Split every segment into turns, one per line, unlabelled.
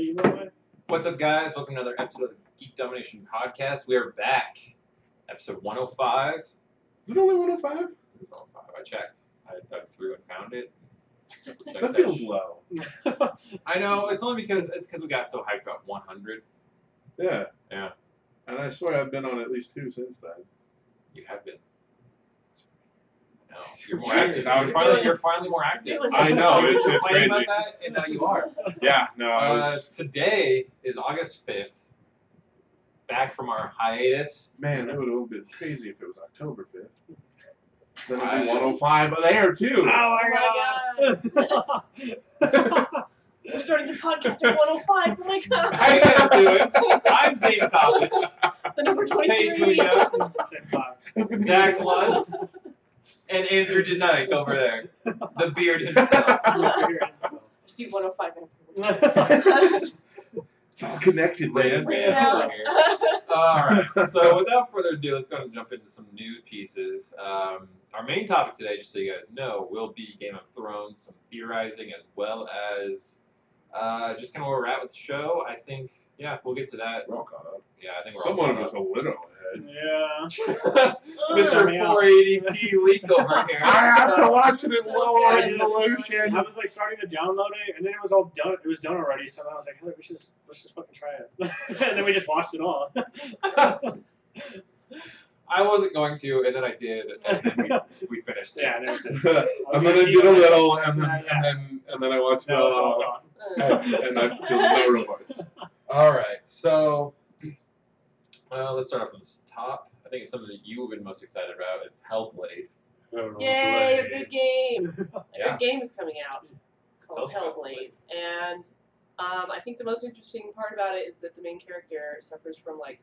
Oh
What's up, guys? Welcome to another episode of the Geek Domination Podcast. We are back, episode 105.
Is it only 105?
It's 105. I checked. I dug through and found it. Double checked
That feels low.
I know. It's only because it's because we got so hyped about 100.
Yeah.
Yeah.
And I swear I've been on at least two since then.
You have been. No, you're more
Yeah,
active.
now
You're finally, you're finally more active.
I know, it's- it's
Complained about
crazy.
that, and now you are.
Yeah, no, I
Uh,
was.
today is August 5th. Back from our hiatus.
Man, that would have been crazy if it was October 5th. Then it'd
I-
be 105 there, too.
Oh my We're starting the podcast at 105. Oh my god.
I can't do it. I'm Zane Collins.
The number
Paige
23.
Munoz, Zach Lund, and Andrew DeKnight over there. The beard himself.
See 105 in a
It's all connected,
Rain
man.
Man over here. Alright, so without further ado, let's go ahead and jump into some news pieces. Um, our main topic today, just so you guys know, will be Game of Thrones, some theorizing, as well as uh, just kind of where we're at with the show. I think, yeah, we'll get to that.
We're all caught up.
Yeah, I think we're
Someone of
all
us a little ahead.
Yeah.
caught up. Mr. 480p leak over here.
I have to watch it in lower
Okay.
resolution.
I was like starting to download it, and then it was all done. It was done already. So then I was like, hey, we should just, let's just fucking try it. and then we just watched it all.
I wasn't going to, and then I did, and then we, we finished it.
Yeah. And it was,
I'm gonna do a little, and then,
Yeah, yeah.
and then, and then I watch it
No, it's all
all,
gone.
and, and I feel no remorse.
All right, so uh, let's start off from the top. I think it's something that you've been most excited about. It's Hellblade.
Yay, a good game. A
Yeah.
good game is coming out called
Tell us about
Hellblade. And um, I think the most interesting part about it is that the main character suffers from like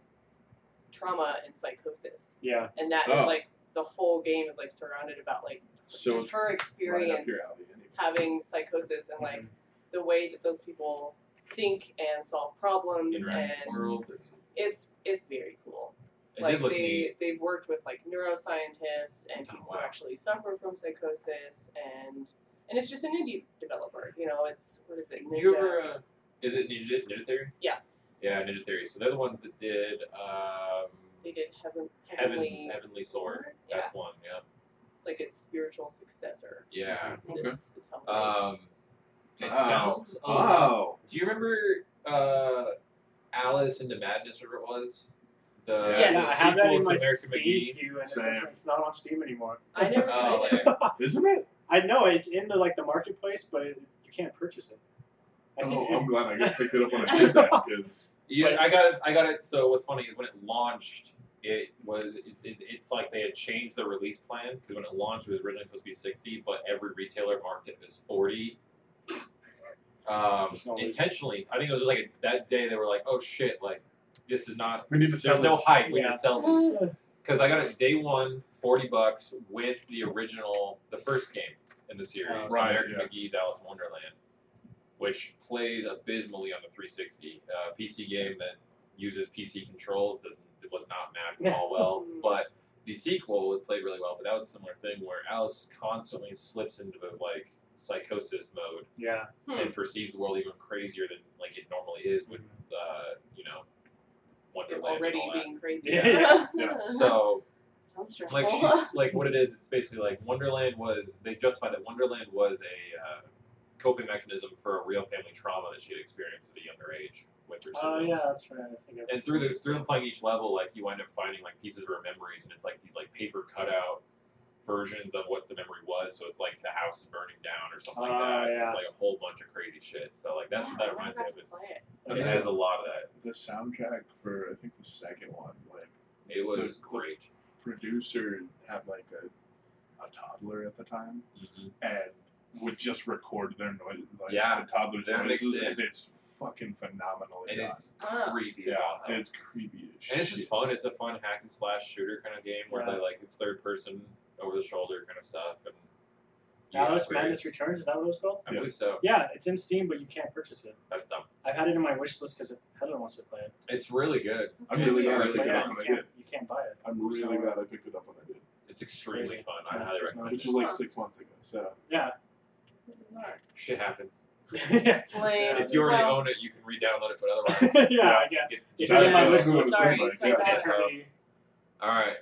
trauma and psychosis.
Yeah.
And that is
Oh.
like the whole game is like surrounded about like
So
just her
right up
experience
your alley, anyway.
having psychosis and like the way that those people think and solve problems
Interact with the
and
world. and
it's it's very cool.
It
like
did look
they
neat.
they've worked with like neuroscientists and
Oh,
people
wow.
who actually suffer from psychosis and and it's just an indie developer, you know, it's what is it?
Did you
Ninja-
ever? Uh, is it Ninja, Ninja Theory?
Yeah.
Yeah, Ninja Theory. So they're the ones that did um,
they did Heaven
Heaven,
Heavenly
Heavenly Sword.
Yeah.
That's one. Yeah.
It's like its spiritual successor.
Yeah.
This
Okay.
is how
Um, it
Wow.
sounds. a lot-
Oh,
Do you remember uh, Alice into Madness, whatever it was? The
Yeah,
Yeah, I have that
sequel
in
to
my
American
Steam
McGee.
queue, and it's,
Same.
just, it's not on Steam anymore.
I never
Oh,
I never-
like,
isn't it?
I know it's in the like the marketplace, but it, you can't purchase it. I think.
Oh, I'm glad I got picked it up when I did that because
yeah, I got it. I got it. So what's funny is when it launched, it was it's, it, it's like they had changed the release plan because when it launched, it was originally supposed to be sixty, but every retailer marked it as forty. Um,
There's no reason.
intentionally, I think it was just like that day they were like, "Oh shit! Like, this is not.
we need to sell
There's no
this.
hype. We need
Yeah.
to sell this." because I got it day one, 40 bucks with the original, the first game in the series,
Oh,
Right,
American
yeah.
McGee's Alice in Wonderland, which plays abysmally on the 360 uh, PC game that uses PC controls. Doesn't it was not mapped at all well, but the sequel was played really well. But that was a similar thing where Alice constantly slips into the like psychosis mode
Yeah.
and perceives the world even crazier than like it normally is with
Mm-hmm.
uh, you know
You're
Wonderland.
already
and all that.
being crazy.
Yeah,
So
Sounds stressful.
like she's, like what it is it's basically like wonderland was they justified that wonderland was a uh, coping mechanism for a real family trauma that she had experienced at a younger age with her
Oh
siblings
yeah, that's right. I think I-
and through the through playing each level like you wind up finding like pieces of her memories and it's like these like paper cutout versions of what the memory was so it's like the house is burning down or something like
Oh,
that
yeah.
it's like a whole bunch of crazy shit so like that's what
Yeah,
that
I
reminds me
got
of
to
is-
play it.
it has a lot of that
The soundtrack for I think the second one, like
it was
The- the-
great
producer had like a a toddler at the time
hmm
and would just record their noise, like
Yeah,
the toddler's
they're mixed
noises,
in.
and it's fucking phenomenally
and
done.
it's
Ah.
creepy as
yeah,
all hell.
it's creepy as
And it's
shit.
just fun. It's a fun hack and slash shooter kind of game where
Yeah.
they like it's third person over the shoulder kind of stuff. And
Alice
yeah,
Madness
it's-
Returns. Is that what it was called?
I believe so.
Yeah, it's in Steam, but you can't purchase it.
That's dumb.
I've had it in my wish list because Heather wants to play it.
It's really good.
I'm
It's
really glad I
really
picked it
good.
up
yeah,
when
you
I did.
can't, you can't buy it.
I'm really glad I picked it up when I did,
It's extremely fun. I
Yeah,
highly
it's
recommend
which
it.
was like six months ago. So
Yeah,
Shit happens.
yeah,
Blame.
If you already
well,
own it, you can re-download it, but otherwise,
yeah, I guess.
get-
It's
get
in my
it.
list.
Who would have
Sorry,
been like,
sorry.
yeah.
That's really-
All right.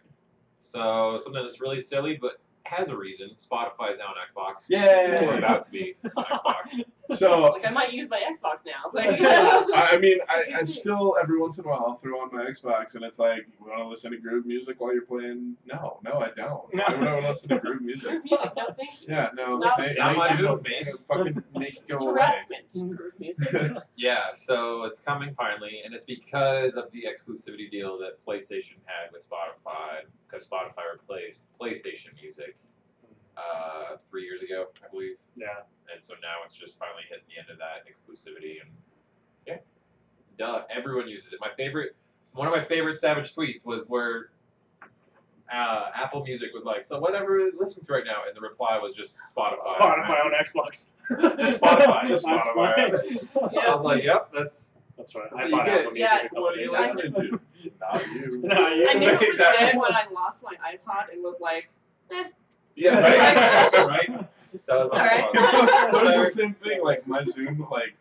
So something that's really silly but has a reason. Spotify is now on Xbox.
Yay.
Or about to be on Xbox.
So
Like I might use my Xbox now. Like,
I I mean, I, I still every once in a while I'll throw on my Xbox and it's like, you want to listen to groove music while you're playing? No, no, I don't. Why would I want to listen to groove music?
Group music, no thank you.
Yeah, no,
Stop.
they,
Down
they
my
do
boot, man.
fucking make
This
it
is
go away.
harassment. Group music.
Yeah, so it's coming finally, and it's because of the exclusivity deal that PlayStation had with Spotify, because Spotify replaced PlayStation Music uh, three years ago, I believe.
Yeah.
and so now it's just finally hitting the end of that exclusivity and yeah duh everyone uses it my favorite one of my favorite savage tweets was where uh, apple music was like so whatever you're listening to right now and the reply was just spotify
Spotify on Xbox.
Just Spotify.
Just
That's
Spotify.
fine.
Yeah.
i was like yep that's
That's right.
So
I
you
bought
get-
Apple Music
yeah,
a couple
What are you
days
Exactly.
listening to? Not you.
No, you
I knew
made
it was
that.
dead when I lost my iPod and was like, eh,
Yeah,
right,
right.
right? that was my
Alright.
response.
it was the same thing. Like my Zoom, like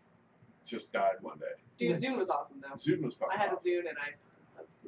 just died one day.
dude, Zune was awesome though.
Zoom was fucking.
I had a
awesome.
Zune and I.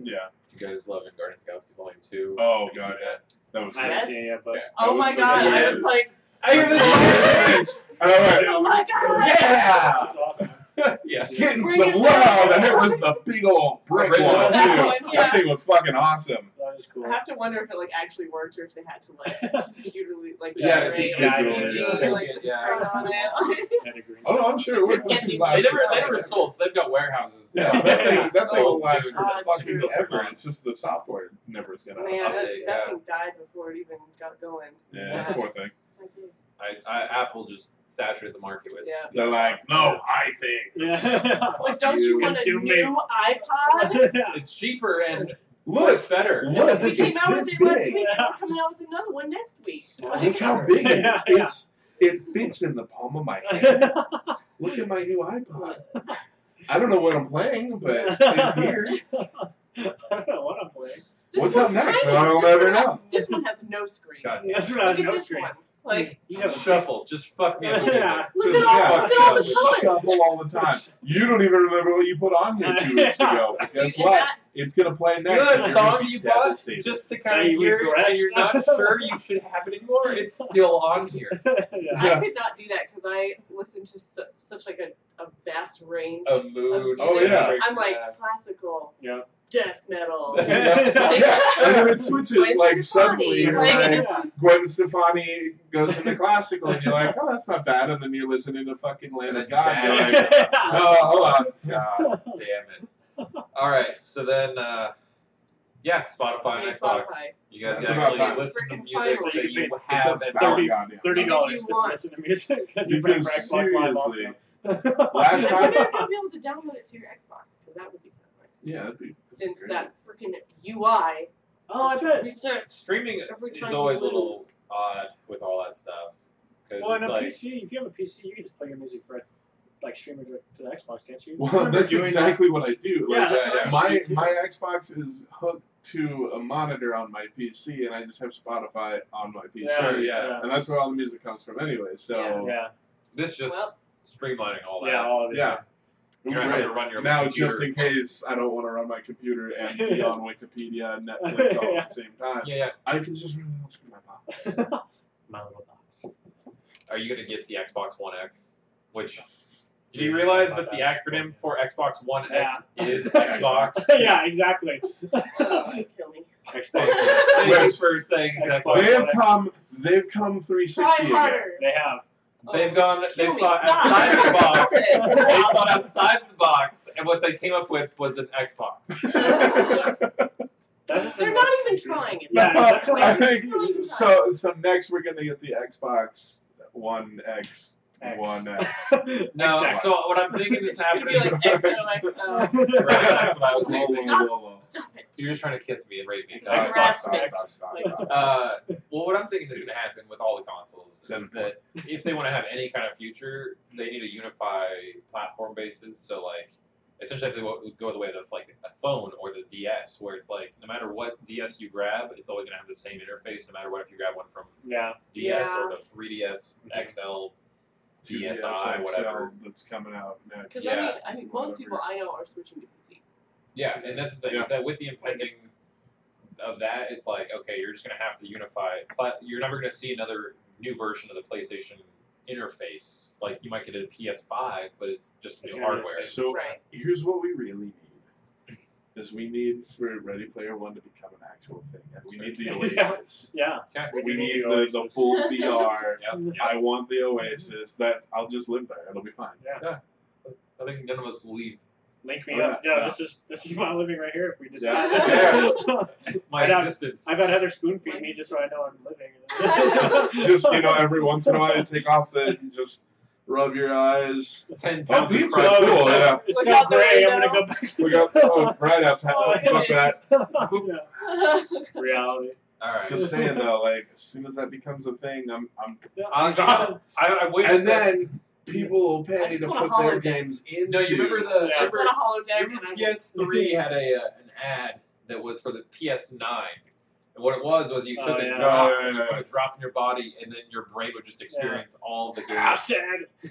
Yeah.
you guys love in Guardians of the Galaxy Volume Two
Oh
Have you
god,
seen that?
that was
I haven't
Yes.
seen it yet, but
Yeah.
Oh my god! I was like, I hear this.
All
Oh my god!
Yeah.
it's awesome.
yeah
Getting
Bring it
some
back.
love, and it was the big old brick
Original.
wall too.
That one, yeah.
That thing was fucking awesome.
That is cool.
I have to wonder if it like actually worked or if they had to like computerly like
Yeah,
generate,
it's
like,
digital,
CG,
yeah.
like the
Yeah.
screen on it.
And agree.
Oh no, I'm sure it worked. This
Yeah,
was
they
last
they never
year.
they never sold so they've got warehouses
Yeah, that thing, that thing will
Oh,
last
dude.
for
Ah,
fucking
true.
ever. It's just the software never is gonna.
Man, that,
Update,
that
yeah.
thing died before it even got going.
Oh, Yeah, poor thing.
It's like,
I, I, Apple just saturated the market with
Yeah.
They're like, no, I think.
Yeah.
Like, don't you,
You
want a
consume me.
new iPod?
it's cheaper and it's
Look,
better.
look,
we came
it's
out with
this
it last
big.
week. and
Yeah.
We're coming out with another one next week.
Look how big it is. It's, it fits in the palm of my hand. Look at my new iPod. I don't know what I'm playing, but it's here.
I don't know what I'm playing.
This one's
What's up next?
tiny.
I'll
This
never
one has-
know.
This one has no screen.
God damn.
That's what I
Look
was
at
no
this
screen.
one. Like,
You have a
shuffle. Just fuck me up with music.
Yeah.
look
Just,
at all,
yeah,
look at all
yeah,
the
we
colors.
shuffle all the time. You don't even remember what you put on here two weeks ago. But guess
Dude, and
what?
that-
It's gonna play
You
next.
know that
and
song
you're
you bought
devastated.
just to kind
Yeah,
of hear
regret.
that you're not sure you should have it anymore? It's still on here.
yeah.
Yeah.
I could not do that because I listen to su- such like a, a vast range.
A mood.
Oh, yeah.
I'm like
Yeah.
classical,
Yeah.
death metal.
yeah, and then it switches
Gwen Stefani,
like suddenly. You're
like,
like,
it's just-
Gwen Stefani goes into classical, and you're like, oh, that's not bad. And then you're listening to fucking Land of God. and You're like,
Yeah.
oh, hold on. God.
Damn it. All right. So then, uh, yeah, Spotify and
Yeah,
Xbox.
Spotify.
You guys
It's
can
about time.
actually listen to
Freaking
music
finally.
that you
It's
have
about
at home.
goddamn
Thirty
time.
dollars
You
to
want.
listen to music because you played
Because
for Xbox Live also.
seriously,
I
last
wonder
time.
if you'll be able to download it to your Xbox because that would be kind of nice.
Yeah, that'd be
Since
great.
that freaking UI
Oh, I bet.
research.
Streaming
Every
is
time you
always a
lose.
little odd with all that stuff. 'cause
Well, on
it's
a
like,
PC, if you have a PC, you can just play your music right, like stream it direct to the Xbox, can't you?
Well, that's
Doing that.
exactly what I do.
Yeah,
Like,
that's
yeah,
what I
yeah.
was
my
doing too.
my Xbox is hooked to a monitor on my PC, and I just have Spotify on my PC,
yeah,
Sure, yeah.
and that's where all the music comes from, anyway. So
yeah,
This just
Well.
streamlining all that.
yeah, all of it.
yeah,
You don't have to
Great.
run your
Now,
computer.
just in case I don't want to run my computer and be on Wikipedia and Netflix all at the same time,
Yeah, yeah.
I can just run what's in my pocket.
My little box.
Are you gonna get the Xbox One X? Which do
Yeah,
you realize
that's
that the
not bad.
acronym for Xbox One X
Yeah.
is Xbox?
yeah, exactly.
Ugh, uh, kill me.
Thank
Xbox.
you. Thank you
Yes.
for saying
Xbox.
Xbox.
They've come, they've come
Try
360 again.
harder.
They have.
They've gone.
Kill
They've
me,
thought
Oh, stop.
outside the box.
Stop
They
it.
thought outside the box, and what they came up with was an Xbox.
That's the
They're not
most-
even trying it.
Yeah, that's what
I
I
think so. So next we're gonna get the Xbox One X,
X.
One X.
No.
Xbox.
So what I'm thinking is
It should
happening.
be like XOXO.
right, that's what I was
Whoa,
thinking.
whoa, whoa, whoa.
"Oh, Stop it.
You're just trying to kiss me and rape me.
Stop,
Sorry.
stop, stop, stop, stop,
Like-
stop.
Uh, well, what I'm thinking is going to happen with all the consoles
Seven
is that if they want to have any kind of future, they need to unify platform bases. So, like, essentially, have to go- go the way of like a phone or the DS, where it's like no matter what DS you grab, it's always going to have the same interface. No matter what, if you grab one from
Yeah.
DS
Yeah.
or the 3DS XL, PSI,
PSI
whatever.
that's coming out next.
Because
Yeah.
I mean, I mean, most
Whatever.
people I know are switching to PC.
Yeah, and that's the thing
Yeah.
is that with the impending
it's-
of that, it's like okay, you're just gonna have to unify. pla- You're never gonna see another new version of the PlayStation interface. Like you might get a PS5, but it's just
It's
new
gonna be
hardware.
the same.
So
Right.
here's what we really need. Is we need for Ready Player One to become an actual thing, and we
Sure.
need the
Yeah.
Oasis.
Yeah.
Okay.
We need
the
the, the
Oasis.
full VR.
Yep, yep.
I want the Oasis. That I'll just live there. It'll be fine.
I think none of us will leave.
Link me
Oh,
up.
yeah.
Yeah, this is this is my living right here. If we did
Yeah.
that,
My
I know.
existence.
I've had Heather spoon feed me just so I know I'm living.
just you know, every once in a while, you take off the just rub your eyes.
Ten
Oh,
pounds of
pizza!
crust.
Oh,
Cool, yeah.
It's
Look
so
out the
gray. I'm
window.
gonna go back.
Look up! Oh, it's bright outside.
Oh,
Fuck
it is.
that.
yeah. Reality.
All right.
Just saying though, like as soon as that becomes a thing, I'm I'm.
Oh, God. I, I wish.
And
that-
then people will
I
pay
just
to
want a
put their
holodeck.
games in.
no, you remember the
Yeah.
I just
remember-
want a hollow deck, and
Remember
I'm
PS3 had a uh, an ad that was for the PS9. And what it was was you took
Oh,
a
yeah.
drop,
Yeah, yeah,
and you
yeah.
put a drop in your body, and then your brain would just experience all the
Ah,
games.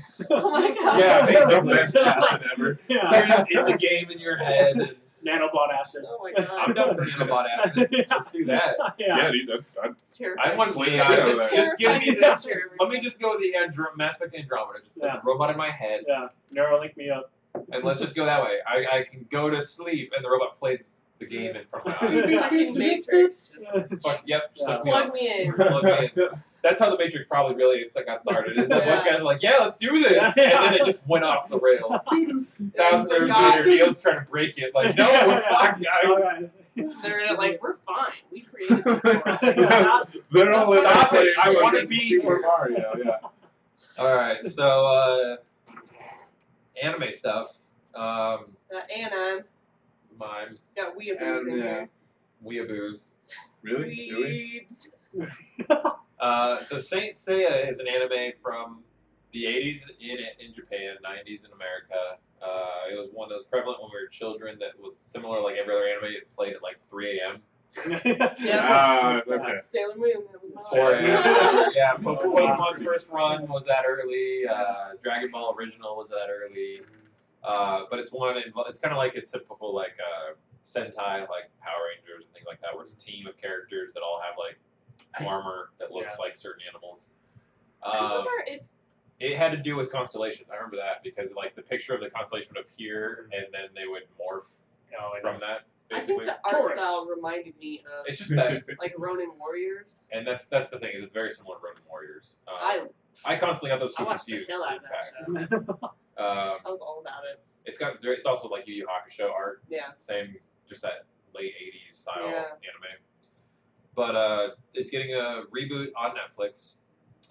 sad.
Oh my God.
Yeah, makes the best acid ever.
You're
Yeah.
just in the game in your head. And
Nanobot acid.
Oh my
I'm
god.
done for Nanobot Acid. Let's do that.
yeah.
Yeah, dude, that, that,
It's terrifying.
I want
Please,
yeah,
yeah,
just,
that-
just give me the.
picture.
Let me just go with the Andro- Mass Effect Andromeda. Just put
Yeah.
the robot in my head,
Yeah. Neuro link me up.
and let's just go that way. I, I can go to sleep, and the robot plays the game in front of my eyes.
Yeah.
Fucking Matrix. Just
Fuck, yep, suck me up.
plug me in.
Plug me in. That's how the Matrix probably really stuck got started. Is that a bunch of guys were like, "Yeah, let's do this," and then it just went off the rails. That was their
God.
leader. Neo's trying to break it. Like, no, we're fucked,
All
guys.
right.
They're in it like, we're fine. We created this world.
They're all in
Stop
there
it, I
playing
wanna
fucking
be
Super
here.
Mario. Yeah.
All right, so uh, anime stuff. Um,
Uh, and I'm
my
got weeaboos in
And, uh,
here.
weeaboos.
Really? Do we?
Weebs.
Uh, so Saint Seiya is an anime from the 80s in in Japan, 90s in America. Uh, it was one that was prevalent when we were children. That was similar, like every other anime. It played at like 3 a.m.
Ah, okay.
Sailor Moon. That was my
4 a.m. yeah,
Wow.
Pokemon's first run was that early. Uh, Dragon Ball original was that early. Uh, but it's one. invo- It's kind of like a typical like uh, Sentai, like Power Rangers and things like that, where it's a team of characters that all have like armor that looks like certain animals.
I
Um,
wonder if
It had to do with constellations. I remember that because like the picture of the constellation would appear and then they would morph
No, I
from
don't.
that.
I think
Basically,
the art
Taurus.
style reminded me of
it's just that,
like Ronin Warriors.
and that's that's the thing is it's very similar to Ronin Warriors. Um,
I
I constantly got those
I
two
watched the
confused.
hell out
In
of that
fact,
show.
um,
I was all about it.
it's got it's also like Yu Yu Hakusho art,
Yeah.
same just that late '80s style
Yeah.
anime. But uh, it's getting a reboot on Netflix.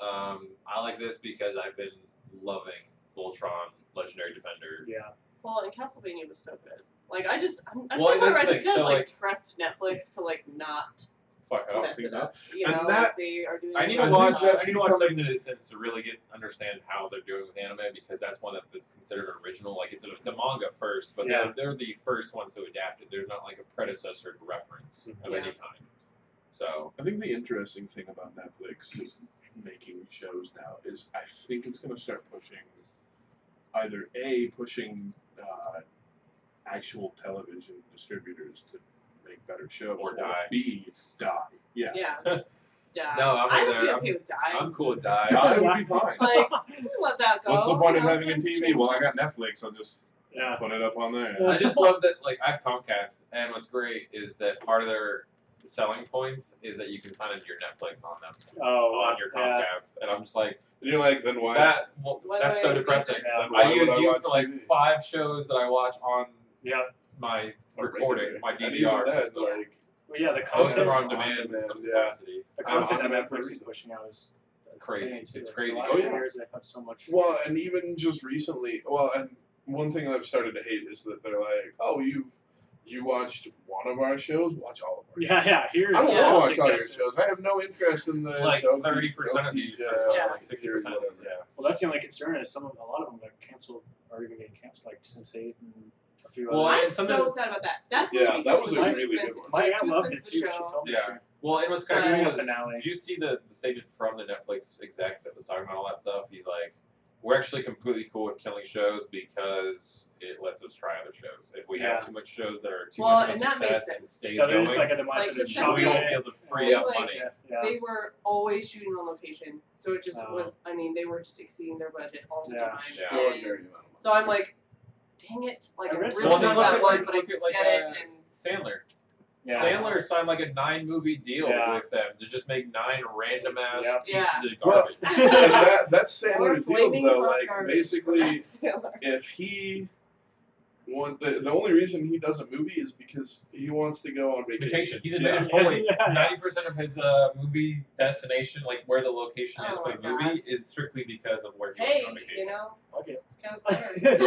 Um, I like this because I've been loving Voltron, Legendary Defender,
yeah.
Well, and Castlevania was so good. Like I just, I'm, I'm
Well,
well,
and
somewhere
that's
I
the
just
thing,
gotta
so,
like,
like-
trust Netflix to like not
Fuck, I don't
mess
think
it
so.
up. You
And
know,
that-
like they are doing.
I need
I
to
think
watch.
that's
I need to watch
becoming-
something that sense to really get understand how they're doing with anime because that's one that, that's considered original. Like it's a, it's a manga first, but
Yeah.
they're, they're the first ones to adapt it. There's not like a predecessor to reference of
Mm-hmm.
Yeah.
any kind. So
I think the interesting thing about Netflix just making shows now is I think it's going to start pushing either a pushing uh, actual television distributors to make better shows
Or die.
b die yeah
Yeah. Die.
No, I'm
Uh, I
with
would be
her.
okay with dying.
I'm cool with die.
die would be fine
like, we let that go.
what's the point
you
of
know,
having a
it's
tv
cheap.
well i got netflix i'll just
Yeah.
put it up on there
I just love that. Like I have Comcast, and what's great is that part of their selling points is that you can sign into your Netflix on them
Oh,
on your
yeah.
Comcast, and I'm just like
and you're like then why
that. Well,
Why
that's
would
so
I do
depressing.
that?
then why
I
would
use you
watch
for like
TV?
five shows that I watch on
Yeah.
my
Or
recording,
regular.
my
And even
DVR
that,
system.
like,
Well, yeah. The
Most of
content,
them are on
On
demand in
demand,
some
yeah.
capacity.
the
I'm
content
on demand
that Netflix is
version.
pushing out is insane,
Crazy.
too.
It's
Like,
crazy.
The last
Oh,
few
yeah.
years, they've had so much.
Well, and even just recently, well, and one thing I've started to hate is that they're like, "Oh, you, you watched one of our shows, watch all of our."
yeah, yeah. Here's
shows. I don't
Yeah.
want to
I'll
watch all your
suggest it.
shows. I have no interest in the
Like
Doki-
thirty percent of these,
Doki's,
or
uh,
something,
Yeah.
like sixty percent of these. Yeah.
Well, that's the only concern is some of a lot of them got canceled or even getting canceled, like Sense Eight and a few
Well,
other.
I-
I'm
some
so
of-
sad about that. That's
Yeah,
when
that
was a
really
really good one.
My
It's
aunt
too
loved it
expensive
too.
to
She
show.
told me.
Yeah. Well, and what's
But-
kind of
Doing a
was,
finale.
did you see the, the statement from the Netflix exec that was talking about all that stuff? He's like, We're actually completely cool with killing shows because it lets us try other shows. If we
Yeah.
have too much shows that are too
Well,
much of a
and that makes
success
sense.
and stay
so
going,
there's like a
Like,
demonstrative
it sounds
we
shooting.
like-
won't be able to free up
Like-
money.
yeah, yeah.
They were always shooting on location, so it just
Oh.
was. I mean, they were just exceeding their budget all the
Yeah.
time.
Yeah.
And
Extraordinary amount of money.
So I'm like, dang it! Like I
I read
really
something
want
about
that
it,
one, but I
look at like
get it.
uh,
And
Sandler.
Yeah.
Sandler signed like a nine movie deal
Yeah.
with them to just make nine random ass
Yep.
pieces
Yeah.
of garbage.
Like, that, that's
We're
Sandler's deal,
blaming
though.
Clark
Like,
Garbage for
basically,
that Taylor.
if he want the, the only reason he does a movie is because he wants to go on vacation.
Vacation. He's
Yeah.
admitted fully. Ninety percent of his uh, movie destination, like where the location is
Oh
for
my
the movie, is strictly because of where he
Hey,
was on vacation.
you know,
Fuck it.
it's kind of smart.
Yeah.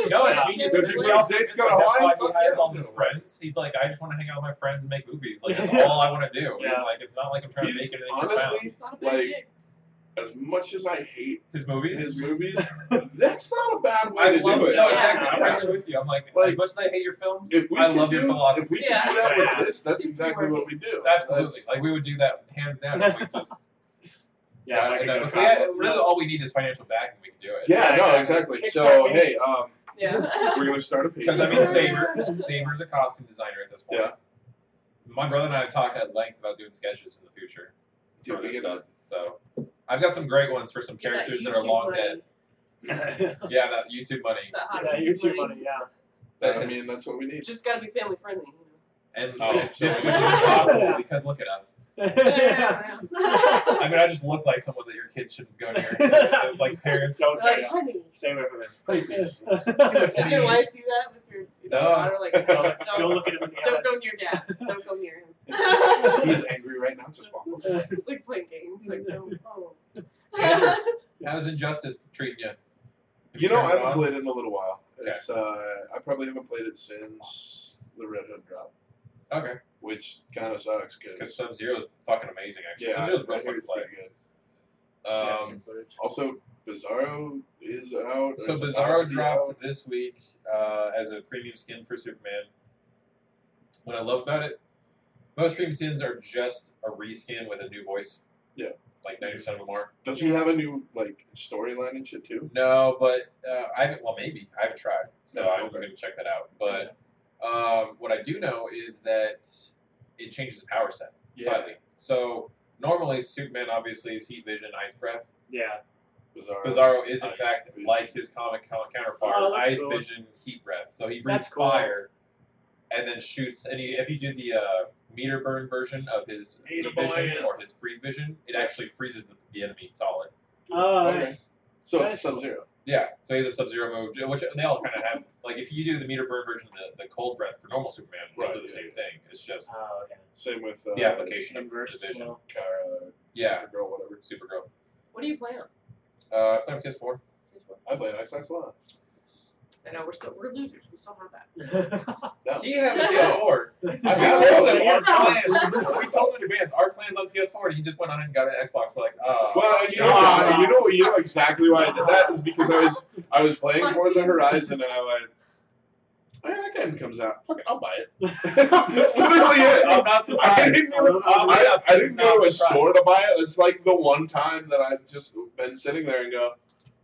No, it's
Yeah.
genius.
So if
Everybody
you
else
dates
is
go
like,
to
that's
Hawaii,
why he
fuck
hires
yeah.
all his friends. He's like, I just want to hang out with my friends and make movies. Like that's all I want to do. He's
Yeah.
like, it's not like I'm trying to
He's-
make anything profound.
Honestly,
It's not a bad
Like,
idea.
as much as I hate
His movies.
his movies, that's not a bad way
I
to
love
do it.
No,
Yeah.
exactly. I'm
Yeah.
actually with you. I'm like,
Like,
as much as I hate your films,
If we
I
can
love
do,
your philosophy.
If we can
Yeah.
do that
Yeah.
with this, that's
It's
exactly what we do.
Absolutely.
That's-
Like we would do that hands down. If we just,
Yeah.
you
if I
know,
could
if
go
we had,
travel.
really all we need is financial backing. We can do it.
yeah,
Yeah,
no, exactly.
exactly. Kickstart
So,
me.
hey, um,
yeah.
we're going to start a page.
Because I mean, Saber, Saber's a costume designer at this point.
Yeah.
My brother and I have talked at length about doing sketches in the future
Dude,
for
we
this
get
stuff. So, I've got some great ones for some
Get
characters that,
that
are
YouTube
long
money,
dead. Yeah, that YouTube money.
That hot
Yeah,
YouTube
YouTube
money.
money, yeah.
I mean, that's what we
You
need.
just gotta be family friendly. you know?
And
Oh,
which is
so-
difficult to do possible
Yeah.
because look at us.
Yeah, yeah,
I mean, I just look like someone that your kids shouldn't go near. It's like parents.
Don't-
yeah. like, honey,
Stay away from
Hey,
him.
did your wife do that with your, with
No.
your daughter? Like,
No.
don't,
Don't look at him in the
don't
eyes.
go near dad. Don't go near him.
He's angry right now. Just walk over.
It's like playing games. Like, no, oh.
Andrew, How's injustice treating you? Have
You know,
turned
I
it
haven't
on?
played it in a little while.
Okay.
It's uh, I probably haven't played it since the Red Hood drop,
Okay.
which kind of sucks
Because
because
Sub Zero is fucking amazing, actually.
yeah,
Sub Zero is real
I hear
fun to
it's
play.
pretty good.
Um,
Also, Bizarro is out.
so
It's
Bizarro
about to be out.
dropped this week uh, as a premium skin for Superman. What I love about it, most premium skins are just a reskin with a new voice.
Yeah.
Like 90% of them are.
Does he have a new like storyline and shit too?
No, but uh, I haven't, well, maybe. I haven't tried. So
Yeah,
I'm
okay.
going to check that out. But um, what I do know is that it changes the power set slightly. So normally, Superman obviously is heat vision, ice breath.
Yeah.
Bizarro.
Bizarro is in
Oh, Ice
fact
Vision.
like his comic co- counterpart,
Oh, that's
Ice
cool.
Vision, Heat Breath. So he breathes
That's cool.
fire, and then shoots. And he, if you do the uh, meter burn version of his heat
Meter
vision
burn.
or his freeze vision, it actually freezes the, the enemy solid.
Oh,
Okay.
nice.
So it's Sub Zero.
Yeah, so he has a sub zero move, which they all kind of have. Like if you do the meter burn version, of the, the cold breath for normal Superman, will
Right,
do the
yeah,
same
yeah.
thing. It's just
Uh,
Oh, okay.
Same with uh,
the application of
Inverse
the vision.
well.
Kara,
Yeah.
Supergirl, whatever.
Supergirl.
what do you play on?
Uh, Slam Kiss Four.
I played Xbox Live.
I know we're still we're losers. We still have that.
No.
He has a PS4. I mean,
I've got
we told
it.
him our
Yeah.
plan- We told him in advance our plans on PS4, and he just went on and got an Xbox. We're like, oh,
Well, you know, uh,
God.
you know, you know exactly why I did that is because I was I was playing
Fuck
Forza
you.
Horizon and I went, "Oh, yeah, that game comes out. Fuck it, I'll buy it. That's literally it.
I'm not
I
surprised. Uh,
didn't, go, I, I didn't go to a
Not surprised.
store to buy it. It's like the one time that I've just been sitting there and go,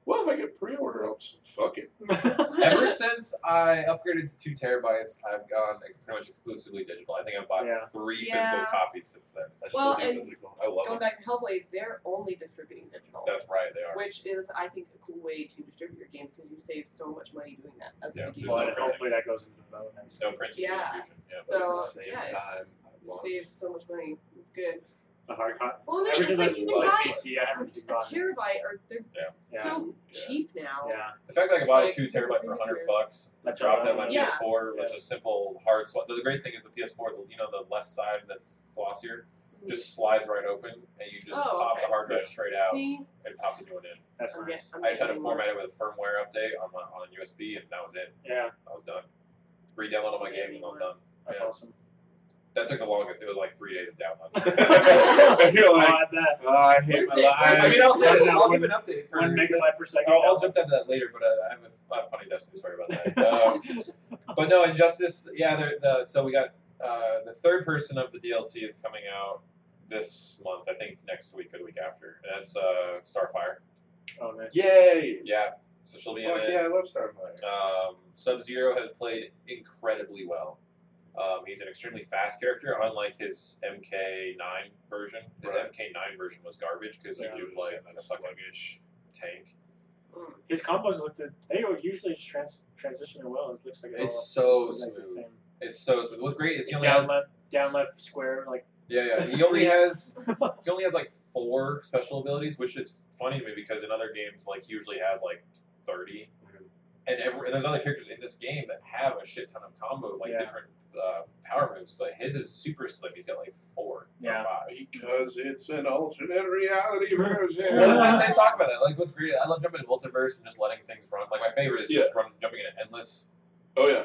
well, if I get pre-order, I'll just fuck it.
Ever since I upgraded to two terabytes, I've gone like, pretty much exclusively digital. I think I've bought
Yeah.
three
Yeah.
physical copies since then.
I still
Well,
do
and
physical. I love
Going
it.
back to Hellblade, they're only distributing digital,
That's right, they are.
which is I think a cool way to distribute your games because you save so much money doing that as
Yeah,
a video.
there's no
But hopefully that goes into development.
It's no printing
Yeah.
distribution. Yeah.
At
So
the same
yeah, it's,
time, I
you
want-
save so much money. It's good.
The hard copy.
Well,
Ever
they
since
just
I
like
was
you
like
buy
PC, I haven't even
a
gotten it.
terabyte, or they're
Yeah.
so
Yeah.
cheap now.
Yeah.
The fact that I could buy a
Like,
two terabyte for
miniatures.
hundred bucks,
That's
drop
what
that
I
my
want.
Yeah.
PS4 with
Yeah.
a simple hard swap. The great thing is the PS4, the, you know, the left side that's glossier, just slides right open, and you just
Mm. Oh,
pop
okay.
the hard drive straight out
See,
and pop the new one in.
That's
I'm, get,
nice.
I'm
I just had to
getting
format it with a firmware update on my on USB, and that was it.
Yeah.
I was done. Redownload all my games, and I was done.
That's
Yeah.
awesome.
That took the longest. It was like three days of downloads.
And you're
Oh,
like,
I bet.
"Oh, I hate my
Listen,
life.
I mean, I'll say
What is that,
I'll
one-
give an update for
One megabyte per second.
I'll,
Oh,
I'll jump into that later, but uh, I have a, I have a funny destiny story about that.
Oh,
Um, but no, Injustice. Yeah, they're, the, so we got uh, the third person of the DLC is coming out this month. I think next week or the week after. And that's uh, Starfire.
Oh, nice.
Yay!
Yeah. So she'll be in
Fuck
it.
yeah, I love Starfire.
Um, Sub Zero has played incredibly well. Um, he's an extremely fast character, unlike his MK9 version. His
Right.
MK9 version was garbage because
Yeah,
he could play a fucking
sluggish.
tank.
Mm.
His combos looked. at- They would usually trans transition well. It looks like it all,
It's so
it's like the
smooth.
same.
It's so smooth. What's great is he
It's
only
down
has
left, down left square. Like oh,
yeah yeah he only
Please.
has he only has like four special abilities, which is funny to me because in other games like he usually has like thirty, and every and there's other characters in this game that have a shit ton of combo like
Yeah.
different uh, power moves, but his is super slim. He's got like four
Yeah.
or five.
Because it's an alternate reality version.
Well, then, like, they talk about it. Like, what's great? I love jumping in multiverse and just letting things run. Like, my favorite is just run, jumping in endless
oh yeah.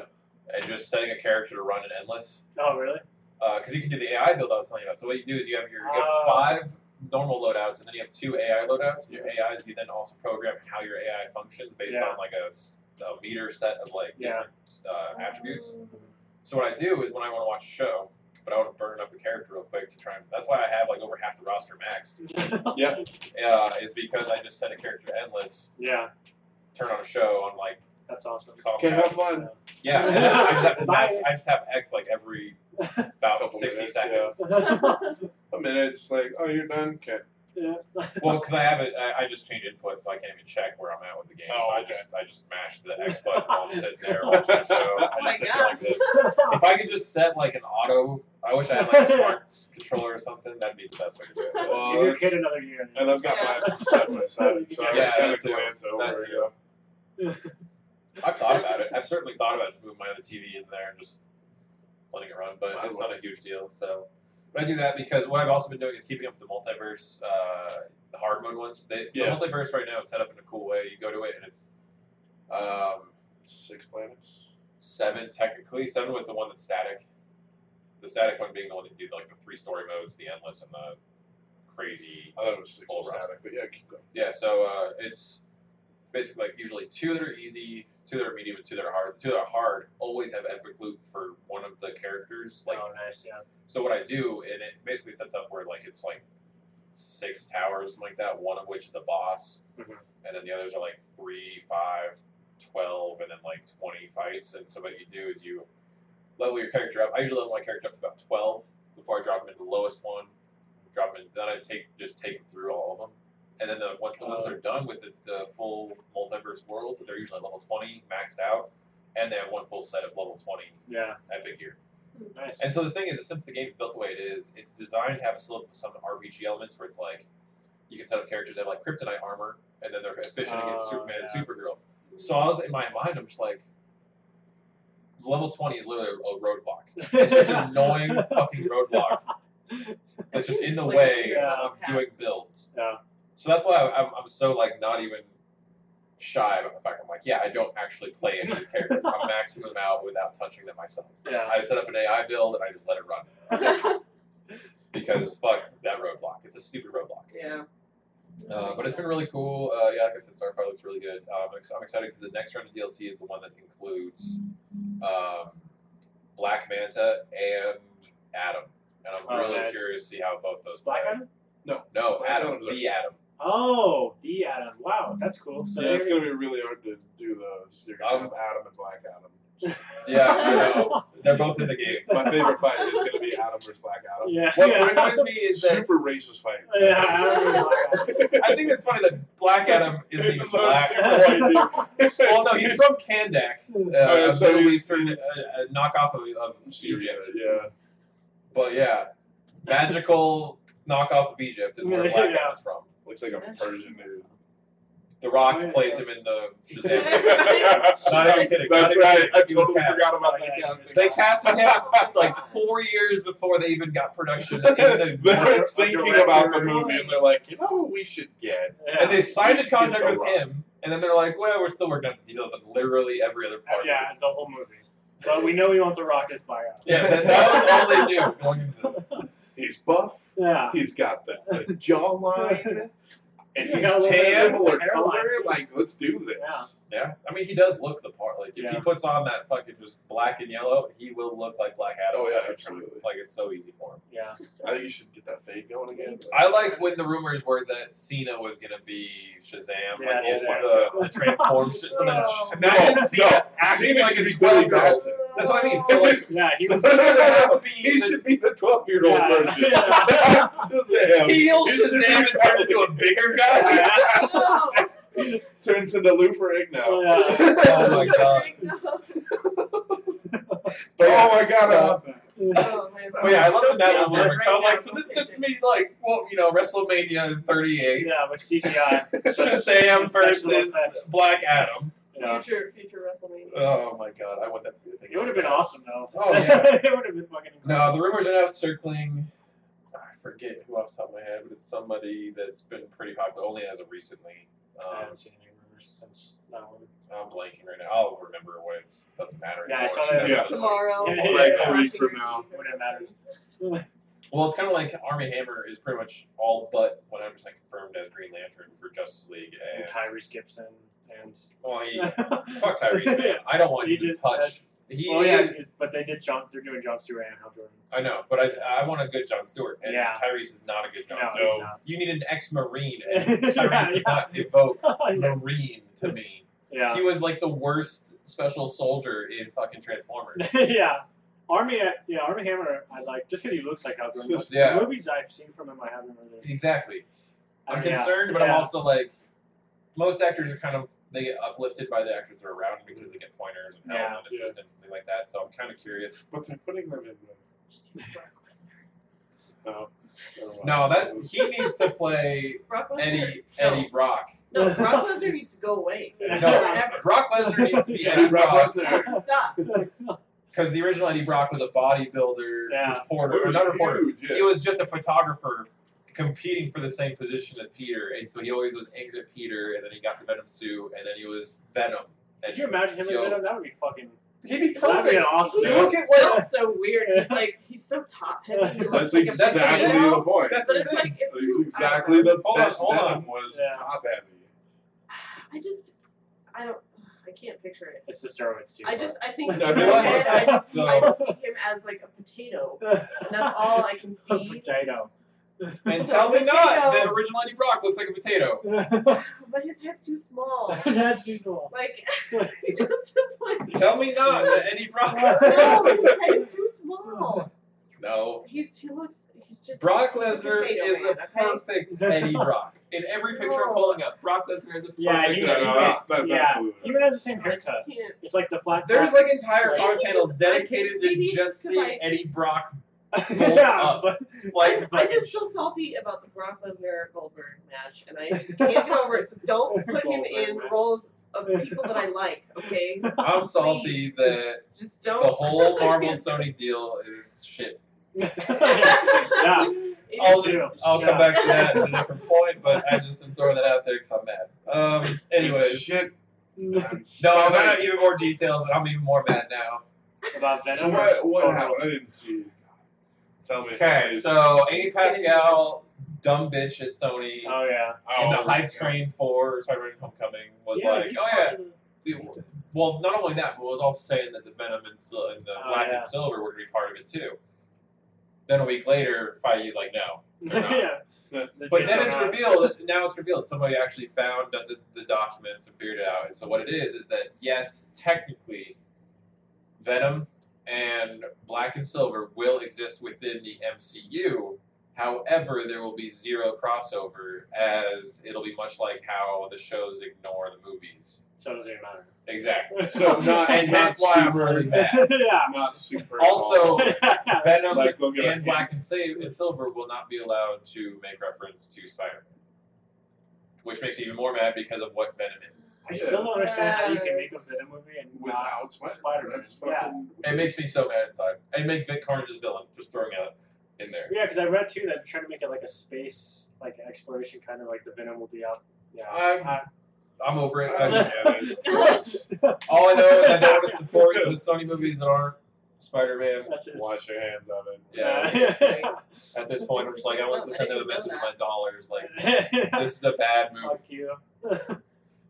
and just setting a character to run in endless.
oh really?
Because Uh, you can do the AI build I was telling you about. So what you do is you have your you have
Oh.
five normal loadouts, and then you have two AI loadouts. Your AIs you then also program how your AI functions based
Yeah.
on like a, s- a meter set of like
Yeah.
different uh, attributes.
Um,
So what I do is when I want to watch a show, but I want to burn up a character real quick to try and. That's why I have like over half the roster maxed.
Yeah.
Uh, is because I just set a character to endless,
yeah,
turn on a show on like
that's awesome.
Can have
Comcast.
fun.
Yeah, and then I just have to
Bye.
max, I just have X like every about
Couple
sixty
minutes,
seconds.
A minute, it's like, oh, you're done. Okay.
yeah.
Well, because I have it, I, I just change input, so I can't even check where I'm at with the game.
Oh,
so I
okay.
just I just mash the X button while I'm sitting there watching the show. I
Oh
just
my
sit there like
gosh.
this. If I could just set like an auto, I wish I had like a smart controller or something. That'd be the best way to do it. But
Well,
Give your kid another year.
And I've got mine side by side, so I
Yeah,
just kind of
that's it.
glance over.
That's
you know.
I've thought about it. I've certainly thought about just moving my other TV in there and just letting it run, but
I
it's
love
not a huge deal. So, but I do that because what I've also been doing is keeping up with the multiverse, uh, the hard mode ones. They,
Yeah.
The multiverse right now is set up in a cool way. You go to it and it's um,
Six planets.
seven technically, seven with the one that's static. The static one being the one that did like the three story modes, the endless and the crazy
I thought it was six
Full roster.
static, but yeah, keep going.
yeah, so uh, it's basically like usually two that are easy, two that are medium, and two that are hard. The two that are hard always have epic loop for one of the characters. Like,
oh, nice. Yeah.
so what I do, and it basically sets up where like it's like six towers, something like that. One of which is the boss,
Mhm.
and then the others are like three, five, twelve, and then like twenty fights. And so what you do is you level your character up. I usually level my character up to about twelve before I drop him into the lowest one. Drop him, then I take just take him through all of them. And then the, once the ones
Oh.
are done with the, the full multiverse world, they're usually level twenty maxed out, and they have one full set of level twenty
Yeah.
epic gear.
Nice.
And so the thing is, since the game's built the way it is, it's designed to have some, some RPG elements where it's like you can set up characters that have like kryptonite armor, and then they're efficient against
Oh,
Superman
yeah.
and Supergirl. So I was in my mind, I'm just like, level twenty is literally a roadblock. It's just an annoying fucking roadblock that's just in the
Like,
way
yeah.
of doing builds.
Yeah.
So that's why I'm, I'm so like not even shy about the fact I'm like, yeah, I don't actually play any of these characters. I'm maxing them out without touching them myself.
yeah.
I set up an AI build and I just let it run because fuck that roadblock. It's a stupid roadblock.
yeah.
Uh, but it's been really cool. Uh, yeah, like I said, Starfire looks really good. Um, I'm ex- I'm excited because the next round of DLC is the one that includes um, Black Manta and Adam, and I'm
Oh,
really
nice.
curious to see how both those
Black
play.
Adam.
No,
Black
Adam,
Adam's
the Adam.
Oh, the Adam. Wow, that's cool. So
yeah, it's
they're-
going to be really hard to do those. You're going to
Um,
have Adam and Black Adam.
Yeah, you know, they're both in the game.
My favorite fight is going to be Adam versus Black Adam.
Yeah.
What
yeah.
annoys me is that
Super racist fight.
Yeah, Adam and Black Adam.
I think it's funny that Black Adam isn't even
It's so
black.
super white, dude.
Well, no, he's from Kandak, uh,
Oh,
a
so
Middle
he's-
Eastern uh,
he's-
uh, knockoff of, of Egypt.
Egypt, yeah.
But yeah, magical knockoff of Egypt is where
Yeah.
Black Adam's from.
Looks like a Persian dude.
The Rock
Oh, yeah.
plays him in the Shazam.
That's
Not even kidding, not even
right.
kidding.
I
He was
totally
cast.
forgot about that.
Yeah,
guy.
he's-
they casted him like four years before they even got production in
they
the
were thinking about the movie and they're like, you know what we should get?
Yeah.
And they signed
We
a
should get
contract
The
with
Rock.
him, and then they're like, well, we're still working out the details on literally every other part
Oh, yeah,
of this.
the whole movie. But we know we want the Rock as Black Adam.
Yeah, that, that was all they knew going into this.
He's buff.
Yeah.
He's got the, the jawline. and
Yeah,
he's
got a little bit of
tan
a
or
hairline,
color.
too.
Like, let's do this.
Yeah.
Yeah, I mean he does look the part. Like if he
Yeah.
puts on that fucking just black and yellow, he will look like Black Adam.
Oh, yeah,
Like,
absolutely.
Like it's so easy for him.
Yeah.
I think you should get that fade going again. but-
I liked when the rumors were that Cena was gonna be Shazam,
Yeah,
like
Shazam.
the, the transform Shazam.
Oh.
Imagine
No,
Cena
no.
acting
Cena
like
should
a
be Billy
12 year old.
Batson.
That's what I
Oh.
mean. So like
Yeah, he was.
so Cena would have to be
He
the-
should be the 12 year old
Yeah.
version.
Yeah.
Shazam.
heel
He should be
Shazam and turn into a bigger guy.
Yeah.
No.
Turns into Lou Ferrigno.
Oh, yeah.
Oh, my God.
No.
But, oh my god.
So-
uh,
Oh, man.
But yeah, I love when that was
Yeah,
there. So I'm
right
like,
now,
so this just me like, well, you know, WrestleMania 38.
yeah, with CGI.
Shazam
Special
versus
effects.
Black Adam.
Yeah.
Future, future WrestleMania.
Oh my god, I want that to be a thing.
It would have been
Yeah.
awesome though.
Oh, yeah.
it would have been fucking.
No, the
Incredible.
rumors are now circling. I forget who off the top of my head, but it's somebody that's been pretty popular only as of recently.
Uh, I
Um,
haven't seen any rumors since. No.
I'm blanking right now. I'll remember what it doesn't matter.
Yeah, I
anymore.
saw
She
that
doesn't
Yeah.
really-
Tomorrow.
Yeah,
yeah,
Like,
yeah.
a week
Crossing
from now.
when it matters.
Well, it's kind of like Army Hammer is pretty much all but 100% confirmed as Green Lantern for Justice League.
And
And,
Tyrese Gibson and.
well, he, fuck Tyrese, man. I don't want
He
him to
just-
touch.
that's-
He,
well, yeah, 'cause- but they did John. They're doing John Stewart and Hal Jordan.
I know, but I, I want a good John Stewart, and
Yeah.
Tyrese is not a good John
No,
Stewart.
he's not.
You need an ex-marine, and Tyrese
Yeah,
does
yeah.
not evoke
yeah.
marine to me.
Yeah.
He was like the worst special soldier in fucking Transformers.
yeah. Army, yeah, Army Hammer. I like just because he looks like Hal Jordan. but
Yeah.
The movies I've seen from him, I haven't really.
exactly. I'm
yeah.
concerned, but I'm
Yeah.
also like, most actors are kind of they get uplifted by the actors that are around because they get pointers and help
Yeah.
and assistance and things like that. So I'm kind of curious.
But they're putting them in. the- No. Never mind.
No, that he needs to play
Brock Lesnar.
Eddie
No.
Eddie Brock.
No, Brock Lesnar needs to go away.
No, Brock Lesnar needs to be
Yeah,
Eddie
Eddie Brock
Brock.
Lesnar.
Stop.
Because the original Eddie Brock was a bodybuilder,
Yeah.
reporter,
It
or
was
not reporter.
huge, yeah.
He was just a photographer competing for the same position as Peter, and so he always was angry at Peter, and then he got the Venom suit, and then he was Venom. And
Could you imagine him as
yo,
Venom? That would be fucking.
He'd be
That would be
perfect.
an awesome.
Yeah.
Look
show.
at what.
That's so weird. He's like, he's so top heavy. He looks
That's
like
that's
a
exactly
you know,
the point.
that's
But it's like it's
That's
too,
exactly the
Hold on,
that's
hold on.
Venom was
Yeah.
top heavy.
I just, I don't, I can't picture it.
It's the steroids too.
I just, I think in
That'd
be
my
awesome.
head, I just,
So-
I just see him as like a potato, and that's all I can
a
see.
potato.
And tell me not
Potato.
that original Eddie Brock looks like a potato.
But his head's too small.
That's too small.
Like he just is like,
Tell me not that Eddie
no,
Brock.
his head's too small.
no.
He's he looks, he's just
Brock
he's a
Lesnar
potato
is
man,
the
okay?
perfect Eddie Brock. In every picture I'm pulling up, Brock Lesnar is a perfect
Yeah, he-
No,
Eddie
no,
Brock.
that's, that's
yeah.
absolutely
He even has the same
I just
haircut.
can't.
It's like the flat.
There's
top.
like entire
Like,
art
he
panels
just-
dedicated
I think
to
maybe
just
it's 'cause
seeing
I-
Eddie Brock.
yeah,
up.
but
Like,
I'm just so salty about the Brock Lesnar Goldberg match, and I just can't get over it. So don't put him
Goldberg
in
match.
roles of people that I like. Okay,
I'm salty that
just
the
don't.
whole Marvel Sony deal is shit.
yeah,
It
I'll
is
just,
true.
I'll
Yeah.
come back to that at a different point, but I just am throwing that out there because I'm mad. Um, anyways,
Shit.
no,
no, I found out even more details, and I'm even more mad now.
about Venom.
So
or
what, what
Total?
happened? I didn't see. Tell me.
Okay,
please.
so Amy Pascal, dumb bitch at Sony,
Oh yeah.
and the
Oh,
hype
God.
train for Spider-Man: Homecoming was
yeah,
like,
he's
oh yeah,
part of the-
Dude, well, not only that, but was also saying that the Venom and, Sil- and the
Oh,
Black
yeah.
and Silver were going to be part of it too. Then a week later, Feige's like, no. They're not.
yeah.
But
The
But then
digital
it's
not-
revealed. Now it's revealed. Somebody actually found the, the documents and figured it out. And so what it is is that yes, technically, Venom and Black and Silver will exist within the MCU. However, there will be zero crossover, as it'll be much like how the shows ignore the movies.
So it doesn't even matter.
Exactly.
So not
And
not
that's why I'm
super,
really mad.
yeah.
Not super.
Ah. Also,
involved.
Venom
like look at
and
it.
Black and, Sa- and Silver will not be allowed to make reference to Spider-Man, which makes me even more mad because of what Venom is.
I still don't understand how you can make a Venom movie and not.
without
Spider-Man.
Spider-Man. That's fucking
It makes me so mad inside. And make Vic Carnage a villain, just throwing out in there.
Yeah, because I read too that they're trying to make it like a space like exploration kind of like the Venom will be out. Yeah.
I'm,
Uh,
I'm over it.
I
I
don't
just,
get it.
all I know is I don't want to support the Sony movies that aren't Spider-Man.
That's his.
Wash your hands of it.
Yeah.
Yeah.
At this point, I'm just like, I want to send them a message with my dollars. Like, this is a bad move.
Fuck you.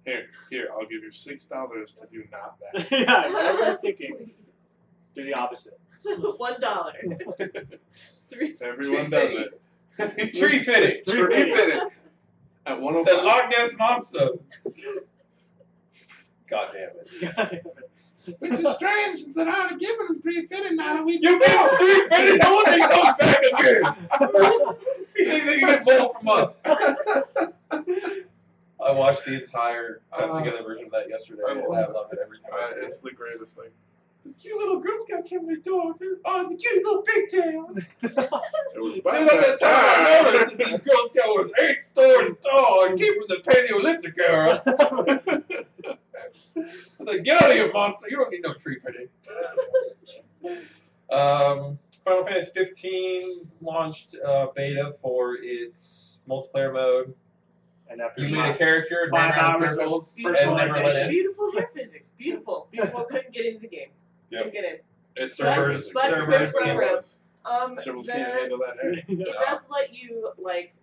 Here, here, I'll give you six dollars to do not that.
yeah, I was thinking. Do the opposite.
One dollar. Three.
Tree
Everyone does
fitting.
it.
Tree fitting.
Tree
Tree
fitting.
fitting.
At
The
105.
Loch Ness monster. God damn it.
Which is strange since I ought to give him three fitting, not a week.
You give him three pennies, no one takes those back again. He thinks he can get more from us. I watched the entire cut together version of that yesterday,
I
and
love
Uh, I love it every time
Uh,
I see
it's
it.
the greatest thing.
This cute little Girl Scout came to the door. Oh, the cutest little pigtails.
It was
Then
by
at that time, I noticed that
time.
these Girl Scouts was eight stories tall and came from the Paleolithic era. I was like, get out of here, monster. You don't need no tree fitting. Um, Final Fantasy 15 launched uh, beta for its multiplayer mode.
and after
You
the
made a character, ran
Five
around in
hours of
circles, and never let
personalization.
in.
Beautiful hair physics. Beautiful. Beautiful. Couldn't get into the game.
Yep.
Couldn't get in.
It's
Servers-
But- but-
servers
but-
can't-
but- Um,
Servers
the-
can't handle that hair.
it does let you like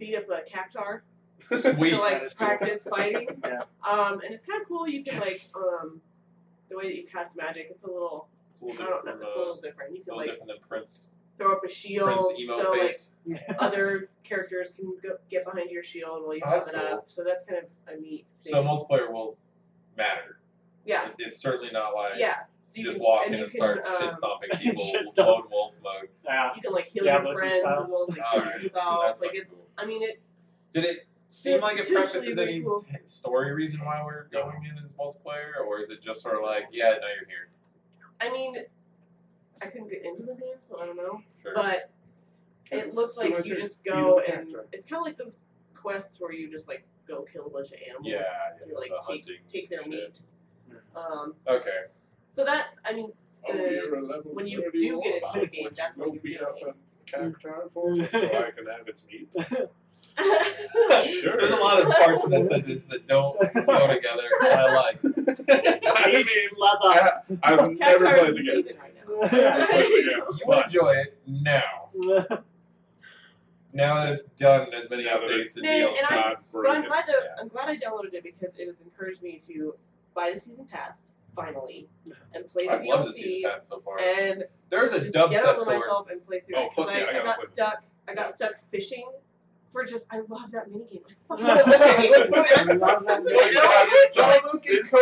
beat up a cactar
Sweet.
to
that
like
is cool.
practice fighting.
Yeah.
Um, and it's kind of cool. You can
Yes.
like um, the way that you cast magic. It's a little.
It's a little
I don't know.
different,
It's
uh,
a little different. You
a
can
little
like
different than Prince,
throw up a shield
Prince emo
so like
face.
other characters can go, get behind your shield while you
Oh,
have
that's
it
cool.
up. So that's kind of a neat thing.
So multiplayer will matter.
yeah,
It- it's certainly not like
yeah. So
you
you
just
can,
walk
and
in
you
and
can,
start
um,
shit stomping people,
shit-stomp.
lone wolf mode.
Yeah.
You can like heal
Diablo
your
2
friends
style.
as well as like heal
Alright,
yourself.
that's
like
fucking
it's.
cool.
I mean, it
Did it seem
It's
like it
potentially
prefaces any
really cool.
t- story reason why we're going in as multiplayer, or is it just sort of like, yeah, now you're here?
I mean, I couldn't get into the game, so I don't know.
Sure.
But it looks
So
like
much
you
as
just
beat
go
up a
and
cacti.
it's kind of like those quests where you just like go kill a bunch of animals
yeah,
to
yeah,
like
the
take
hunting
take their
shit.
meat.
Yeah.
Um,
Okay.
so that's I mean,
Oh, you're a level
when you
31
do get into the
bot,
game,
which
that's what
will
you're
beat
doing.
up a cacti for me so I can have its meat. Sure.
There's a lot of parts of that sentence that don't go together. that I like.
I mean,
It's uh,
I,
leather.
ha- I've never
Cactar
played
is
the
in
game.
season right now.
Never played the game.
You
But
enjoy it now. Now that it's done, and as many
Now that
updates and
Man,
DLC.
and I,
not
but I'm
brilliant.
glad that
Yeah.
I'm glad I downloaded it because it has encouraged me to buy the season pass finally and play the
I've
DLC
loved the season pass so far.
and
There's a
just get
dubstep
over
sword.
myself and play through
Oh,
it 'cause
fuck yeah, I
I,
gotta
got
play this.
stuck. I got stuck fishing for just I love that minigame. I fucking love that minigame. It's
I
my
love that
exercise.
minigame.
It's my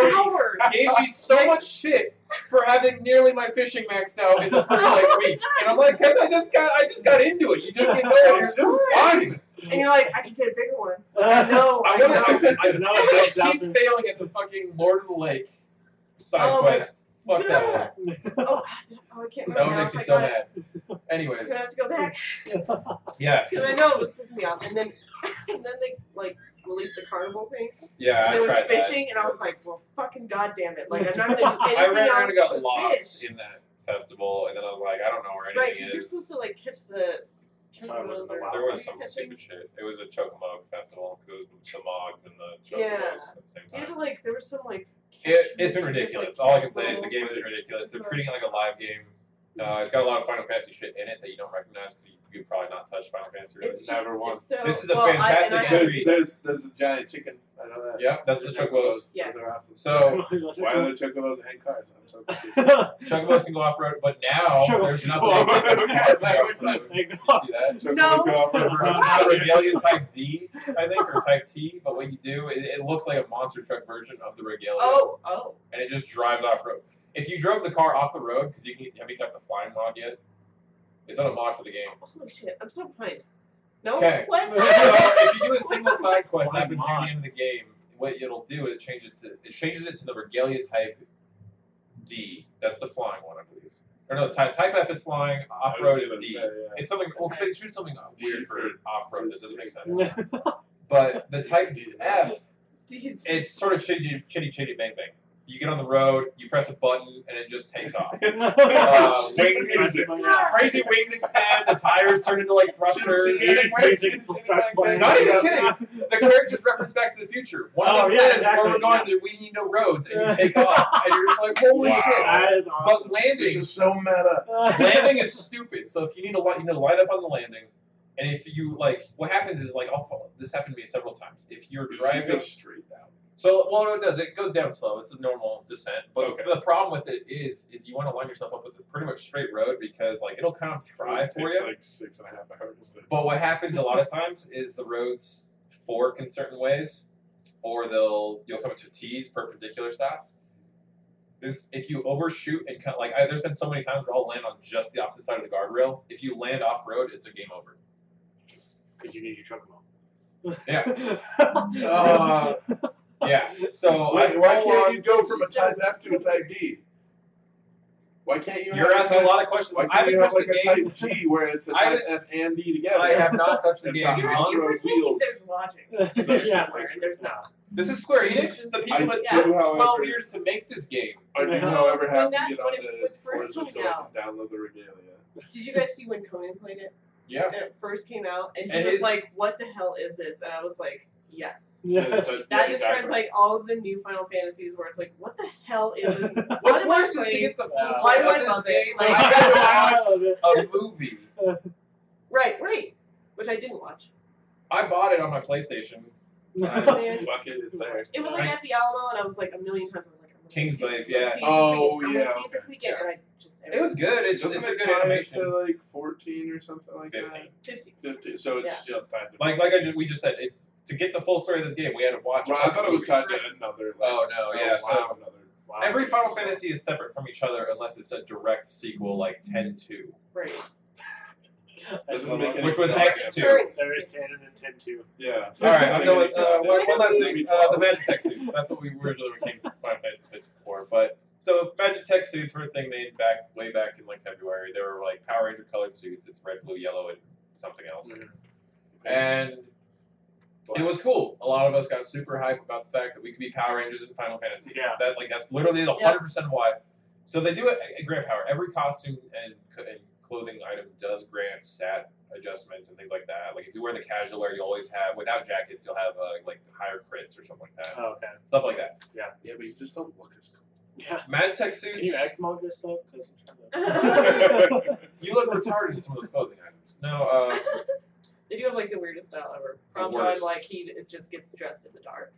fucking power.
Gave me so much shit for having nearly my fishing maxed out in the first like week, and I'm like, because I just got, I just got into it. You just get going.
it's
It's
just fun.
And you're like, I could get a bigger one.
know.
No,
I
I
wanna-
know.
I know
I
it jumps
keep failing at the fucking Lord of the Lake side
Oh my
quest. Fuck that one.
out
Oh, I don't- oh, I can't remember
That one
now
makes
if
you
I
so
got it.
mad.
I'm
Anyways,
gonna have to go back
yeah,
because I know it was pissing me off. And then, and then they like released the carnival thing.
yeah, I
there was
tried that.
fishing, and I was like, well, fucking goddamn it! Like I'm not gonna do anything
I ran
else
around and got
but
lost
fish.
in that festival, and then I was like, I don't know where
Right,
anything
because
is.
you're supposed to like catch the.
Time
turtles
wasn't
or
allowed.
There was some
something.
stupid shit. It was a Chocomog festival because it was the Mogs and the Chocomos
Yeah.
at the same
You had
time.
to like there was some like.
It,
catch
it's been
and-
ridiculous.
like,
All I can
catch
say is the
balls.
game has been ridiculous. They're treating it like a live game. Uh, it's got a lot of Final Fantasy shit in it that you don't recognize because you could probably not touch Final Fantasy. Really.
It's just,
Never won.
it's So,
This is a
well, I,
fantastic
and I have,
There's,
Entry.
there's, there's a giant chicken. I know that.
Yep, that's what the Chocobos.
Yes.
Those are awesome.
So
Why are there chocobos and cars? I'm so confused.
Chocobos can go off road, but now
Choco-
there's nothing.
Oh,
You see that?
Chocobos
No.
go off
It's not a Regalian Type D, I think, or Type T. But what you do, it, it looks like a monster truck version of the Regalian.
oh, oh,
and it just drives off road. If you drove the car off the road, because you can, have you got the flying mod yet? It's not a mod for the game.
holy shit! I'm so behind. No,
Okay.
what?
So if you do a single side quest
Flying
up until
mod.
the end of the game, what it'll do is it changes to it changes it to the regalia type D. That's the flying one, I believe. Or no, type type F is flying. Off road is D. It's something. Well, 'cause they choose something
D
weird for off road that doesn't make sense.
Yeah.
But the type
D's.
F,
Jeez.
it's sort of chitty chitty chitty bang bang. You get on the road, you press a button, and it just takes off.
Uh,
Wings
crazy
is-
Crazy wings expand, the tires turn into like thrusters.
Eighties music
Wings-
starts playing.
Not even kidding. The characters reference Back to the Future. One of
Oh,
them
yeah,
says,
exactly,
"Where we're going, there- we need no roads," and you take off, and you're just like, "Holy
Wow.
shit!"
That is
But
awesome.
This
landing,
is so meta.
landing is stupid. So if you need to, li- you need to line up on the landing, and if you like, what happens is like, I'll, this happened to me several times. If you're driving
straight down.
So well, no, it does. It goes down slow. It's a normal descent. But
Okay.
the problem with it is, is you want to line yourself up with a pretty much straight road because like it'll kind of try
It
for
takes
you.
like six and a half hours. to-
But what happens a lot of times is the roads fork in certain ways, or they'll you'll come to T's perpendicular stops. There's, if you overshoot and cut like I, there's been so many times where I'll land on just the opposite side of the guardrail. If you land off road, it's a game over.
Because you need your truck mode.
Uh, yeah. So
Ah. Oh, why,
Oh, I
why
full
can't
on-
you go from a type F to a type D? Why can't you?
You're
have
asking a
type-
lot of questions.
Why
I
can't
haven't
you have like
touched the
a
game.
type G where it's a
I
type F and D together?
I have not touched the
It's
game.
not
You're
on
on-
the road.
You're assuming there's logic.
yeah.
somewhere, and there's not.
This is Square Enix, the people
I
that
do,
took twelve
however-
years to make this game.
I do,
When
however, have
that-
to get on
when it
the
was first
Forza
coming
so I can
out.
download the regalia.
Did you guys see when Conan played it?
Yeah.
When it first came out, and he
And
was
his-
like, "What the hell is this?" And I was like, "Yes."
Yes.
That
Yeah,
describes
exactly.
like all of the new Final Fantasies, where it's like, "What the hell is this?" What
What's
am I
worse is to
playing?
get the full
Uh,
why
story
do I
of this
love it?
game.
Like-
I had
I love it.
to watch a movie.
Right, right. Which I didn't watch.
I bought it on my PlayStation.
Uh,
Man.
Fuck it, it's there.
It was like
Right.
at the Alamo, and I was like a million times. I was like, I'm gonna
King's
see it,
Glaive,
I'm gonna
yeah.
see it this
Oh,
weekend, I'm gonna
yeah,
see it this
okay.
weekend, and I just
It was good. It's, it's a
Doesn't it
good
tie
animation.
To like fourteen or something like
Fifteen.
fifty.
that. Fifteen. So it's just tied to.
Like like I just, we just said, it, to get the full story of this game, we had to watch. a
Well, I thought it was
movie.
tied to another. Like,
Oh no! Yeah.
wow,
So
another. Wow,
every Final
So-
Fantasy is separate from each other unless it's a direct sequel like 10-2.
Right.
Doesn't make any
Which was
sense.
X2.
There is 10 and then 10 2.
Yeah.
All right, I'm going. Uh, one,
Doesn't
one last
make any
thing. Uh, the magic tech suits. That's what we originally came to Final Fantasy 54. But so magic tech suits were a thing they made back way back in like February. They were like Power Ranger colored suits. It's red, blue, yellow, and something else.
Mm-hmm.
And it was cool. A lot of us got super hyped about the fact that we could be Power Rangers in Final Fantasy.
Yeah.
That like that's literally the
Yeah.
hundred percent why. So they do it at Grant Power. Every costume and, co- and clothing item does grant stat adjustments and things like that. Like if you wear the casual wear, you always have without jackets, you'll have uh, like higher crits or something like that.
Oh, okay.
Stuff like that.
Yeah, but you just don't look as
Yeah.
Magitech
Can
suits.
you X mode this stuff? 'Cause I'm trying to-
cool.
you look retarded in some of those clothing items. No, uh,
They do have like the weirdest style ever.
The
From
worst.
time, like he just gets dressed in the dark.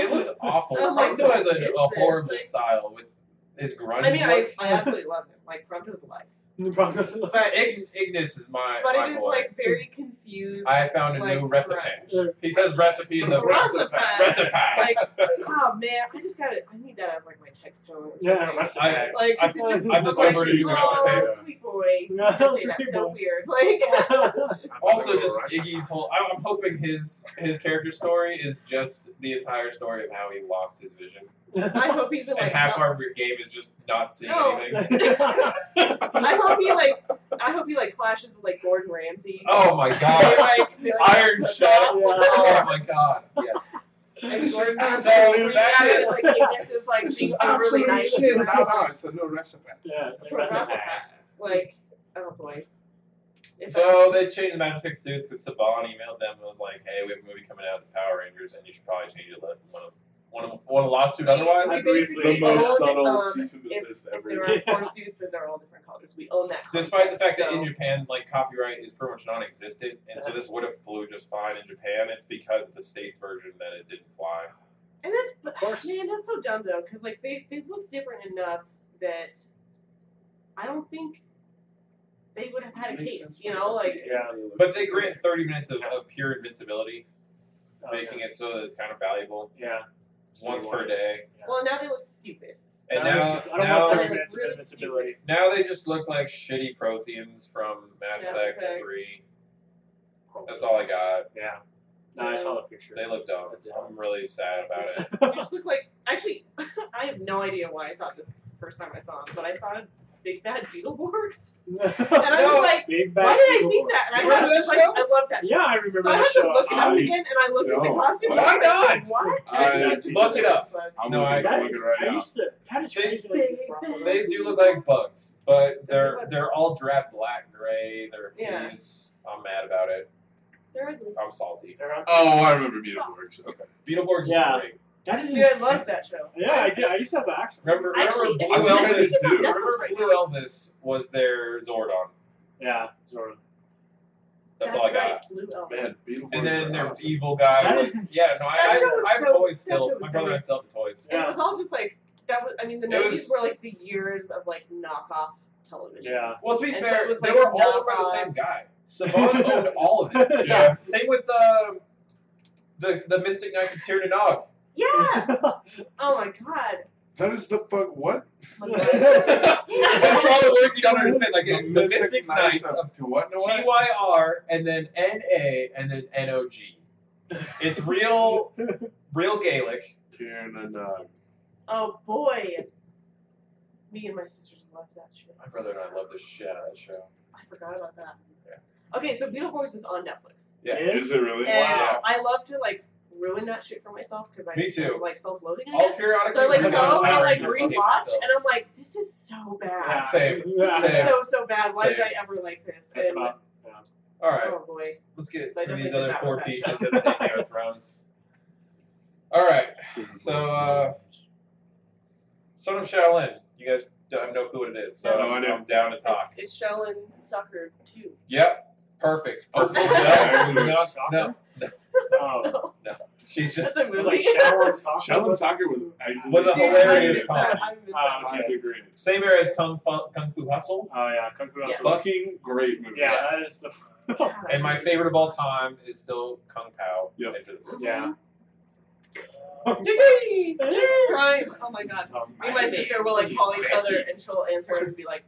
it looks awful.
Oh my
Prompto has a,
goodness,
a horrible
like-
style with his grunge
I mean, I,
look.
I absolutely love him. Like Prompto's life,
The problem-
But Ig- Ignis is my
but
my
it is
boy.
like very confused.
I found a
like,
new recipe.
grunge.
He says recipe in the
Recipe.
Recipe.
Like, oh man, I just got it. I need that as like my text tone.
Yeah, rest of
I-
Like,
I-
it's just,
I
just
like,
over you guys,
oh,
yeah.
sweet boy.
No,
I say that
sweet
so
boy.
weird. Like,
also, just Iggy's whole. I- I'm hoping his his character story is just the entire story of how he lost his vision,
I hope he's in
and
like
half our game is just not seeing
No.
anything.
I hope he like I hope he like clashes with like Gordon Ramsay.
Oh my
They,
god!
like, they, like,
Iron
put
Chef.
on-
Oh my god! Yes.
And
This is
Gordon Ramsay
absolute
freaks out
shit.
and, like Ignis is like
This
being
is
really
absolute
nice.
shit.
and,
No, no, it's a no recipe.
Yeah, the
So
rest of
recipe.
that.
Like, oh boy. If
So they changed the Magic suits because Saban emailed them and was like, "Hey, we have a movie coming out, The Power Rangers, and you should probably change it. Let one of one of one of lawsuit otherwise."
We
I agree.
basically
the most
own,
subtle
um,
cease and desist
if
ever.
there are four suits and they're all different colors, we own that.
Despite the
concept,
fact that
so-
in Japan, like copyright is pretty much non-existent, and so this would have flew just fine in Japan. It's because of the states version that it didn't fly.
And that's but
course.
man, that's so dumb though, because like they they look different enough that I don't think they would have had a case, you know, like
Yeah.
But they grant 30 minutes of, of pure invincibility,
Oh,
making it so that it's kind of valuable,
Yeah.
once per day.
well now they look stupid.
And
I
now,
don't- I don't
now,
want
that.
their minutes
Really
of invincibility.
now they just look like shitty Protheans from Mass
Mass
Effect
Effect.
3. That's all I got.
Yeah. No, I saw the picture.
They look dumb. I'm really sad about it.
They just look like actually I have no idea why I thought this the first time I saw them, but I thought Big Bad Beetleborgs.
and
And I was like,
Big
why
bad
did I
people.
think that? And
You
I
remember
was just
that
like, I love that show.
Yeah, I remember
So I
that
had to
show.
look it up
I-
again, and I looked at the
No.
costume.
Why
and I was like,
not?
What?
I-
Look it up.
I'm
No,
looking-
That
I'm
is,
looking right
I
now.
used to, that is
They-
crazy. that you just brought that up.
They do look like bugs, but they're they're all drab black gray. They're
Yeah.
hideous. I'm mad about it.
They're ugly.
I'm salty.
They're not-
Oh, I remember Beetleborgs. Okay.
Beetleborgs
Yeah.
is great.
That is
See, I
insane.
loved that show.
Yeah, I did. I used to have the action.
Remember,
Actually,
remember
I
Blue
think
Elvis
it's
too.
on Netflix
Remember
right
Blue Elvis was their Zordon.
Yeah, Zordon.
That's, all I got.
right, Blue Elf.
Man, Beetleborgs.
And then
are
their
awesome.
evil guy.
That
was-
is
yeah, no, I,
insane. That
I,
show was
I have
so-
toys
that show
still.
was
My
so
brother and I
weird.
still have the toys.
And it was all just like that was. I mean, the
It was-
nineties were like the years of like knockoff television.
Yeah.
Well, to be
And so
fair,
it was
they
like
were all owned by the
knockoff.
same guy. Savon owned all of it.
Yeah.
Same with the the the Mystic Knights of Tirnanog.
Yeah. Oh my god.
That is the fuck. What?
That's all the words you don't understand. Like
the
the Mystic Knights of
up to what? No,
T Y R and then N A and then N O G. It's real, real Gaelic.
Kieran and uh,
Oh boy. Me and my sisters loved that show.
My brother and I love the shit out of that show.
I forgot about that. Okay, so Beetleborgs is on Netflix,
Yeah.
is it really?
and
Wow.
I love to like ruin that shit for myself because I
Me
just
too.
like self-loading. I
All
guess.
periodically.
So I like
remember
go and I
Power
like
Rangers,
rewatch,
so-
and I'm like, this is so bad.
Same.
Yeah.
This is
Same.
so so bad. Why did
Same.
I ever like this?
That's
and,
about.
All right,
Oh boy.
let's get
So I
through these
definitely
other
did
four
that
pieces
with
of
that
the Game of Thrones. All right, so uh, Son of Shaolin. You guys don't have no clue what it is, so
No, I do.
I'm down to talk.
It's, it's Shell and Sucker too.
Yep, perfect.
Oh,
perfect.
yeah,
No,
it
no,
was-
no,
Oh,
she's just
That's a
it was
movie.
like shower and soccer.
Shell and Soccer was actually
Was a
Dude,
hilarious
I missed that. I missed
Uh,
that.
I agree.
same era as Kung Fu, Kung Fu Hustle.
Oh yeah, Kung Fu
Yeah.
Hustle.
Fucking great movie.
Yeah, that is the.
God, I
And my
missed
favorite of all time is still Kung Pao.
Yep.
Enter the
that.
Fist.
Yeah.
Yay! I'm just crying. Oh my god. Me and my
Amazing.
sister will like call each other and she'll answer and be like,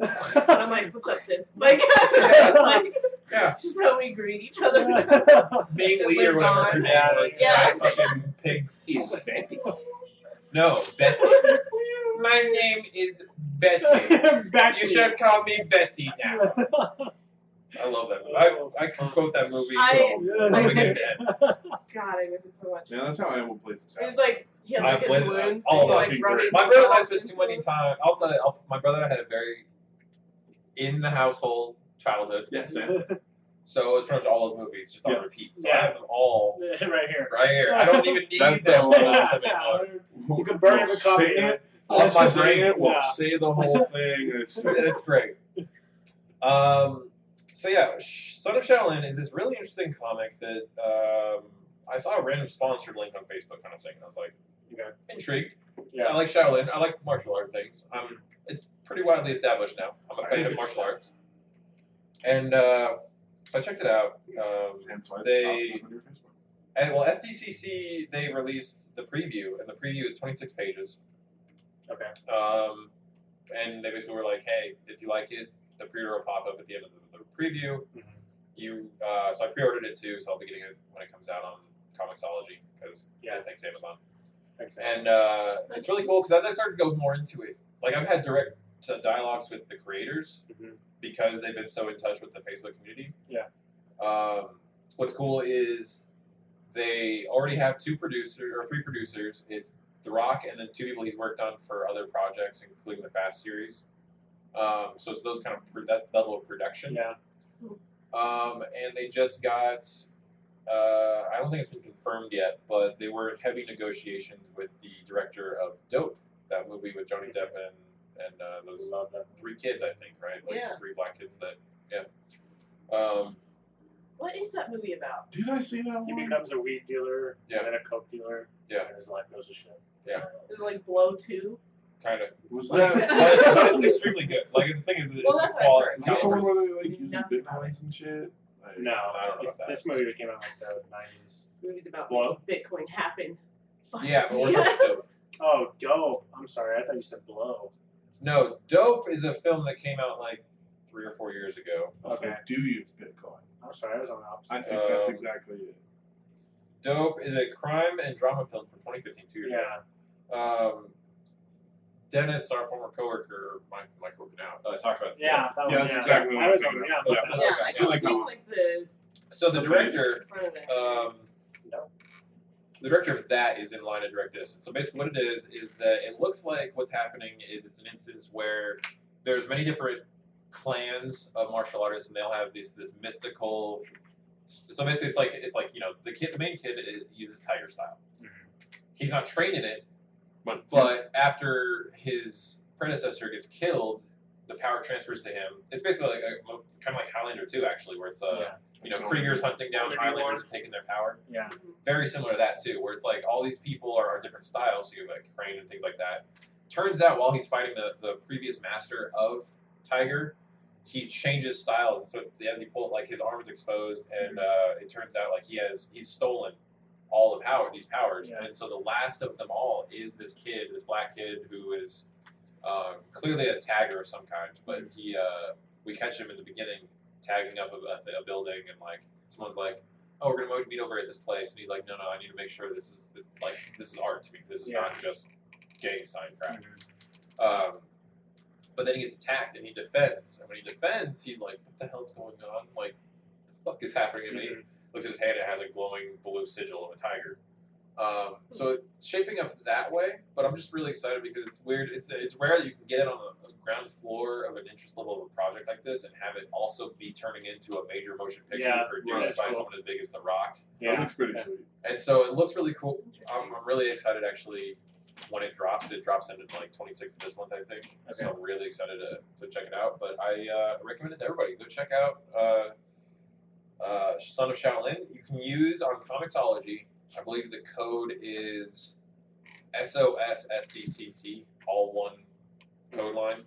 and I'm like, what's up, sis? Like, it's like
Yeah.
just how we greet each other.
Ming
It
Lee or
lives
whatever
on.
her name was.
Yeah.
I fucking pigs. No, Betty. My name is Betty.
Back
You
to
should call me Betty now. I love that movie. I, I can quote that movie.
I-
till I'm
I-
a good man.
God, I miss it so much.
Yeah, that's how Animal Plays
It was like he had
I
like his
blend-
wounds.
all
and he, like,
of
it.
rubbing
My brother and I
salt
spent too
into
many
it.
time. Also, I'll- my brother and I had a very in the household childhood,
Yes,
so it was pretty much all those movies just on
Yeah.
repeat. So I
Yeah.
have them all
right here.
right here. I don't even need
That's
them
the
all
one.
anymore.
You can burn
We'll
every copy
say
of
it.
On
We'll
my
say
brain.
it. We'll
Yeah.
say the whole thing. It's so-
That's great. Um, so yeah, Sh- Son of Shaolin is this really interesting comic that um, I saw a random sponsored link on Facebook kind of thing, and I was like,
Okay.
intrigued. I
Yeah.
like Shaolin. I like martial art things. I'm it's pretty widely established now. I'm a fan of martial arts, and uh, so I checked it out. Um,
Hence why it's
They-
not on your Facebook.
and well, SDCC they released the preview, and the preview is 26 pages.
Okay.
Um, and they basically were like, "Hey, if you like it, the pre-order will pop up at the end of the, the preview.
Mhm.
You, uh, so I pre-ordered it too, so I'll be getting it when it comes out on Comixology because
Yeah.
thanks Amazon.
Thanks, man.
And uh, it's really cool because as I started to go more into it, like I've had direct uh, dialogues with the creators
Mhm.
because they've been so in touch with the Facebook community.
Yeah.
Um, what's cool is they already have two producers or three producers. It's The Rock and then two people he's worked on for other projects, including the Fast series. Um, so it's those kind of pro- that level of production.
Yeah.
Um, and they just got. Uh, I don't think it's been confirmed yet, but they were in heavy negotiations with the director of Dope, that movie with Johnny Depp and and uh, those three kids, I think, right? Like
Yeah.
three black kids that, yeah. Um,
What is that movie about?
Did I see that
He
one?
becomes a weed dealer
Yeah.
and then a coke dealer.
Yeah.
And his life goes to shit.
Is it like Blow Two?
kind of.
Was
Like-
that?
But, it's- but it's extremely good. Like the thing is, that it's
Well, that's what I've
all
heard.
Was that the one
calibers.
where they like using
Nothing about
bitcoins and shit? Like,
No,
I don't know
it's
about
this movie that came out like the nineties.
This movie's about
Blow?
making Bitcoin happen. Fuck
Yeah, but we're
me.
talking dope.
Oh, dope. I'm sorry, I thought you said blow.
No, Dope is a film that came out like three or four years ago.
I was
Okay.
like, do use Bitcoin?
I'm sorry, I was on the
I
opposite.
think that's
Um,
exactly it.
Dope is a crime and drama film from 2015, two years
yeah.
ago. Um, Dennis, our former coworker, Mike, Mike Orkin out, uh, talked about this.
Yeah, that
Yeah,
was,
that's exactly what
I
I'm
was on.
thinking
Yeah,
of.
So,
that's
yeah,
it.
yeah, I
okay.
can
Yeah.
see like the
So the director
front of it.
um,
No.
the director of that is in line to direct this. So basically, what it is is that it looks like what's happening is it's an instance where there's many different clans of martial artists, and they all have this this mystical. So basically, it's like it's like you know the kid, the main kid i- uses tiger style. He's not trained in it,
But,
but after his predecessor gets killed, the power transfers to him. It's basically like a, kind of like Highlander too, actually, where it's uh,
Yeah.
you know Krieger's hunting down
Maybe
Highlanders
one.
and taking their power
Yeah.
very similar to that too, where it's like all these people are, are different styles, so you have like Crane and things like that. Turns out while he's fighting the, the previous master of Tiger, he changes styles, and so as he pulled, like his arm is exposed, and uh, it turns out like he has he's stolen all the power, these powers,
Yeah.
and so the last of them all is this kid, this black kid who is uh, clearly a tagger of some kind, but he uh, we catch him in the beginning tagging up a, a, a building, and like someone's like oh, we're gonna meet over at this place, and he's like, no, no, I need to make sure this is like this is art to me. This is
Yeah.
not just gang sign crap. Um, but then he gets attacked, and he defends, and when he defends, he's like, what the hell's going on? Like, the fuck is happening to me? Looks at his hand, it has a glowing blue sigil of a tiger. Um, so it's shaping up that way, but I'm just really excited because it's weird. It's it's rare that you can get it on the the ground floor of an interest level of a project like this and have it also be turning into a major motion picture
Yeah,
produced
that's
by
cool.
someone as big as The Rock.
That
Yeah.
looks pretty
Yeah.
sweet.
And so it looks really cool. I'm, I'm really excited actually when it drops. It drops in like 26th of this month, I think.
Okay.
So I'm really excited to, to check it out. But I uh, recommend it to everybody. Go check out uh, uh, Son of Shaolin. You can use on Comixology. I believe the code is SOSSDCC, all one code line.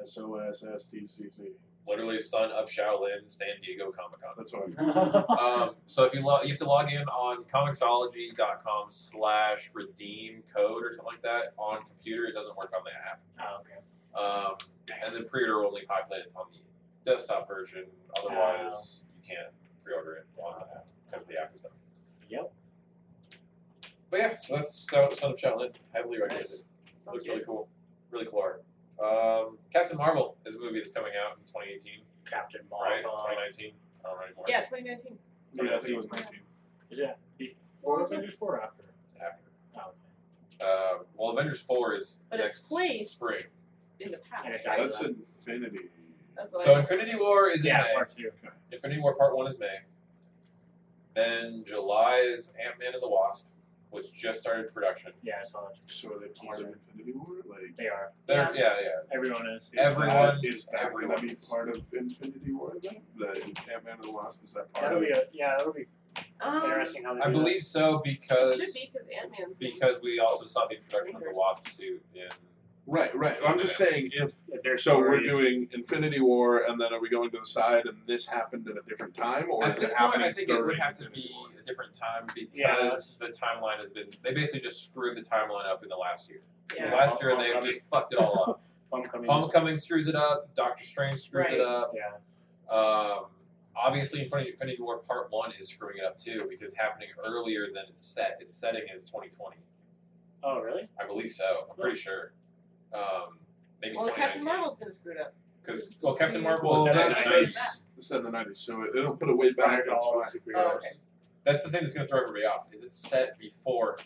S O S S D C C.
Literally, Son of Shaolin, San Diego Comic Con.
That's what I
Um, so if you log, you have to log in on comicsology.com slash redeem code or something like that on computer. It doesn't work on the app.
Oh, okay.
Um, and the pre-order will only populate on the desktop version. Otherwise, you can't pre-order it on the app because the app is done.
Yep.
But yeah, so that's so, Son of Shaolin. Heavily recommended.
Nice.
Looks really cool. Really cool art. Um, Captain Marvel is a movie that's coming out in 2018,
Captain
right?
Marvel.
2019. I don't know anymore.
yeah, 2019.
yeah, I think it was 19.
Is it before Avengers 4 or after?
After.
Oh, okay.
Uh, well, Avengers Four is
But it's
next
placed
spring.
in the past.
And it's
right?
That's Infinity.
That's what
So
I-
Infinity War is in
yeah,
May.
part two.
Infinity War Part One is May. Then July is Ant Man and the Wasp, which just started production.
Yeah, I saw it.
So they part of Infinity War? Like,
They are.
They're, yeah, yeah.
Everyone is.
is
Everyone-
that, is that
everyone.
going to be part of Infinity War then? The Ant-Man and the Wasp, is that part
That'll
of
be a, yeah, that'll be
um,
interesting how they
I
do
believe so
It
because
should be because Ant Man's
because we also saw the introduction of the
Fingers.
Wasp suit in.
Right, right. I'm just saying if
that. If Their
so we're
stories-
doing Infinity War and then are we going to the side and this happened at a different time or
At
is
this
it
point,
happening
I think it would
during
have to
Infinity
be
War?
a different time because
Yeah, that's-
the timeline has been. They basically just screwed the timeline up in the last year.
Yeah.
The last year they
Homecoming.
just fucked it all up.
Homecoming.
Homecoming screws it up. Doctor Strange screws
Right.
it up.
Yeah.
Um, obviously, Infinity, Infinity War Part One is screwing it up too because it's happening earlier than it's set. Its setting is 2020,
Oh, really?
I believe so. I'm pretty sure. Um, maybe
Well, Captain
2019.
Marvel's gonna screw it up.
Because well, Captain Marvel
Well,
is
Well,
set in
that's,
the
that's-
90s.
that's, that's in the 90s, so it, it'll put it way back. That's
all
fine.
Oh, okay.
That's the thing that's going to throw everybody off. Is it's set before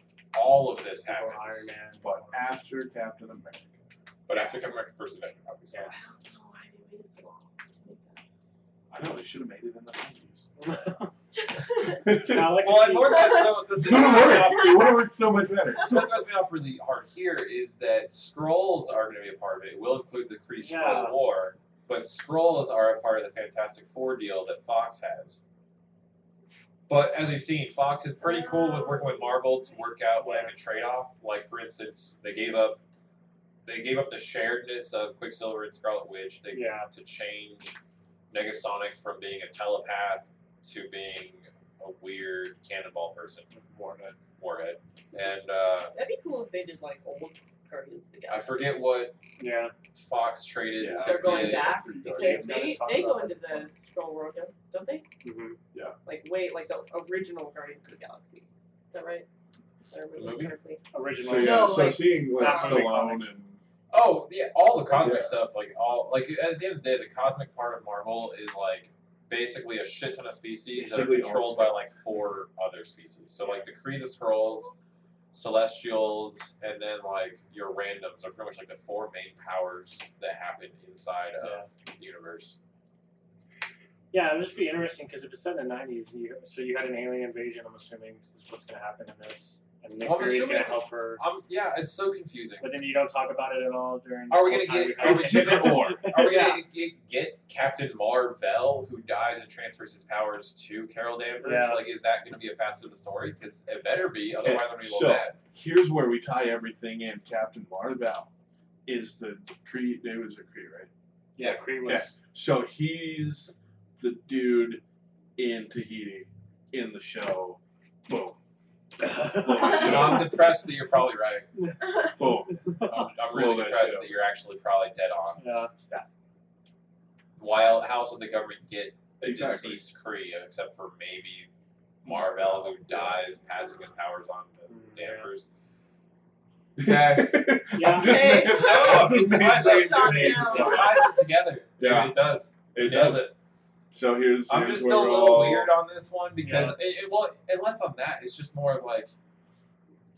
all of this
Before
happens,
Oh, Iron Man.
But after Captain America.
but after Captain America: First Avenger, obviously.
Yeah.
I don't know why they waited so long to make that.
I know, they should have made it in the 90s.
I like to
Well,
see-
and more than that, so the,
would have worked. It would have worked so much better.
So what throws me off really hard here is that scrolls are going to be a part of it. It will include the Kree Skrull
Yeah.
War, but scrolls are a part of the Fantastic Four deal that Fox has. But as we've seen, Fox is pretty cool with working with Marvel to work out like a trade-off. Like for instance, they gave up they gave up the sharedness of Quicksilver and Scarlet Witch. They
Yeah.
to change Negasonic from being a telepath to being a weird cannonball person. Warhead. Warhead. And uh,
That'd be cool if they did like old Guardians of the
I
Galaxy.
forget what
Yeah.
Fox traded.
Yeah.
to
They're going
create-
back
Pretty dark.
because
Yeah,
they,
it's fun
they go
though.
into the scroll world, don't- don't they?
Mm-hmm.
Like way like the original Guardians of the Galaxy. Is that right? If I remember
The movie?
correctly.
Original.
So yeah,
No,
so
like-
seeing like
Not really
Stallone
comics.
and
Oh yeah, all the cosmic
Yeah.
stuff, like all like at the end of the day, the cosmic part of Marvel is like basically a shit ton of species that are
Basically all
controlled by
stuff.
like four other species. So like the Kree, the Skrulls, Celestials, and then like your randoms are pretty much like the four main powers that happen inside of the universe.
Yeah, it'd just be interesting because if it's set in the '90s, you, so you had an alien invasion. I'm assuming is what's going to happen in this, and Nick
Well, I'm
Fury's going to
assuming-
help her.
Um, yeah, it's so confusing.
But then you don't talk about it at all during.
Are we
going to
gonna get? Are
It's
we gonna,
or.
are we gonna get, get Captain Marvel, who dies and transfers his powers to Carol Danvers?
Yeah.
Like, is that gonna be a facet of the story? Because it better be, otherwise I'm gonna be
so-
mad.
Here's where we tie everything in. Captain Marvel is the Cree. It was a Cree, right?
Yeah, Kree was.
Yeah. So he's the dude in Tahiti in the show. Boom.
You know, I'm depressed that you're probably right.
Boom.
I'm, I'm really
Well, that's
depressed
it.
that you're actually probably dead on.
Yeah.
While how else would the government get a
Exactly.
deceased Kree except for maybe Marvel, who dies, passing his powers on to Danvers?
Yeah.
Yeah.
I'm just
Hey.
making- I'm
No,
just making
I'm
saying
shocked
their names.
now.
It ties it together.
Yeah.
it does.
It
Nailed
does.
it.
So here's.
I'm
here's
just
where
still a
we're
little
all-
weird on this one because it, it, well, and less on that, it's just more of like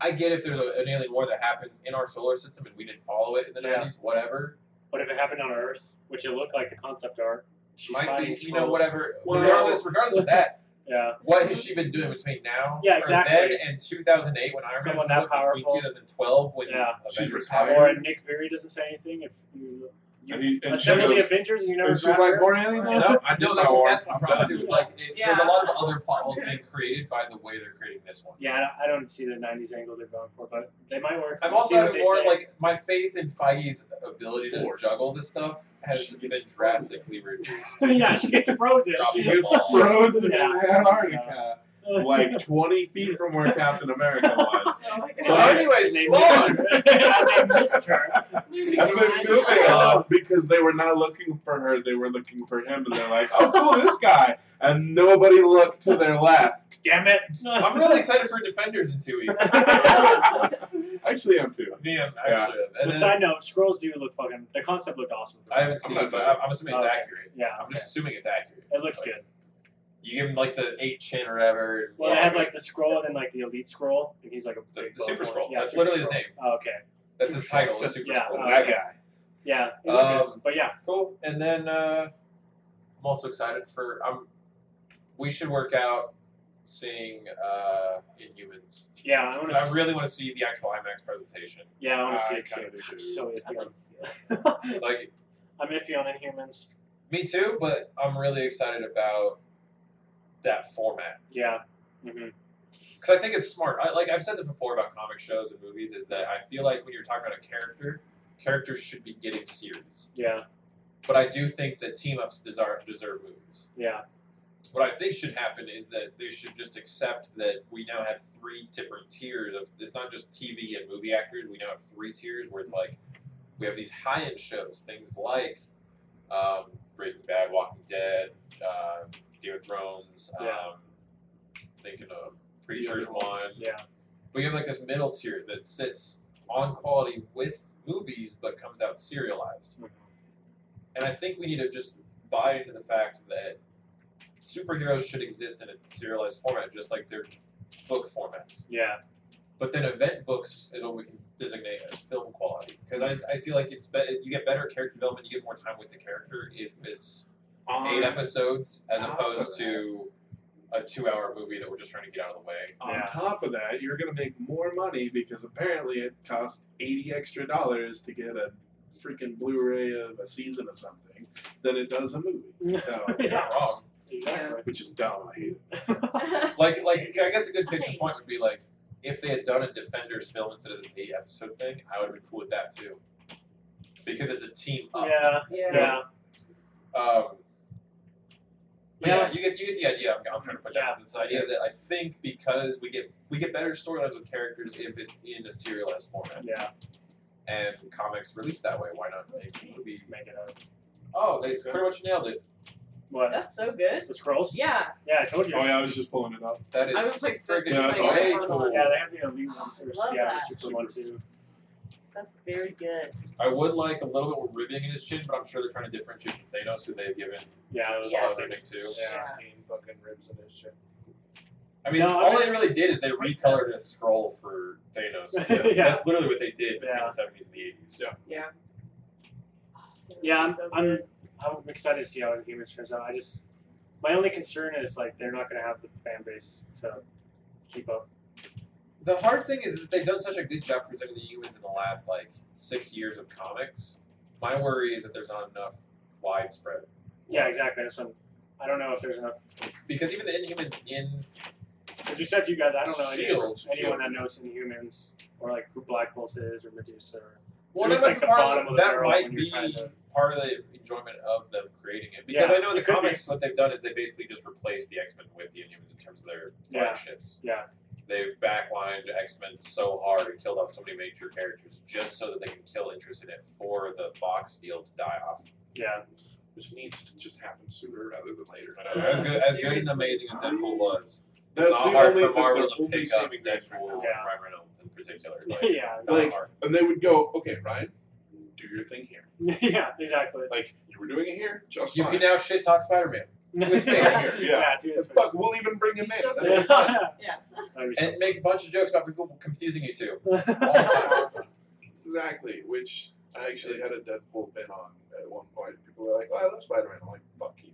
I get if there's a, an alien war that happens in our solar system and we didn't follow it in the
Yeah.
90s, whatever.
What if it happened on Earth, which it looked like the concept art? She's
might be,
fighting
you know,
Skrulls.
whatever.
Well-
regardless, regardless of that,
Yeah.
what has she been doing between now,
Yeah,
or
exactly.
then and 2008 when Iron
Someone
Man was
that
out, between
powerful.
2012 when
Yeah.
She's
Avengers
retired.
Or Nick Fury doesn't say anything if you. you
And, he, and she
assemble the
goes,
Avengers and you never
and she's
grab
like,
her.
more aliens? Nope, I
No,
did
that's,
my war.
that's my
I'm
problem
done.
too. It's like it, there's
Yeah.
a lot of other plot holes
Okay.
being created by the way they're creating this one.
Yeah, I don't- I don't see the '90s angle they're going for, but they might work.
I'm
We'll
also
see what
having
they
more
say.
like my faith in Feige's ability to
Or-
juggle this stuff has
She
been
gets
drastically reduced.
yeah, she gets frozen.
Drop
She
the
gets
ball.
frozen in
Yeah.
Antarctica, like 20 feet from where Captain America was.
Oh my
So
Sorry.
god.
anyway,
They
Spawn.
missed her. they missed her.
And then moving on uh, because they were not looking for her, they were looking for him, and they're like, "Oh, cool, this guy!" And nobody looked to their left.
Damn it!
I'm really excited for Defenders in two weeks.
Actually, I'm too.
Yeah, actually.
Yeah.
And then,
But side note, scrolls do look fucking. The concept looked awesome.
I haven't
I'm
seen
not
it, but
gonna-
I'm, I'm assuming it's
Okay.
accurate.
Yeah,
I'm
okay.
just assuming it's accurate.
it looks
Like,
good.
You give him like the eight chin or whatever.
Well, I have like the scroll and then like the elite scroll, and he's like a
the,
big
the Super
buff
Scroll.
one. Yeah,
That's
Super
literally
Scroll.
his name.
Oh, okay.
That's his title. The Super
Yeah,
Scroll.
uh,
That guy.
Yeah, it was
Um,
good. but yeah,
Cool. And then uh, I'm also excited for um, we should work out seeing uh, Inhumans.
yeah, I want
'Cause
to.
I really want to see the actual IMAX presentation.
Yeah, I want to see
I
it too.
kinda do
I'm
too.
so iffy.
I
on-
Like
I'm iffy on Inhumans.
me too, but I'm really excited about that format
Yeah. Mm-hmm.
because I think it's smart. I, like I've said this before about comic shows and movies, is that I feel like when you're talking about a character, characters should be getting series.
Yeah.
But I do think that team ups deserve deserve movies.
Yeah.
what I think should happen is that they should just accept that we now have three different tiers of it's not just TV and movie actors. We now have three tiers where it's like we have these high end shows, things like um, Breaking Bad, Walking Dead, uh, Game of Thrones.
Yeah.
Um, thinking of Preacher's one.
Yeah.
But you have like this middle tier that sits on quality with movies but comes out serialized.
Mhm.
And I think we need to just buy into the fact that superheroes should exist in a serialized format, just like their book formats.
Yeah.
But then event books is what we can designate as film quality. Because I, I feel like it's be- you get better character development, you get more time with the character if it's eight
On,
episodes as
top of
opposed to a two hour movie that we're just trying to get out of the way.
on
Yeah.
top of that, you're gonna make more money because apparently it cost 80 extra dollars to get a freaking Blu-ray of a season of something than it does a movie. So,
You're not wrong.
Exactly.
which is dumb. I hate it.
Like, like I guess a good case in point would be like if they had done a Defenders film instead of this eight episode thing, I would have been cool with that too. Because it's a team up.
Yeah.
Yeah.
Yeah.
Um, but yeah.
Yeah.
you get you get the idea. I'm, I'm trying to put down is it's the idea that I think because we get we get better storylines with characters if it's in a serialized format,
Yeah.
and comics released that way. Why not make a movie?
Make it up.
Oh, they pretty much nailed it.
What?
That's so good.
The scrolls?
Yeah.
Yeah, I told you.
Oh yeah, I was just pulling it up.
That is
I was like,
freaking
Yeah, that's
way
awesome.
cool.
Yeah, they have the elite
Oh,
one
I
too.
love
Yeah,
that.
the super one too.
That's very good.
I would like a little bit more ribbing in his chin, but I'm sure they're trying to differentiate from Thanos, who they've given.
Yeah,
a
it was
Yes.
lot of ribbing to.
Yeah.
Sixteen fucking ribs in his shit.
I mean,
No, I
all
mean-
they really did is they recolored a scroll for Thanos.
Yeah.
That's literally what they did between
Yeah.
the 70s and the 80s. Yeah.
Yeah, I'm,
So
I'm,
good.
I'm excited to see how humans turns out. I just my only concern is like they're not going to have the fan base to keep up.
The hard thing is that they've done such a good job presenting the humans in the last like six years of comics. My worry is that there's not enough widespread
Yeah, exactly. This one, I don't know if there's enough.
because even the Inhumans in
As you said to you guys, I don't know anyone,
Shield.
anyone that knows any humans or like who Black Bolt is or Medusa. Or,
well,
it's
that might be
like the
part of-
bottom of the
that
barrel
might
when
be
you're trying to.
part of the enjoyment of them creating it. Because
Yeah,
I know in the
it could be.
comics what they've done is they basically just replaced the X Men with the Inhumans in terms of their
Yeah.
flagships.
Yeah.
They've backlined X Men so hard and killed off so many major characters just so that they can kill interest in it for the Fox deal to die off.
Yeah,
This needs to just happen sooner rather than later.
I know, as uh, good, as good and amazing as Deadpool was,
That's
not
the
hard
only,
for
that's
Marvel
their
to
only
pick up Deadpool
saving grace right now.
and
Yeah.
Ryan Reynolds in particular. Like,
Yeah.
it's not
Like-
hard.
And they would go, okay, Ryan, do your thing here.
yeah, exactly.
Like you were doing it here, just
You
fine.
can now shit talk Spider Man
yeah,
was fair.
yeah, to his
And fuck, we'll even bring him in. That'd be fun.
Yeah.
Yeah.
That'd be
and make a bunch of jokes about people confusing you Oh two.
so-
all the time.
Exactly, which I actually had a Deadpool bin on at one point. People were like, oh, I love Spider Man. I'm like, fuck you.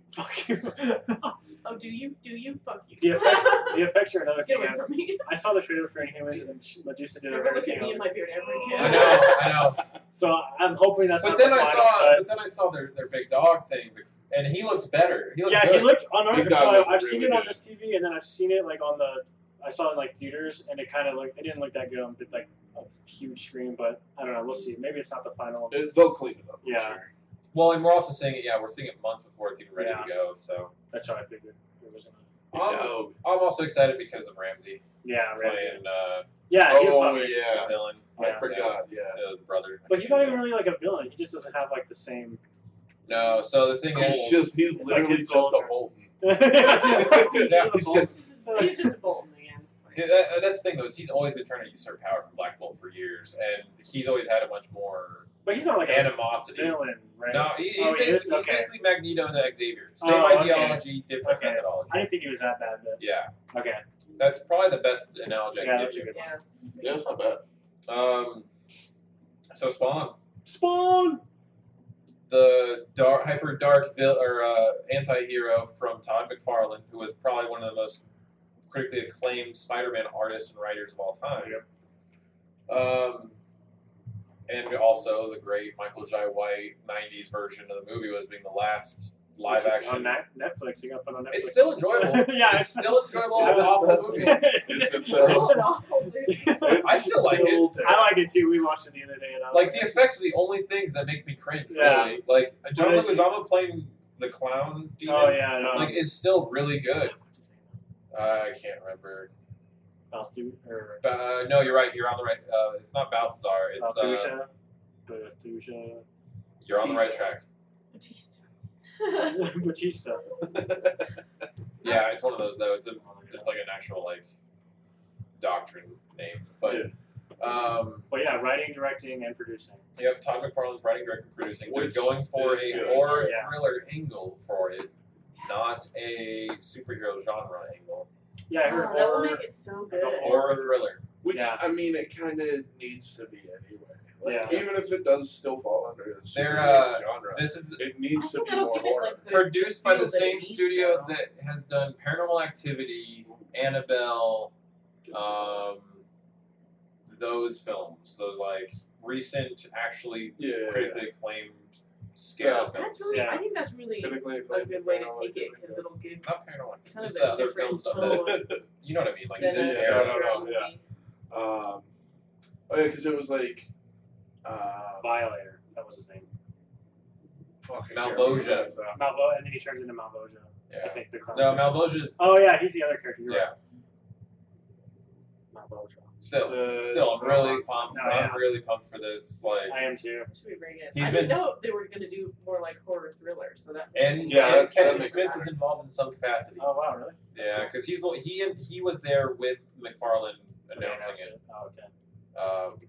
Fuck you.
Oh, do you? Do you? Fuck you.
The effects, the effects are another
Get
thing.
away from me.
I saw the trailer for Inhumans and she- Medusa did a
Never
very
look
thing.
at me
I was
in
like,
my beard ever again.
I know, I know.
So I'm hoping that's
But
not
then
the
I
final,
saw,
but-
but then I saw their, their big dog thing, and he looked better. He looked
yeah,
good.
he looked on
Big
Arc.
dog
So
looked
I've seen
really
it on
good.
this TV, and then I've seen it like on the. I saw it in, like theaters, and it kind of looked. It didn't look that good on the, like a huge screen, but I don't know. We'll see. Maybe it's not the final.
They- They'll clean it up. I'm
Yeah.
sure.
well, and we're also seeing it. Yeah, we're seeing it months before it's even ready
Yeah.
to go. So
That's how I figured. It wasn't.
You
Um,
know,
I'm also excited because of Ramsey
Yeah, right.
playing uh,
Yeah, he
Oh,
probably-
yeah.
the villain,
Yeah.
I forgot, yeah.
the brother.
But he's not even really like a villain. He just doesn't have like the same.
No, so the thing
He's
is,
just, he's
It's like
literally
his
just
goals
a
are-
Bolton.
yeah,
He's just-
He's just a Bolton again. It's fine.
Yeah, that- uh, that's the thing though. Is he's always been trying to usurp power from Black Bolt for years, and he's always had a much more
but he's not like a
animosity.
villain, right?
No, he, he's,
Oh, he
basically,
is?
he's
Okay.
basically Magneto and Xavier. Same
Oh, okay.
ideology, different
Okay.
methodology.
I didn't think he was that bad, but
Yeah,
okay.
that's probably the best analogy I
Yeah,
can
that's
give
a
you.
good one.
Yeah.
Yeah, it's not bad.
Um, so Spawn,
Spawn.
the dark, hyper dark vil- or uh, anti-hero from Todd McFarlane, who was probably one of the most critically acclaimed Spider-Man artists and writers of all time. Um, and also the great Michael J. White '90s version of the movie was being the last live
Which is
action.
on Net- Netflix. You got put on Netflix.
It's still enjoyable.
yeah,
it's still enjoyable as
Yeah.
an awful movie.
It's a
Oh,
terrible-
an awful dude.
I still like it.
still
I
terrible.
like it too. We watched it the other day, and I was
Like the effects are the only things that make me cringe.
Yeah.
Really, like John
But-
Leguizamo playing the clown demon,
Oh yeah, no.
like is still really good. Uh, I can't remember.
Balthu- or
But, uh, no, you're right. You're on the right. Uh, it's not Balthazar. It's uh,
Balthusha, Balthusha,
you're on the right track.
Batista.
Batista.
Yeah, it's one of those though. It's a it's like an actual like doctrine name, but um,
But yeah, writing, directing, and producing.
you have Todd McFarlane's writing, directing, producing. They're
Which
going for a
is good.
horror
Yeah.
thriller angle for it, not
Yes.
a superhero genre angle.
Yeah, I heard
Oh, that will
horror.
make it so
like a
good.
A horror thriller.
Which,
Yeah.
I mean, it kind of needs to be anyway. Like,
Yeah.
Even if it does still fall under the
They're,
superhero
uh,
genre,
This is
it
I
needs to
think
be
that'll
more
give it
horror.
like the.
produced by the
Feel that it
same
needs
studio
that.
that has done Paranormal Activity, Annabelle, um, those films, those like recent, actually
yeah.
critically acclaimed scale
Yeah.
films.
That's really.
Yeah.
I think that's really
Critically acclaimed,
a good way to
I like
take it because it'll give
Not Paranormal Activity,
kind
just
of
the
a
other
different
films of
tone
the. You know what I mean? Like
than
this
a
Yeah,
era.
no, no,
superhero
yeah.
movie.
Um, oh yeah, because it was like, uh,
Violator. That was his name.
fucking
Malboja.
Malvo, and then he turns into Malvoja. I
Yeah.
think the clown.
No, Malvosia's
Oh yeah, he's the other character. You're
yeah.
right. Malvoja.
Still, still, I'm really pumped.
No,
I'm
yeah.
really pumped for this. Like,
I am too.
That should be very good.
He's
I didn't
been-
know they were gonna do more like horror thriller, so that.
and
Yeah,
and
that's- that
Kevin
makes
Smith
sense.
is involved in some capacity.
Oh wow, really?
Yeah, because he's the- he he was there with McFarlane
Okay,
announcing
that's
it.
it. Oh, okay.
Um,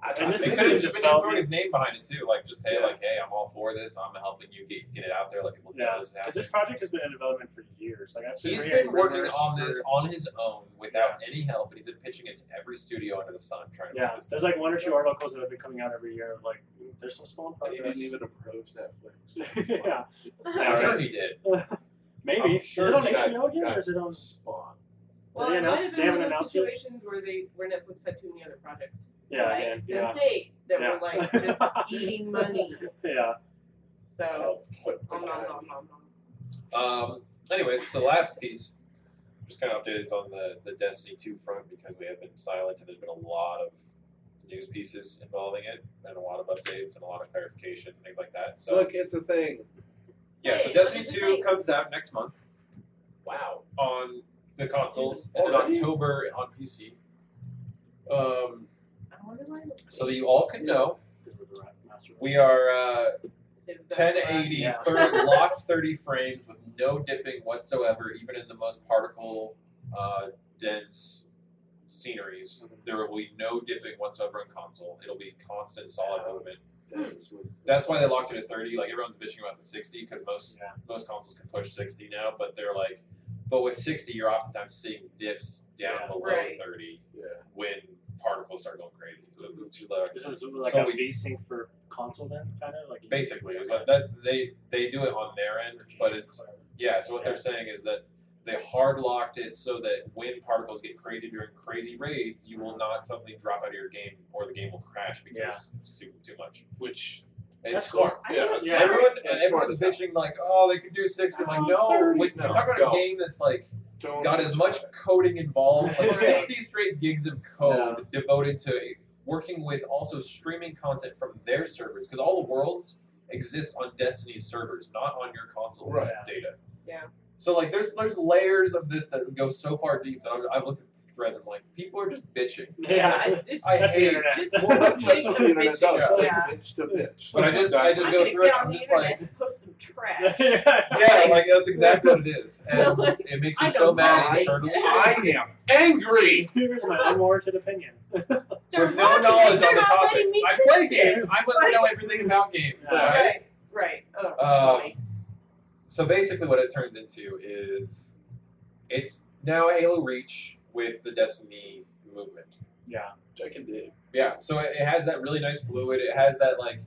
I,
And
I
this
They
think
is
could have
good
there's-
just been
development.
throwing his name behind it too, like just hey,
Yeah.
like hey, I'm all for this. I'm helping you get get it out there. Like look
Yeah,
at this is
Because
happening.
this project has been in development for years. Like I've
He's
hearing
been working
rumors
on
for-
this on his own without any help, and he's been pitching it to every studio under the sun, trying to
Yeah,
make this.
there's like one or two articles that have been coming out every year. Of like there's some small
And he
progress.
didn't even approach Netflix.
yeah,
I'm
Alright.
sure he did.
maybe.
I'm sure
is it on
you guys-
HBO again, or
guys-
is it on?
Spawn.
Well,
Did they
it might
announce-
have
they
been one
haven't
of those
announced yet?
situations where they where Netflix had too many other projects.
Yeah,
like
again, yeah,
Sense8 that
Yeah.
were like just eating money.
yeah.
So
What the
nom nom nom
guys.
nom nom.
Um, anyways, so last piece, just kind of updated is on the, the Destiny 2 front because we have been silent and there's been a lot of news pieces involving it and a lot of updates and a lot of clarifications and things like that. So,
Look, it's a thing.
yeah, so
Hey,
Destiny
look at
2
the thing.
comes out next month
Wow.
on the consoles and
Already?
in October on PC. Um,
I wonder why.
so that you all can know,
Because we're the right master.
we are uh,
Save that for last.
1080
Yeah.
third, locked 30 frames with no dipping whatsoever even in the most particle uh, dense sceneries there will be no dipping whatsoever in console it'll be constant solid movement
That's what-
Hmm. that's why they locked it at 30 like everyone's bitching about the 60 because most
Yeah.
most consoles can push 60 now but they're like but with 60 you're oftentimes seeing dips down
Yeah.
below
Right.
30
Yeah.
when particles start going crazy so it moves too low
This is like
So
a
we-
V-Sync for console then, kind of like.
basically is what that they they do it on their end but it's Yeah, so what
Yeah.
they're saying is that they hard locked it so that when particles get crazy during crazy raids, you will not suddenly drop out of your game or the game will crash because it's too too much.
Which
It's
That's cool.
smart.
I
Yeah,
think it's
yeah.
great.
Everyone
Yeah, it's smart
everyone's
as hell.
bitching like, oh, they could do sixty. I'm like,
Oh,
no,
30,
like, you're
no,
talking about
go.
a game that's like
Don't
got as much coding involved, like
Yeah.
sixty straight gigs of code devoted to working with also streaming content from their servers because all the worlds exist on Destiny's servers, not on your console
Right.
data.
Yeah.
So like, there's there's layers of this that go so far deep that I've, I've looked at the threads. and I'm like, people are just bitching.
Yeah.
I- it's
I
that's
hate-
the internet.
just-
Well, that's, that's what the internet does.
Yeah.
Like, bitch to bitch.
But I just I just
I'm
go
gonna
through it.
get on
I'm
the
just
internet
like,
and post some trash.
yeah.
yeah, like that's exactly what it is, and
Like,
it makes me
I
so
don't
mad
mind.
internally.
I am angry.
Here's my unwarranted opinion.
They're
With
mocking
no
me.
knowledge
They're
on the
not
topic.
letting me
I
choose
play
this.
games. I must
Like-
know everything about games.
Yeah.
right?
Right. Right. Oh,
Um,
boy.
so basically what it turns into is it's now Halo Reach with the Destiny movement.
yeah.
Check and dig.
Yeah, so it, it has that really nice fluid. It has that like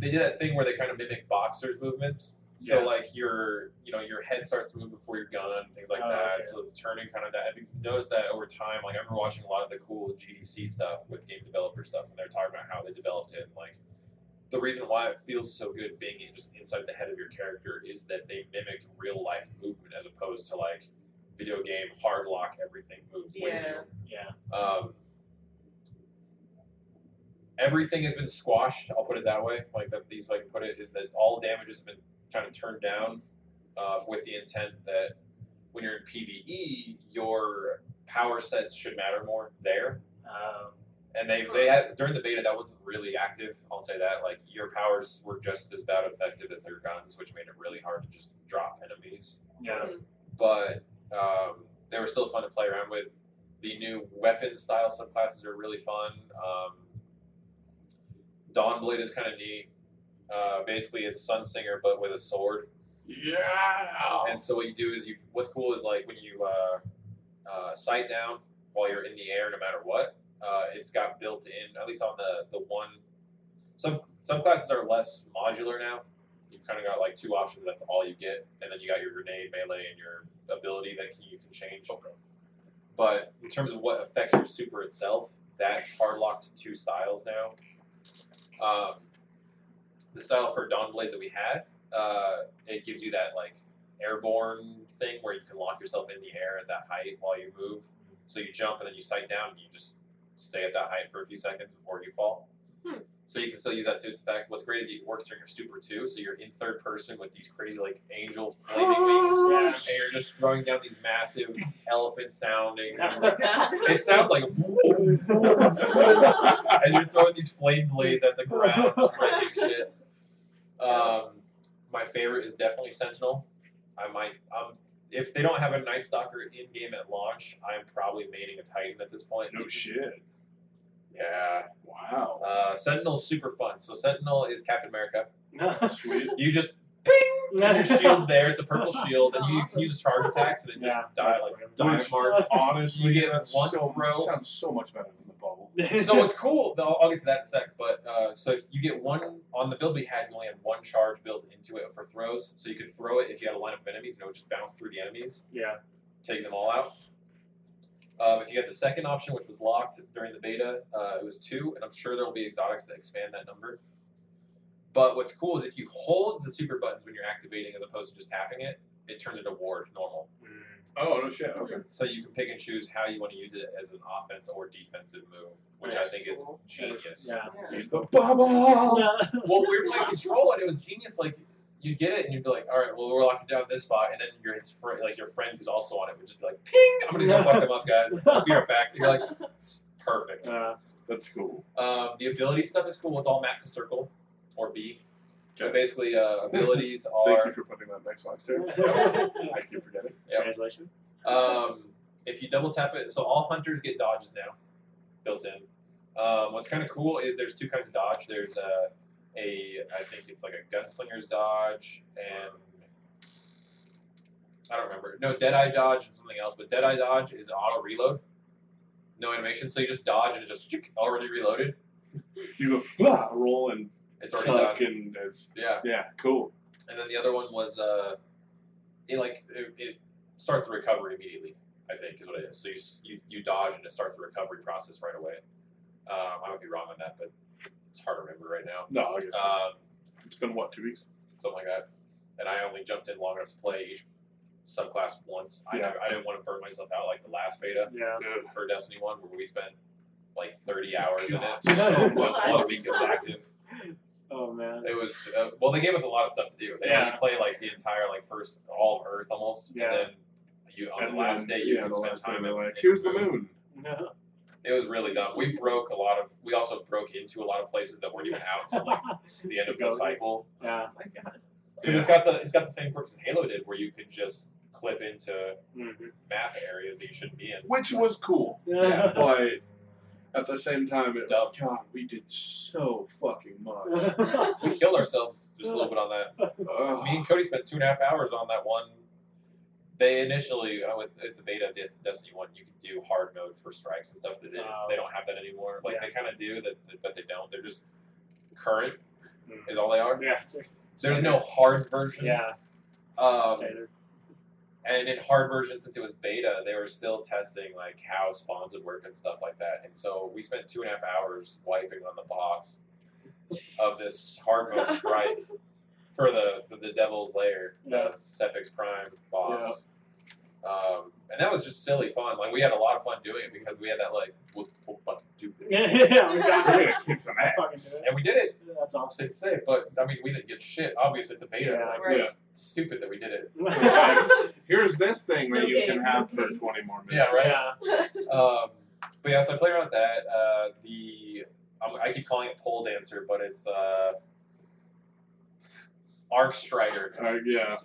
they did that thing where they kind of mimic boxers movements. So
Yeah.
like your you know your head starts to move before your gun, things like
Oh,
that.
okay.
So the turning kind of that. I've noticed that over time. Like I remember watching a lot of the cool GDC stuff with game developer stuff, and they're talking about how they developed it. And, like the reason why it feels so good being in, just inside the head of your character is that they mimicked real life movement as opposed to like video game hard lock everything moves with you.
Yeah.
Yeah.
Um, everything has been squashed. I'll put it that way. Like that's the easiest way I can put it is that all damages have been kind of turned down, uh, with the intent that when you're in PVE, your power sets should matter more there.
Um,
And they, they had during the beta that wasn't really active. I'll say that like your powers were just as bad effective as their guns, which made it really hard to just drop enemies
yeah.
but um, they were still fun to play around with. The new weapon style subclasses are really fun. Um, Dawnblade is kind of neat. Uh, basically, it's Sunsinger but with a sword.
Yeah.
And so what you do is you. What's cool is like when you uh, uh, sight down while you're in the air, no matter what. Uh, it's got built in, at least on the the one. Some some classes are less modular now. You've kind of got like two options. That's all you get, and then you got your grenade, melee, and your ability that can, you can change. But in terms of what affects your super itself, that's hard locked to two styles now. Um, the style for Dawnblade that we had, uh, it gives you that like airborne thing where you can lock yourself in the air at that height while you move. So you jump and then you sight down and you just stay at that height for a few seconds before you fall.
Hmm.
So you can still use that to its effect. What's great is it works during your super too. So you're in third person with these crazy like angel flaming wings,
Yeah.
and you're just throwing down these massive elephant sounding.
God.
It sounds like
Oh,
and you're throwing these flame blades at the ground, spreading shit. Um, my favorite is definitely Sentinel. I might, um, if they don't have a Night Stalker in game at launch, I'm probably maining a Titan at this point.
no shit.
Yeah.
Wow.
Uh, Sentinel super fun. So Sentinel is Captain America.
Sweet.
You just ping. Your shield's there. It's a purple shield, and you can use charge attacks, and it just
Yeah.
die like dive
Which-
mark.
Honestly,
You get
that's
one
so
throw.
sounds so much better than the bubble.
so it's cool. Though I'll get to that in a sec. But uh, so if you get one on the build we had, you only had one charge built into it for throws, so you could throw it if you had a lineup of enemies, and it would just bounce through the enemies,
yeah.
take them all out. Um, if you had the second option, which was locked during the beta, uh, it was two, and I'm sure there will be exotics that expand that number. But what's cool is if you hold the super buttons when you're activating, as opposed to just tapping it, it turns into ward normal. Mm,
Oh no shit. Okay.
So you can pick and choose how you want to use it as an offense or defensive move, which I
That's
think is
cool.
genius.
Yeah.
Yeah.
Use the bubble.
Well, we were playing control, and it was genius. Like you get it, and you'd be like, "All right, well, we're locking down this spot," and then your his friend, like your friend who's also on it, would just be like, "Ping! I'm gonna go fuck them up, guys. I'll be right back." And you're like, "It's "Perfect."
Uh,
That's cool.
Um, the ability stuff is cool. It's all mapped to circle or B. So
Okay.
basically, uh, abilities
Thank you
are
for putting that next box there. I keep forgetting.
Yep.
Translation.
um, if you double tap it. So all hunters get dodges now, built in. Um, what's kind of cool is there's two kinds of dodge. There's a, a I think it's like a gunslinger's dodge and I don't remember. No, Deadeye dodge and something else. But Deadeye dodge is auto reload, no animation. So you just dodge and it just already reloaded.
You go "Wah," roll and
It's already done.
tuck and it's
Yeah.
yeah, cool.
And then the other one was uh, it like it, it starts the recovery immediately. I think is what it is. So you s- you, you dodge and it starts the recovery process right away. Um, I might be wrong on that, but it's hard to remember right now.
No, I guess
Um,
it's been what two weeks.
something like that. And I only jumped in long enough to play each subclass once. I
Yeah.
never, I didn't want to burn myself out like the last beta
Yeah.
Ugh.
for Destiny One, where we spent like 30 hours
God,
in it.
so
Much
much.
while we was active.
Oh man.
It was uh, well. They gave us a lot of stuff to do. They had
Yeah.
you play like the entire like first all of Earth almost.
Yeah.
And then you on
And
the last
then,
day you
yeah,
could
the
spend
last day
time
they're
in-
like,
in
here's the
moon.
moon.
No.
It was really dumb. We broke a lot of. We also broke into a lot of places that weren't even out till like the end of the
Go.
cycle.
yeah.
Oh my god.
Because it's got the it's got the same quirks as Halo did, where you could just clip into
Mhm.
map areas that you shouldn't be in.
Which was cool.
Yeah.
But at the same time it was God, we did so fucking much.
We killed ourselves just a little bit on that.
Ugh.
Me and Cody spent two and a half hours on that one. They initially, uh, with at the beta of Des- Destiny One, you could do hard mode for strikes and stuff. They didn't.
Oh.
They don't have that anymore. Like they kind of do, that, but they don't. They're just current
Mm.
is all they are.
yeah.
There's no hard version.
Mm-hmm. Yeah.
Um,
Standard.
and in hard version, since it was beta, they were still testing like how spawns would work and stuff like that. And so we spent two and a half hours wiping on the boss of this hard mode strike for the for the Devil's Lair,
Yeah.
the Sepix Prime boss. Um, and that was just silly fun. Like we had a lot of fun doing it because we had that like we'll, we'll fucking do this,
yeah. We got
We're
this.
gonna kick some
I
ass.
fucking did it.
and we did it.
That's awesome.
Safe to say, but I mean we didn't get shit. Obviously, it's a beta.
Yeah.
like,
Right.
it's stupid that we did it.
Here's this thing that you
Okay,
can have for
okay.
twenty more
Yeah,
minutes.
right.
Yeah.
Um, but yeah, so I play around with that. Uh, the I'm, I keep calling it pole dancer, but it's uh, arc strider.
Uh, yeah.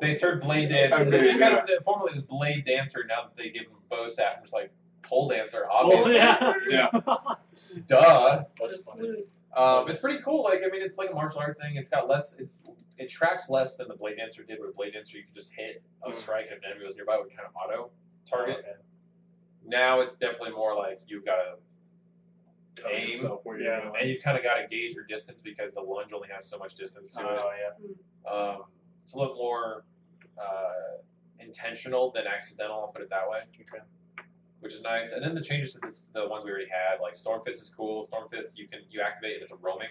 They turned blade dancer.
I mean,
because the- formerly it was blade dancer. Now that they give him bow staff, I'm just like pole dancer.
Oh,
Obviously,
yeah.
Yeah.
duh.
That's funny.
Um, it's pretty cool. Like I mean, it's like a martial art thing. It's got less. It's it tracks less than the blade dancer did. Where blade dancer you could just hit a
Mm.
strike, and if an enemy was nearby, it would kind of auto target. Now it's definitely more like you've got to
Tell
Aim.
yourself where
Yeah.
you're going.
and you kind of got to gauge your distance because the lunge only has so much distance to it.
Oh
Uh-huh.
Um, it's a little more uh, intentional than accidental. I'll put it that way,
yeah. Okay.
which is nice. And then the changes to this, the ones we already had, like Stormfist is cool. Stormfist, you can you activate and it's a roaming.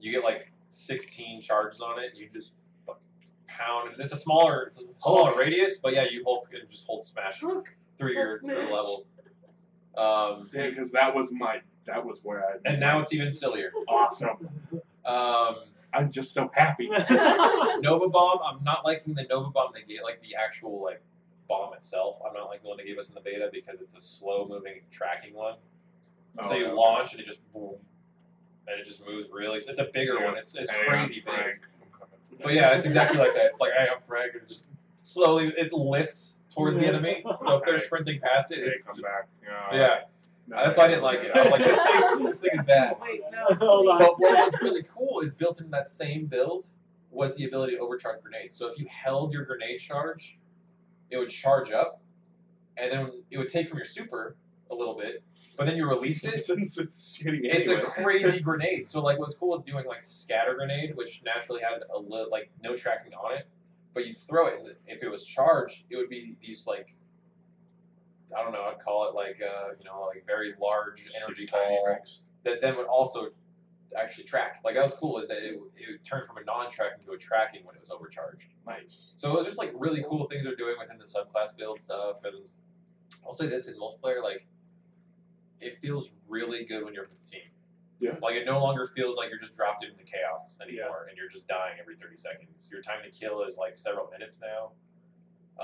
You get like 16 charges on it. You just fucking pound. It's a smaller, it's a smaller
Hulk.
radius, but yeah, you Hulk and just hold smash
Look.
through your,
Hulk
your
smash.
level. Um,
Yeah, because that was my that was where I
and now it's even sillier.
awesome.
Um,
I'm just so happy.
Nova Bomb, I'm not liking the Nova Bomb they gave, like the actual like bomb itself. I'm not liking the one they gave us in the beta because it's a slow moving tracking one.
Oh,
so you
no.
launch and it just boom, and it just moves really. So it's a bigger
Yeah,
one. It's, it's
Hang on,
crazy big.
Frank. I'm coming.
But yeah, it's exactly like that. It's like I have frag and it just slowly it lists towards the enemy. So if they're
Okay.
sprinting past it,
Hey,
it's
come
just
back. Yeah.
yeah. That's why I didn't like it. I was like, this thing, this thing is bad.
Wait,
Hold
no.
on.
But what was really cool is built into that same build was the ability to overcharge grenades. So if you held your grenade charge, it would charge up, and then it would take from your super a little bit, but then you release it.
Since it's shitty
It's a
anyway.
crazy grenade. So like, what's cool is doing like scatter grenade, which naturally had a little like no tracking on it, but you throw it. and If it was charged, it would be these like. I don't know. I'd call it like uh, you know, like very large energy
Six tiny
ball
racks.
that then would also actually track. Like that was cool is that it, it would turn from a non-tracking to a tracking when it was overcharged.
Nice.
So it was just like really cool things they're doing within the subclass build stuff. And I'll say this in multiplayer, like it feels really good when you're with the team.
Yeah.
Like it no longer feels like you're just dropped into chaos anymore, and you're just dying every thirty seconds. Your time to kill is like several minutes now,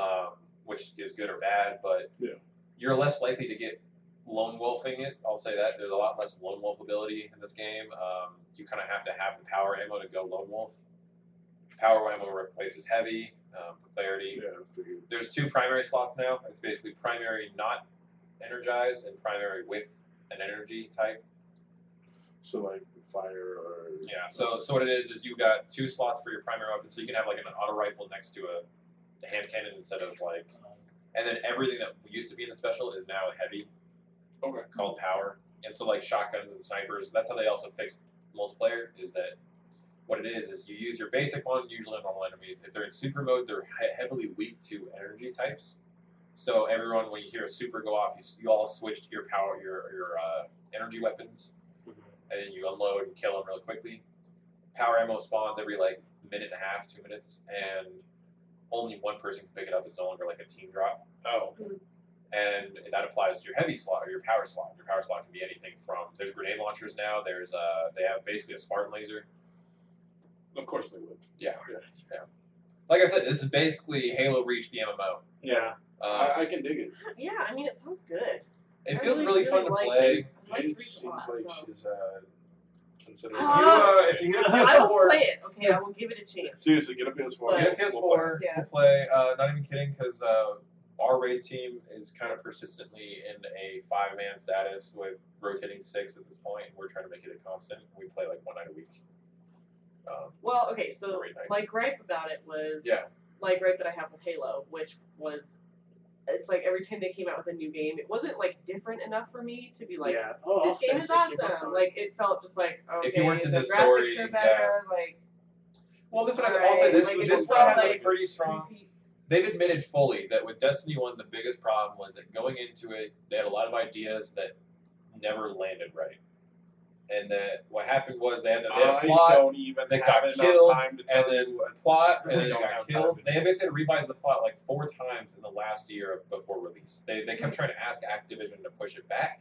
um, which is good or bad, but
Yeah.
you're less likely to get lone wolfing it. I'll say that there's a lot less lone wolf ability in this game. Um, you kind of have to have the power ammo to go lone wolf. Power ammo replaces heavy um, for clarity.
Yeah, figured.
There's two primary slots now. It's basically primary not energized and primary with an energy type.
So like fire or
Yeah. So so what it is is you got two slots for your primary weapon, so you can have like an auto rifle next to a, a hand cannon instead of like, and then everything that used to be in the special is now heavy.
Okay.
Called power, and so like shotguns and snipers. That's how they also fixed multiplayer. Is that what it is? Is you use your basic one usually on normal enemies. If they're in super mode, they're he- heavily weak to energy types. So everyone, when you hear a super go off, you, s- you all switch to your power, your your uh, energy weapons and then you unload and kill them really quickly. Power ammo spawns every like minute and a half, two minutes, and only one person can pick it up. It's no longer like a team drop,
Oh,
and that applies to your heavy slot or your power slot. Your power slot can be anything from there's grenade launchers now. There's uh they have basically a Spartan laser.
of course they would.
Yeah. Like I said, this is basically Halo Reach the MMO.
Yeah.
Uh,
I, I can dig it.
Yeah, I mean, it sounds good.
it
I
feels
really,
really, fun
really
to
like
play.
I like
it
Reach a
seems
lot,
like
so.
she's uh, considering.
You, uh, if you get a
I
I
PS4,
will play it. Okay, I will give it a chance.
Seriously, get a PS4.
We'll get
We'll
a
play.
PS4.
Yeah.
We'll play. Uh, not even kidding, because uh, our raid team is kind of persistently in a five-man status with rotating six at this point, and we're trying to make it a constant. We play like one night a week. Um,
Well, okay, so
raid nights.
my gripe about it was
Yeah.
my gripe that I have with Halo, which was it's like every time they came out with a new game, it wasn't like different enough for me to be like,
yeah. Oh, I'll
this game
spend
is
60 bucks
awesome.
on it.
Like it felt just like okay,
If you weren't
the,
into
graphics
the story,
are better. Like
well, this one has,
All
I'll
right,
say this.
like, it
this
just
one has
felt
a
like-
pretty strong.
repeat-
They've admitted fully that with Destiny One, the biggest problem was that going into it, they had a lot of ideas that never landed right, and that what happened was they had the they had a
I
plot.
Uh, don't even
They
have
got
enough
killed,
time to
and
tell
then
you what.
plot and
We
then it
don't
got
have
killed.
time to
They basically revised the plot like four times in the last year of- before release. They, they
Hmm.
kept trying to ask Activision to push it back.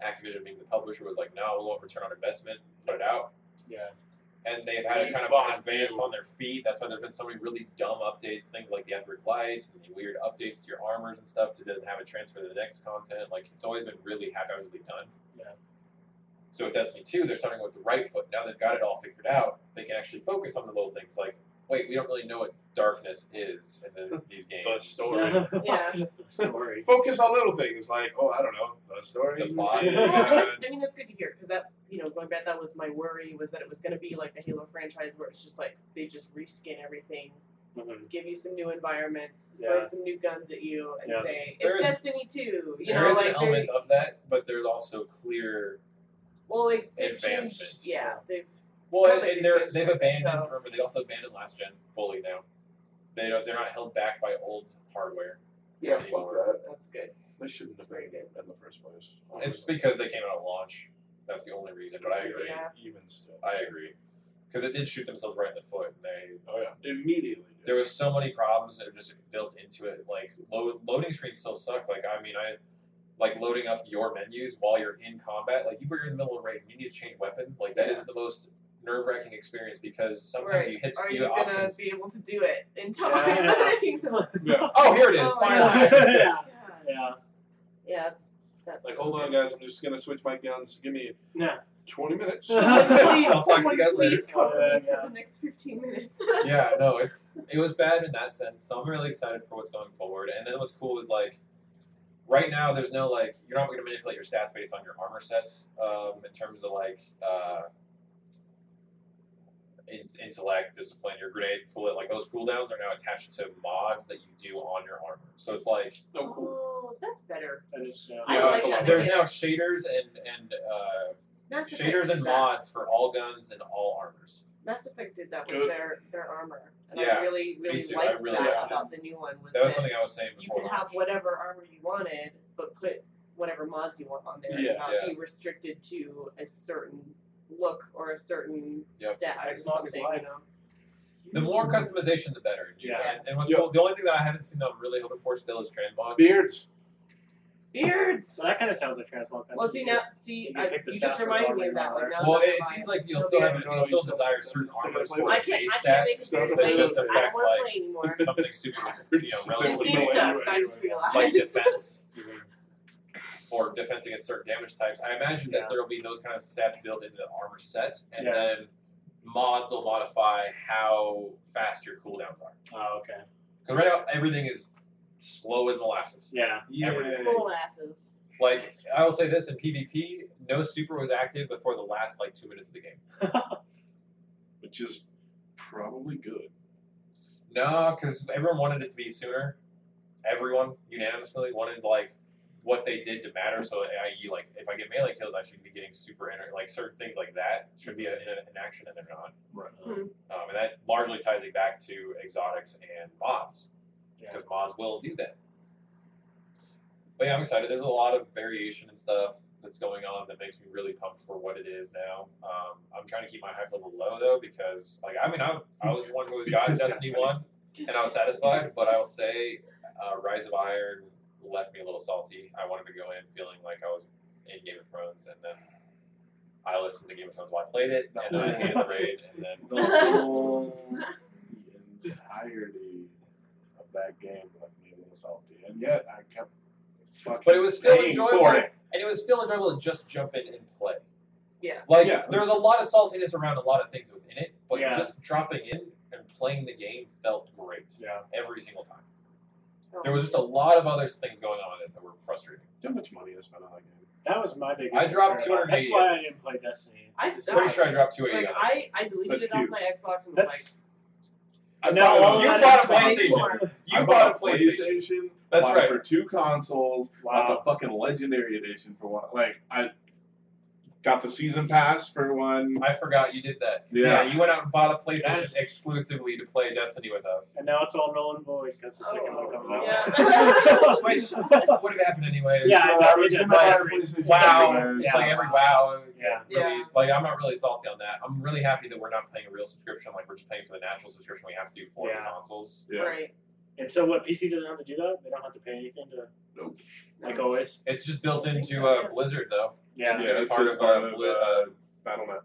Activision, being the publisher, was like, no, we want return on investment, put it out.
Yeah.
And they've had to
We
kind of
bought
advance
you.
on their feet. That's why there's been so many really dumb updates, things like the Etheric Lights and the weird updates to your armors and stuff to then have it transfer to the next content. Like, it's always been really haphazardly done.
Yeah.
So with Destiny 2, they're starting with the right foot. Now they've got it all figured out. They can actually focus on the little things like, wait, we don't really know what darkness is in the, these games.
The story.
Yeah.
Story.
Focus on little things like, oh, I don't know, the story.
The
Well,
plot.
and
Yeah.
that's, I mean, that's good to hear because that, you know, going back, that was my worry was that it was going to be like the Halo franchise where it's just like they just reskin everything,
Mhm.
give you some new environments,
Yeah.
throw some new guns at you, and
Yeah.
say it's
There is-
Destiny 2. You
There
know,
is
like
an
they-
element of that, but there's also clear.
well, like they've
advancement.
changed- Yeah, they've
Well,
Sounds
and,
like
and
they
they're,
changed
they've
it,
abandoned.
so-
Remember, they also abandoned last gen fully now. They don't. They're not held back by old hardware.
Yeah, fuck that.
that's good.
They shouldn't have made it in the first place.
It's because they came out at launch. That's the only reason. But I agree.
Yeah.
Even still.
I agree. Because it did shoot themselves right in the foot. And they
Oh, yeah. Immediately.
there was so many problems that are just built into it. Like load, loading screens still suck. Like I mean, I like loading up your menus while you're in combat. Like you were in the middle of raid, and you need to change weapons. Like that is the most nerve wracking experience because sometimes
right.
you hit
Are
few
you gonna
options.
be able to do it in time?
Yeah.
You know?
Yeah.
Oh, here it is.
Oh my
finally.
God.
yeah.
Yeah. Yeah.
Yeah, that's that's
Like, hold on, guys. I'm just going to switch my guns. Give me
Yeah.
20 minutes.
Please,
I'll talk to
someone
you guys later.
please cover
Yeah,
me
yeah.
for the next 15 minutes.
yeah, no, it's it was bad in that sense. So I'm really excited for what's going forward. And then what's cool is like right now there's no like you're not going to manipulate your stats based on your armor sets um, in terms of like uh, in, intellect discipline your grenade cool like those cooldowns are now attached to mods that you do on your armor so it's like
Oh, cool.
Oh, that's better.
I just, you know,
I like that.
there's now shaders and and uh,
Mass Effect
shaders
did
and
that.
mods for all guns and all armors
Mass Effect did that with
Good.
their their armor, and
Yeah,
I really really
too. I
liked
really
that
liked it.
about the new one. Was
that was
that
something I was saying
you
before
could have
launch.
whatever armor you wanted, but put whatever mods you want on there
Yeah,
and not
yeah.
be restricted to a certain look or a certain
Yep.
stat or
As long as
something.
life.
You know?
the more customization the better and you-
Yeah.
and, and what's
Yeah.
cool the only thing that I haven't seen that I'm really hoping for still is transmog
Beards.
Beards.
so that kind of sounds like transmog.
Well, see now, see,
You can
I,
pick the
you just
stats for
reminded me
armor
of that. Like,
and
now
well,
that
it,
I'm
seems
buying-
like you'll
No,
still
but
have
it's-
you'll still
it's-
desire certain
it's-
armors
I
for
I
the
can't.
base
I can't make a
stats.
Stuff
decision.
that
Like,
just
I don't
affect,
want to
like-
play anymore.
something super you know
This
relatively
game
Anyway,
low,
sucks. I just realized.
like defense or defense against certain damage types. I imagine
Yeah.
that there will be those kind of stats built into the armor set, and
Yeah.
then mods will modify how fast your cooldowns are.
Oh, okay.
Because right now everything is slow as molasses.
Yeah.
Cool asses.
Like I will say this in PvP, no super was active before the last like two minutes of the game.
Which is probably good.
No, because everyone wanted it to be sooner. Everyone unanimously wanted like what they did to matter. So, i.e., like if I get melee kills, I should be getting super inter- like certain things like that should be a, in, an action and they're not.
Right.
Hmm.
Um, and that largely ties it back to exotics and mods
Yeah.
because mods will do that. But yeah, I'm excited. There's a lot of variation and stuff that's going on that makes me really pumped for what it is now. Um, I'm trying to keep my hype level low though because, like, I mean, I, I was one who was got
Because
Destiny
Destiny.
One and I was satisfied, but I will say, uh, Rise of Iron left me a little salty. I wanted to go in feeling like I was in Game of Thrones, and then I listened to Game of Thrones while I played it, and I hated the raid, and then
The whole entirety of that game left me a little salty, and yet I kept fucking.
But it was still
paying
enjoyable.
For it.
and it was still enjoyable to just jump in and play.
Yeah.
Like
Yeah.
there was a lot of saltiness around a lot of things within it, but
Yeah.
just dropping in and playing the game felt great
Yeah.
every single time.
Oh.
There was just a lot of other things going on in it that were frustrating.
How much money I spent on that game?
That was my biggest.
I dropped
concern about it.
280.
That's why I didn't play Destiny.
I
It's
stopped.
Pretty sure I dropped two eighty.
Like I, I deleted
That's
it off
cute.
my Xbox and was like, "Oh,
That's.
I
No,
bought it on-
you
I
bought a
didn't
PlayStation.
buy it.
You
I
bought a PlayStation.
PlayStation.
That's
bought it
right.
for two consoles.
Wow.
Got the fucking Legendary Edition for one. Like I got the season pass for one.
I forgot you did that.
Yeah.
you went out and bought a PlayStation
That's-
exclusively to play Destiny with us.
And now it's all null and void because the second one comes out.
Oh, Yeah.
Which would have happened anyway.
Yeah,
So
I know,
I
we
was
did
gonna
buy
buy a
every-
PlayStation
Wow.
anyway,
It's
Yeah.
like every wow
Yeah.
Yeah.
release. Like I'm not really salty on that. I'm really happy that we're not paying a real subscription. Like we're just paying for the natural subscription we have to for
Yeah.
the consoles.
Yeah.
Right.
And so what? PC doesn't have to do that. They don't have to pay anything to.
Nope.
Like always.
It's just built into uh, Blizzard though.
Yeah.
Yeah,
it's
part
just
of,
part
uh,
of,
Bli-
uh, BattleNet.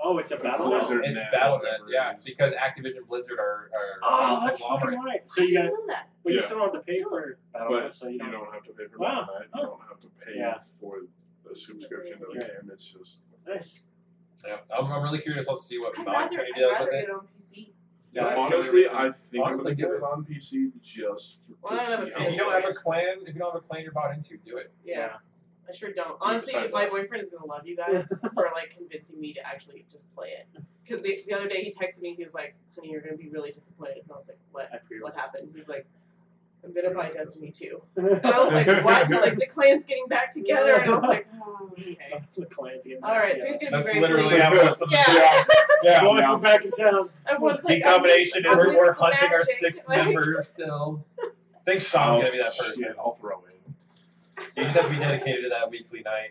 Oh, it's a battle. now?
Blizzard
It's
Net,
BattleNet,
whatever it
yeah,
is.
because Activision Blizzard are, are
Oh, that's fucking
conglomerate.
right. So you got,
I didn't know that.
but you
Yeah.
still don't have to pay for battle.
But
so you
You
don't.
don't have to pay for
Wow.
BattleNet. You don't have to pay
Yeah.
for the subscription to the
Yeah.
game. It's just
Nice.
Yeah. I'm, I'm really curious. Let's see what
I'd
Mod
rather,
Community
I'd
does
rather
with
get
it.
it on PC.
Yeah, that's the only
honestly,
reason.
I think
Honestly,
I'm
do
gonna
it.
get it on PC just to
Well, I don't have a
see how
If
it
you don't have a
plays.
clan, if you don't have a clan you're bought into, do it.
Yeah, I sure don't. Honestly,
besides
my
us.
boyfriend is gonna love you guys for like convincing me to actually just play it. Because the, the other day he texted me, he was like, "Honey, you're gonna be really disappointed," and I was like, "What?
I pre
What happened?" He's like, "I'm gonna buy Destiny 2. And I was like, "What? like the clan's getting back together?" And I was like, oh, "Okay,
the clients again.
all right." So
Yeah.
he's gonna
That's
be very
literally
pleased.
how most of them do.
Yeah.
Yeah.
Boys,
Yeah.
we're back in town.
Everyone's like,
Big combination,
I'm
and we're,
with
we're hunting our
magic,
sixth
like-
member still. I think Sean's gonna be that
Oh,
person.
Shit, I'll throw in.
You just have to be dedicated to that weekly night.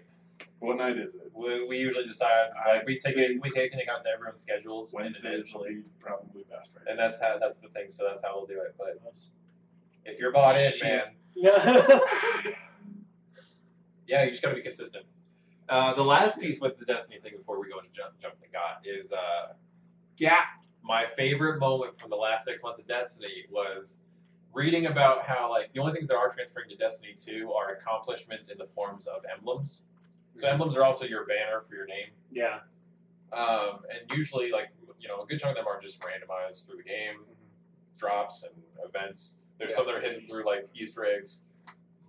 What night is it?
We, we usually decide like we take it we take into account everyone's schedules
Wednesdays will
individually,
be probably best right
and that's how that's the thing. So that's how we'll do it. But if you're bought in, man,
Yeah.
yeah, you just gotta be consistent. Uh, the last piece with the Destiny thing before we go into jump jump the got is uh,
Yeah.
my favorite moment from the last six months of Destiny was reading about how like the only things that are transferring to Destiny 2 are accomplishments in the forms of emblems. So emblems are also your banner for your name.
yeah.
Um, and usually like you know, a good chunk of them are just randomized through the game, drops and events. There's
Yeah.
some that are hidden through like Easter eggs.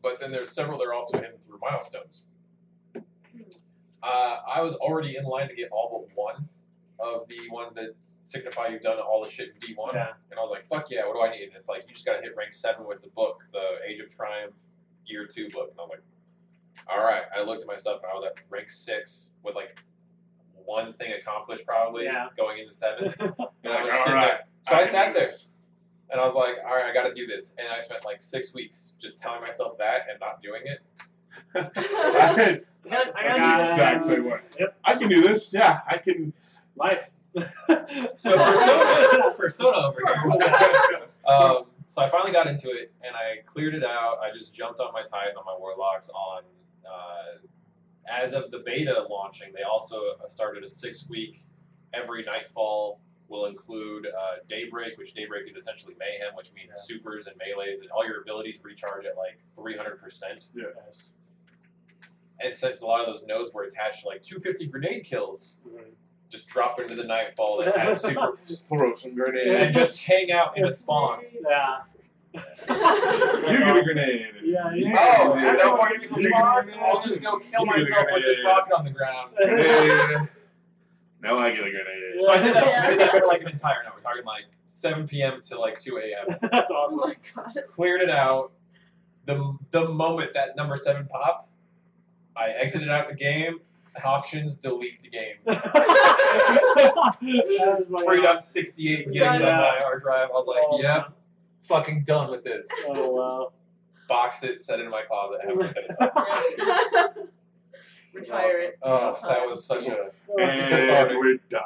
but then there's several that are also in through milestones. Uh, I was already in line to get all but one of the ones that signify you've done all the shit in D1.
Yeah.
And I was like, fuck yeah, what do I need? And it's like, you just gotta hit rank 7 with the book, the Age of Triumph Year 2 book. And I'm like, alright. I looked at my stuff and I was at rank 6 with like one thing accomplished probably
Yeah.
going into 7. And I
Like,
was sitting
alright,
there. So I,
I can
sat
do
there. And I was like, all right, I gotta do this. And I spent like six weeks just telling myself that and not doing it.
"Oh,
I,
I gotta, I
I got
gotta do
the
this.
exact same way.
Yep.
I can do this. Yeah, I can.
Life.
So Persona, Persona over here. um, so I finally got into it and I cleared it out. I just jumped on my Titan, on my Warlocks, on. Uh, as of the beta launching, they also started a six week every nightfall will include uh, Daybreak, which Daybreak is essentially Mayhem, which means
Yeah.
supers and melees, and all your abilities recharge at like 300%. And since a lot of those nodes were attached to like 250 grenade kills, just drop into the nightfall that has super
Just throw some
and
grenades.
just hang out in a spawn.
Yeah.
you
That's
get a
awesome.
grenade.
Yeah, yeah.
Oh,
Yeah.
I don't want
You
to
get a
spawn.
grenade.
I'll just go kill
Yeah,
myself with this
yeah, yeah.
rocket on the ground.
Yeah. Now I get a grenade.
So I did that, I did
Yeah.
that for like an entire night. We're talking like 7 p.m. to like 2 a.m.
That's
Oh
awesome.
my god.
Cleared it out. The the moment that number seven popped, I exited out the game. Options delete the game.
That was my-
Freed up 68 gigs on my
Yeah.
hard drive. I was like,
Oh,
yep, fucking done with this.
Oh wow.
Boxed it, set it in my closet, and haven't looked at it since.
Retire it.
Oh, that was such a.
And we're done.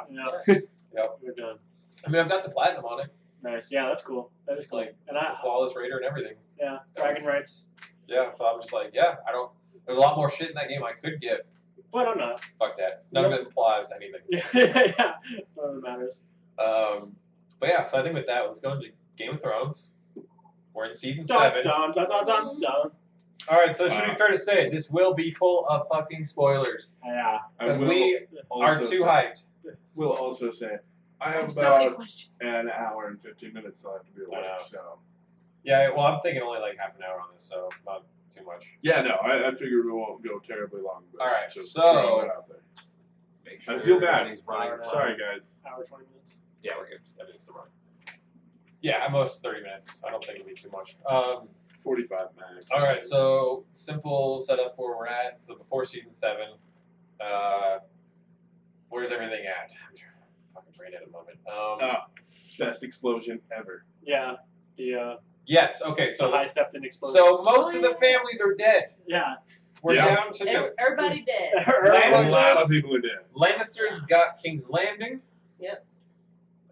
Yeah.
Yep.
We're done.
I mean, I've got the platinum on it,
Nice. Yeah, that's cool. That is cool.
Like,
and
the
I,
flawless raider and everything.
yeah, Dragon Rights.
Yeah, so I'm just like, yeah, I don't. There's a lot more shit in that game I could get.
But I'm not.
Fuck that. None of it applies to anything.
yeah, yeah. None of it matters.
Um, but yeah, so I think with that, let's go into Game of Thrones. We're in season
Dun,
seven.
dun, dun, dun, dun, dun.
All right, so it should be fair to say this will be full of fucking spoilers
Yeah.
I
because
will
we are
also
too
say-
hyped.
Will also say, I
I have
have
so many
about
questions.
an hour and fifteen minutes left to be
I know.
awake. So
Yeah, well, I'm thinking only like half an hour on this, so not too much.
yeah, no, I, I figure we won't go terribly long. But
All right,
just
so-
throwing that out there.
Make
I
sure
feel bad.
everything's running.
Wow.
Sorry, guys.
Hour twenty minutes.
Yeah, we're good. That is the run. Yeah, at most 30 minutes. I don't think it'll be too much. Um,
Forty-five minutes.
all right, so simple setup where we're at. So before season seven, uh, where's everything at? I'm trying to fucking brain at a moment. Um,
Uh, best explosion ever.
Yeah. The uh,
yes, okay,
the
so
high step in explosion.
so most
Oh,
of the
yeah.
families are dead.
yeah.
We're
Yeah.
down to
Every-
the
Everybody dead.
A
Lannisters-
lot of people are dead.
Lannisters got King's Landing.
Yep.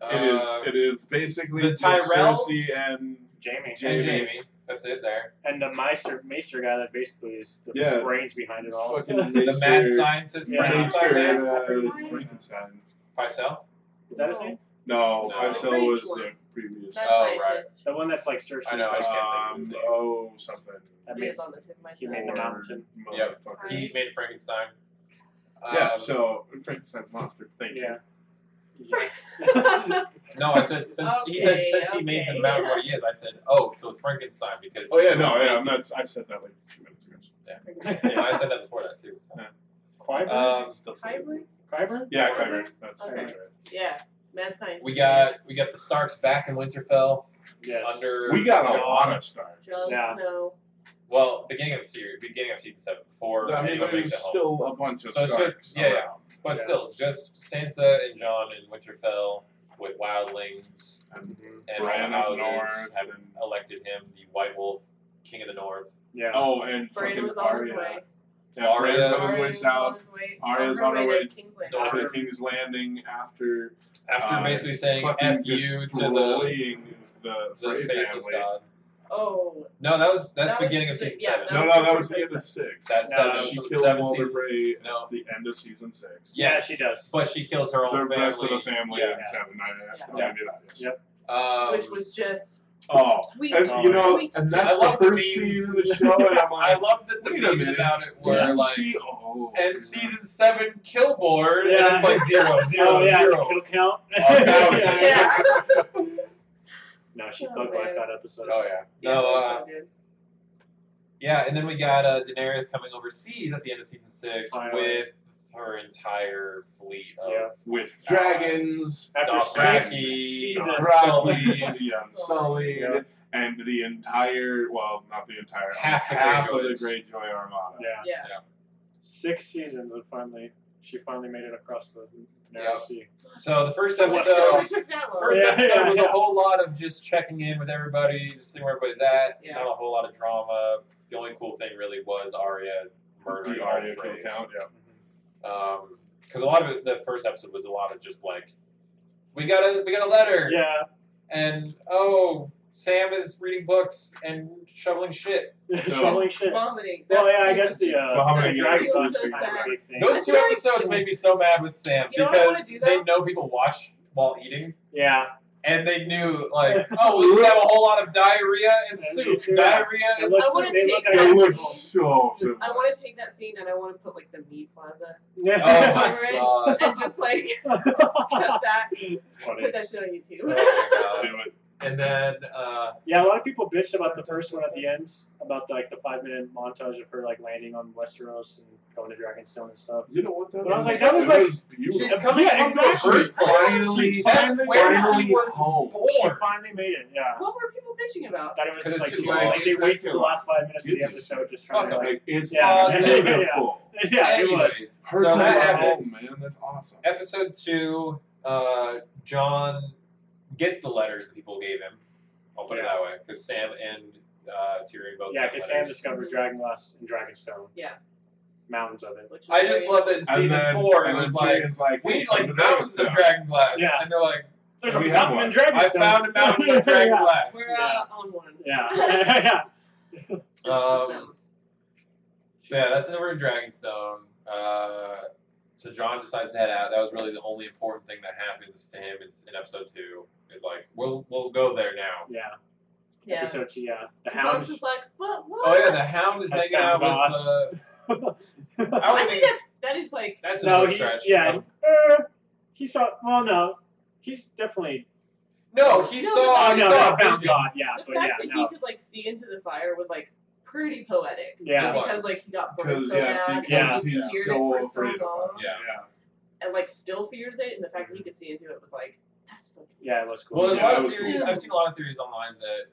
It is.
Uh,
It is basically
the
just
Tyrells?
Cersei and
Jamie.
and
Jamie.
Jamie. That's it there.
And the Meister Meister guy that basically is the
Yeah.
brains behind it all.
fucking
The mad
Maester-
scientist,
Yeah.
Brandon Sanderson,
Maester, uh,
Frankenstein.
Frankenstein.
Pycelle.
Is that his name?
No,
No.
Pycelle
Crazy
was
one.
the previous.
That's
Oh,
scientist.
The one that's like Cersei's
I know, I
like,
just can't think of
Um,
his name.
oh, something.
that
He
made,
is on the tip of my
he
tongue.
made the mountain.
Yep.
Motherfucker.
Right.
He made Frankenstein.
Yeah,
Um,
so Frankenstein's monster. Thank
Yeah.
oh,
No, I said since he said
Okay,
since he made the
okay.
mountain what he is, I said, oh, so it's Frankenstein because.
you. Oh yeah, no, yeah, I'm not. I said that like two minutes ago.
Yeah, I said that before that too. So.
Clyburn?
Um,
Hybrid?
Clyburn?
Uh, Yeah, Kyber. That's,
Okay.
that's right.
Yeah, mad scientist.
we got we got the Starks back in Winterfell
Yes.
under.
We got a
Jon-
lot of stars.
Jon
Yeah.
Snow.
Well, beginning of the series, beginning of season seven, before
I mean,
anyone makes
there's
it home.
still a bunch of
Uh, So it's
stars.
just- yeah, yeah.
around.
But
Yeah.
still, just Sansa and John in Winterfell with wildlings
And
Mm-hmm.
and all
Bran
the
up
houses
north
have
and-
elected him the White Wolf, King of the North.
Yeah.
Oh, and
Bran
fucking
was on his
Arya.
way.
Yeah, Bran's
Arya.
on his
Arya
way
was on
south.
his way.
Arya's
on her way to
to
King's Landing.
North.
after
North.
King's Landing, after
After
uh,
basically saying
fucking
"f you" to the,
destroying the,
the
Frey
faceless
family.
god.
Oh,
No, that was that's
That was
beginning of
the-
season
yeah,
seven.
that
No,
was
no,
the
that was the
first
end of six.
That's
Yeah,
seven.
she
So
killed
seven
Walder
seasons.
Frey
No.
at the end of season six.
Yeah,
Yes,
she does.
But she kills her own
The
family.
rest of the family
Yeah.
in seven. I,
Yeah.
I'll
Yeah.
give you that. yes.
Yeah.
Um,
which was just
Oh,
sweet.
and, you know,
sweet.
and
I
that's
love
the
the
first
memes.
season of the show, and I'm
I
like,
love that the
Wait a
memes
minute.
about it were
didn't
like
she? Oh,
and
dude.
season seven kill board and
Yeah.
it's like zero,
oh,
zero,
yeah,
zero.
the kill count.
Oh, that was-
yeah.
yeah.
No, she
Oh,
fucked life
man.
that episode.
Oh yeah.
Yeah,
No,
that was
uh,
so good.
Yeah, and then we got uh, Daenerys coming overseas at the end of season six
Finally.
with her entire fleet of
Yeah.
with
Dragons,
After
Dothraki,
six
the
seasons,
Unsullied, the Unsullied,
Yeah.
and the entire well, not the entire
Half the
of the
Greyjoys.
Great Joy Armada.
yeah,
Yeah.
six seasons, and finally she finally made it across the
Yeah.
narrow sea.
So the first
Well, sure,
episode,
it took that long.
first
Yeah,
episode
yeah,
was a
yeah.
whole lot of just checking in with everybody, just seeing where everybody's at.
Yeah.
Not a whole lot of drama. The only cool thing really was Arya murdering
The
all
Arya
Freys.
kill count, yeah.
because a lot of it, the first episode was a lot of just like, we got a we got a letter,
Yeah,
and oh, Sam is reading books and shoveling shit.
shoveling shit.
Vomiting.
Well,
That
yeah, I
scene
guess
was
the
just-
uh,
Vomiting
the dragon
is
punch
so
is kind of
sad.
a big thing.
Those two
feel like-
episodes made me so mad with Sam
You know what I wanna
because
do,
they
though?
know people watch while eating.
yeah,
and they knew like, oh, we just have a whole lot of diarrhea and
And
soup,
soup.
diarrhea
they
and
look,
I wanna
they
take-
look
I
They
got
look
identical.
so similar.
I want to take that scene and I want to put like the meat plaza
Oh
Yeah.
my god!
and just like cut that, put that shit on YouTube.
Oh my god!
Do it.
And then uh,
yeah, a lot of people bitched about the first one at the end, about like the five minute montage of her like landing on Westeros and going to Dragonstone and stuff.
You know what? That
But I was like,
was
that was
that
like-
was beautiful.
she's coming
Yeah,
from the
exactly.
first place.
Finally-
She
That's
finally-
where
finally
she was
home.
She
born.
finally made it. Yeah,
what were people bitching about?
that it was
'Cause
just
it's
like,
just
too
like-
long. like they
it's
wasted
too
the last five minutes of
You
the
just-
episode just trying to
Fuck,
like.
Like, it's
Yeah.
beautiful.
Yeah, it was.
Anyways,
Her
so that
happened.
happened.
home, man. That's awesome.
Episode two, uh, John gets the letters that people gave him. I'll put it
Yeah.
that way because Sam and uh, Tyrion both.
Yeah,
sent
because Sam
letters.
discovered Dragonglass and Dragonstone.
Yeah.
Mountains of it.
Which was
I just
very-
love that in season
and then,
four it
and
was
then
like
Tyrion's like
we
hey,
need
come
like
to
mountains of
Dragonstone.
dragon glass.
Yeah.
And they're like,
There's a
We have
mountain in
one.
I
Dragonstone.
found a mountain of dragon glass.
We're uh, on one.
yeah. Yeah. yeah.
It's
Um,
just them.
So yeah, that's over in Dragonstone. Uh, so John decides to head out. That was really the only important thing that happens to him is in episode two. Is like we'll we'll go there now.
Yeah.
yeah.
Episode two, yeah. The
So I was
hound.
just like, but what?
Oh yeah, the Hound is
That's
hanging out
Gandalf.
with the. I
I
don't
think
think
that's that is like
that's a
no,
real
he,
stretch.
yeah.
Um,
Uh, he saw. Well, no. He's definitely.
No, he
No,
saw.
Oh,
he
no,
saw
not
a
found
vision.
God. Yeah,
the
but
fact
yeah,
that he
no.
could like see into the fire was like pretty poetic.
Yeah.
It was.
Because like he got burned
Because
so
yeah,
bad.
because
and he
he's
feared
so
it for
afraid
so long,
of it.
Yeah.
and like still fears it, and the fact that he could see into it was like that's fucking.
Mm-hmm. Yeah, it was cool.
Well, there's a
Yeah, that
lot of
was
theories.
cool.
I've seen a lot of theories online that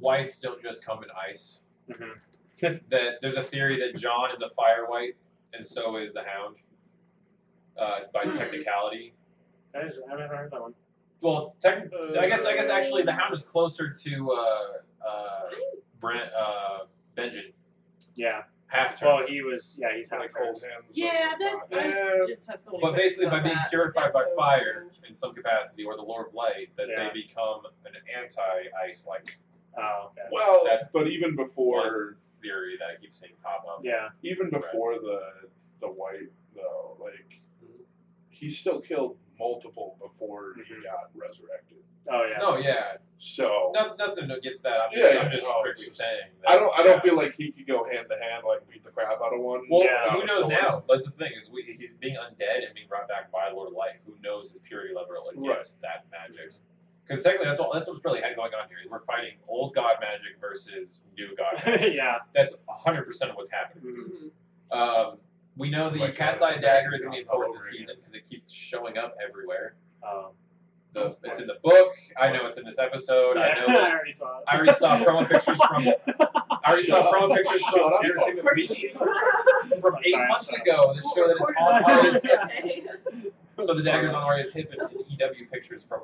whites don't just come in ice.
Mhm.
that there's a theory that John is a fire white, and so is the Hound. Uh, by
Hmm.
technicality,
That is, I haven't heard that one.
well, tech, I guess I guess actually the Hound is closer to uh, uh, Brent uh, Benjamin
Yeah.
half turn.
Well, he was. Yeah, he's half
like cold hands. but
Yeah, that's-
not.
Yeah.
I just have so many
but basically, by
questions
being
about that.
purified
That's
by
so
fire
strange.
in some capacity, or the Lord of Light, that
Yeah.
they become an anti-ice white
Oh, okay.
Well,
That's-
but even before,
theory that I keep seeing pop up.
Yeah.
even before
Right.
the the white though, like he still killed multiple before he
Mm-hmm.
Mhm.
got resurrected.
Oh, yeah.
No, yeah,
So
no, nothing against that. I'm just,
Yeah, yeah,
I'm just
no, it's
strictly
just-
saying. That,
I don't I don't
yeah.
feel like he could go hand to hand like beat the crap out of one.
Well,
Yeah.
who knows
So-
now? That's the thing is we, he's being undead and being brought back by Lord of Light. Who knows his purity level against that magic? Because technically, that's all. That's what's really had going on here is we're fighting old god magic versus new god. Magic.
yeah.
that's hundred percent of what's happening.
Mhm.
Mhm.
Um, we know the
Like,
cat's
uh,
eye dagger is going to be
all
important this
over again.
season because it keeps showing up everywhere.
Oh.
The, it's in the book. I know it's in this episode. I know
Yeah,
that
I already saw it.
I already saw promo pictures from. I already saw
Shut
promo
up.
pictures
Shut
from
up.
Entertainment Weekly from eight
Sorry, I'm
months
sorry.
ago that
Well,
show that it's
recorded
on
that.
Arya's hip.
Okay.
So the dagger's on Arya's hip and EW pictures from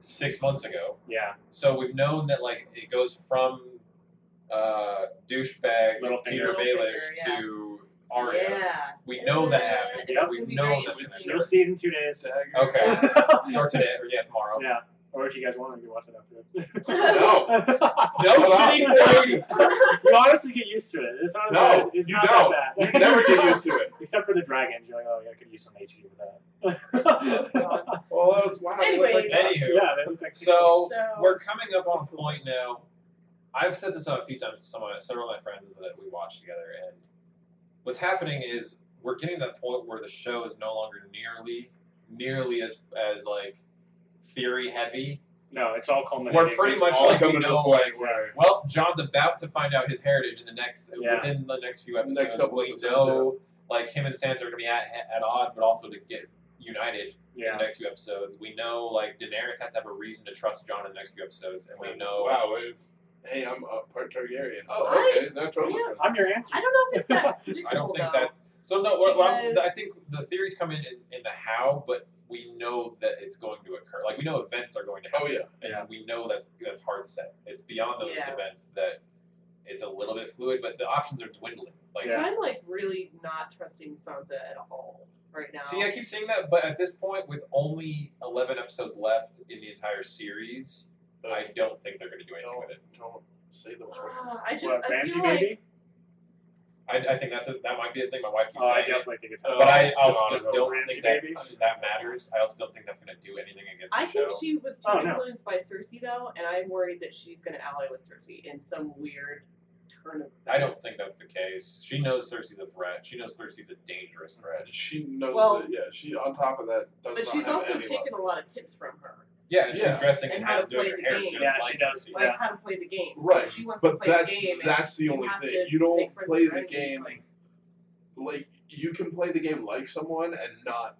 six months ago.
Yeah.
So we've known that like it goes from uh, douchebag
Littlefinger.
Peter
Littlefinger,
Baelish
yeah.
to Arya.
Yeah.
We know that happened.
Yeah, it's
we
gonna be
know
very
that's in
interesting.
You'll
there.
see it in two days.
Okay.
yeah.
Or today, or yeah, tomorrow.
Or if you guys want, you can watch it after.
No, no
Shut up.
shitty thing.
you honestly get used to it. It's not,
No,
it's, it's
you
not
don't.
that
You
bad.
never get used to it.
Except for the dragons, you're like, oh, yeah, I could use some HP with that.
Well, that was wow. they look like
Anyways.
that.
Anywho.
yeah, they look like
So
So
We're coming up on a point now. I've said this out a few times to some of, several of my friends that we watch together, and what's happening is we're getting to that point where the show is no longer nearly, nearly as as like theory heavy
No, it's all culminating.
We're pretty
It's
much
all-
like we
coming to the
know,
point
like,
where
well, John's about to find out his heritage in the next
Yeah.
within the next few
Next
episodes.
couple
we
episodes,
know like him and Sansa are gonna be at at odds, but also to get united in
yeah.
the next few episodes. We know like Daenerys has to have a reason to trust John in the next few episodes, and we know
Wow, it's hey, I'm uh, part Targaryen.
Oh,
okay, no trouble.
Yeah.
I'm your answer.
I don't know if it's that predictable
I don't think
though.
that. So no, well, I'm-
Because-
I think the theories come in, in in the how, but we know that it's going to occur. Like we know events are going to
Oh
happen.
yeah,
and we know that's that's hard set. It's beyond those
Yeah.
events that it's a little bit fluid, but the options are dwindling. Like,
Yeah.
I'm like really not trusting Sansa at all right now.
see, I keep seeing that, but at this point, with only eleven episodes left in the entire series, I don't think they're going to do anything with it.
don't say those words.
Ah, I just
what,
I
Ramsey
feel like
maybe?
I, I think that's a, that might be a thing my wife keeps
Oh, I Oh.
saying.
definitely think it's.
But I
John
also just
over
don't
Ramsey
think that
maybe.
that matters. I also don't think that's going to do anything against
I
the show.
think she was too
Oh, no.
influenced by Cersei though, and I'm worried that she's gonna ally with Cersei in some weird turn of
I don't
events.
think that's the case. She knows Cersei's a threat. She knows Cersei's a dangerous threat.
She knows
Well-
that. Yeah, she on top of that does
But
not
she's
have
also
any
taken a
weapons.
lot of tips from her.
Yeah, and
Yeah.
she's dressing
And
in
how to
half doing
play
her
the
hair
game.
just
Yeah,
like
she does.
Cersei.
Like
Yeah.
how to play the game. So
Right,
if she wants to
But
play
that's
the game and
that's the
you
only
have
thing.
to
You don't
make friends
play
with
the
enemies,
game
like-
like you can play the game like someone and not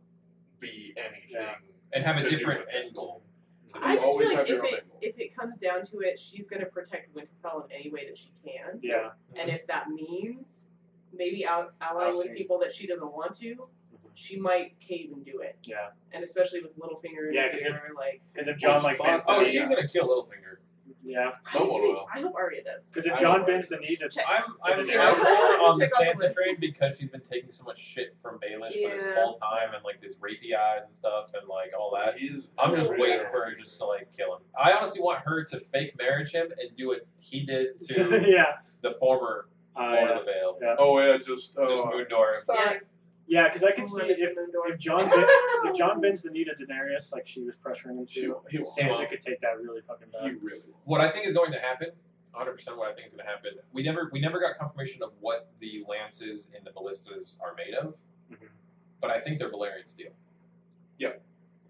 be anything.
Yeah.
and have a
to do
different
with it.
end goal.
So
I
you
just
always
feel like
have your
if
own
it,
angle.
if it comes down to it, she's going to protect Winterfell in any way that she can,
Yeah.
and if that means maybe out, allying with
Ousting.
people that she doesn't want to, she might cave and do it.
Yeah.
And especially with Littlefinger in
Yeah, 'cause if-
particular, like
Because if John like
Fuck.
bends the
Oh,
knee,
she's gonna kill Littlefinger.
yeah.
Someone
I, think-
will.
I hope Arya does.
Because if
I
John
don't
bends the
know.
knee to
Check.
I'm I'm,
Check
I'm
on
more on the
the
Sansa
list.
train because she's been taking so much shit from Baelish for this
Yeah.
whole time and like this rapey eyes and stuff and like all that.
He's-
I'm just
Yeah.
waiting for her just to like kill him. I honestly want her to fake marriage him and do what he did to
yeah.
the former
Uh,
Lord of the Vale.
Oh yeah, just oh,
Just Moondor.
sorry.
yeah, because I can
Oh,
see
Arya's
if,
open door.
if John bends, if John bends the knee to Daenerys like she was pressuring him
She, he
to,
won't.
Sam-
Sansa could take that really fucking
He
bad.
really won't.
What I think is going to happen, 100 percent what I think is going to happen. We never we never got confirmation of what the lances and the ballistas are made of,
Mhm.
but I think they're Valyrian steel.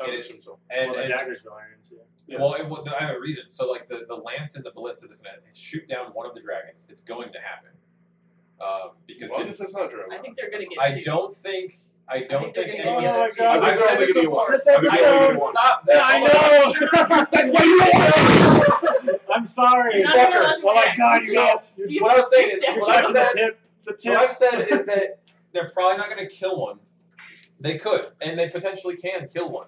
I would
It is-
assume so.
And,
well, the
and
dagger's Valerian too.
Yeah.
Well, it, well, I have a reason. So, like the, the lance and the ballista that's going to shoot down one of the dragons. It's going to happen. Um, because
Well,
Daen-
this is not true.
I think they're going to get.
I
two.
don't think I don't
they're
think
gonna
any
get
of
two. Oh my
I think
I've
they're
said
only
this
gonna get
before.
one.
This
I think they're only getting
episode-
one.
Stop that.
Yeah, I
That's why you don't want.
I'm sorry.
You're not gonna
Fucker.
let him
Oh my
back.
god, you guys! You
You-
What I was saying is,
you
what
touched
I've said,
the tip. The
what
tip.
I've said is that they're probably not going to kill one. They could, and they potentially can kill one.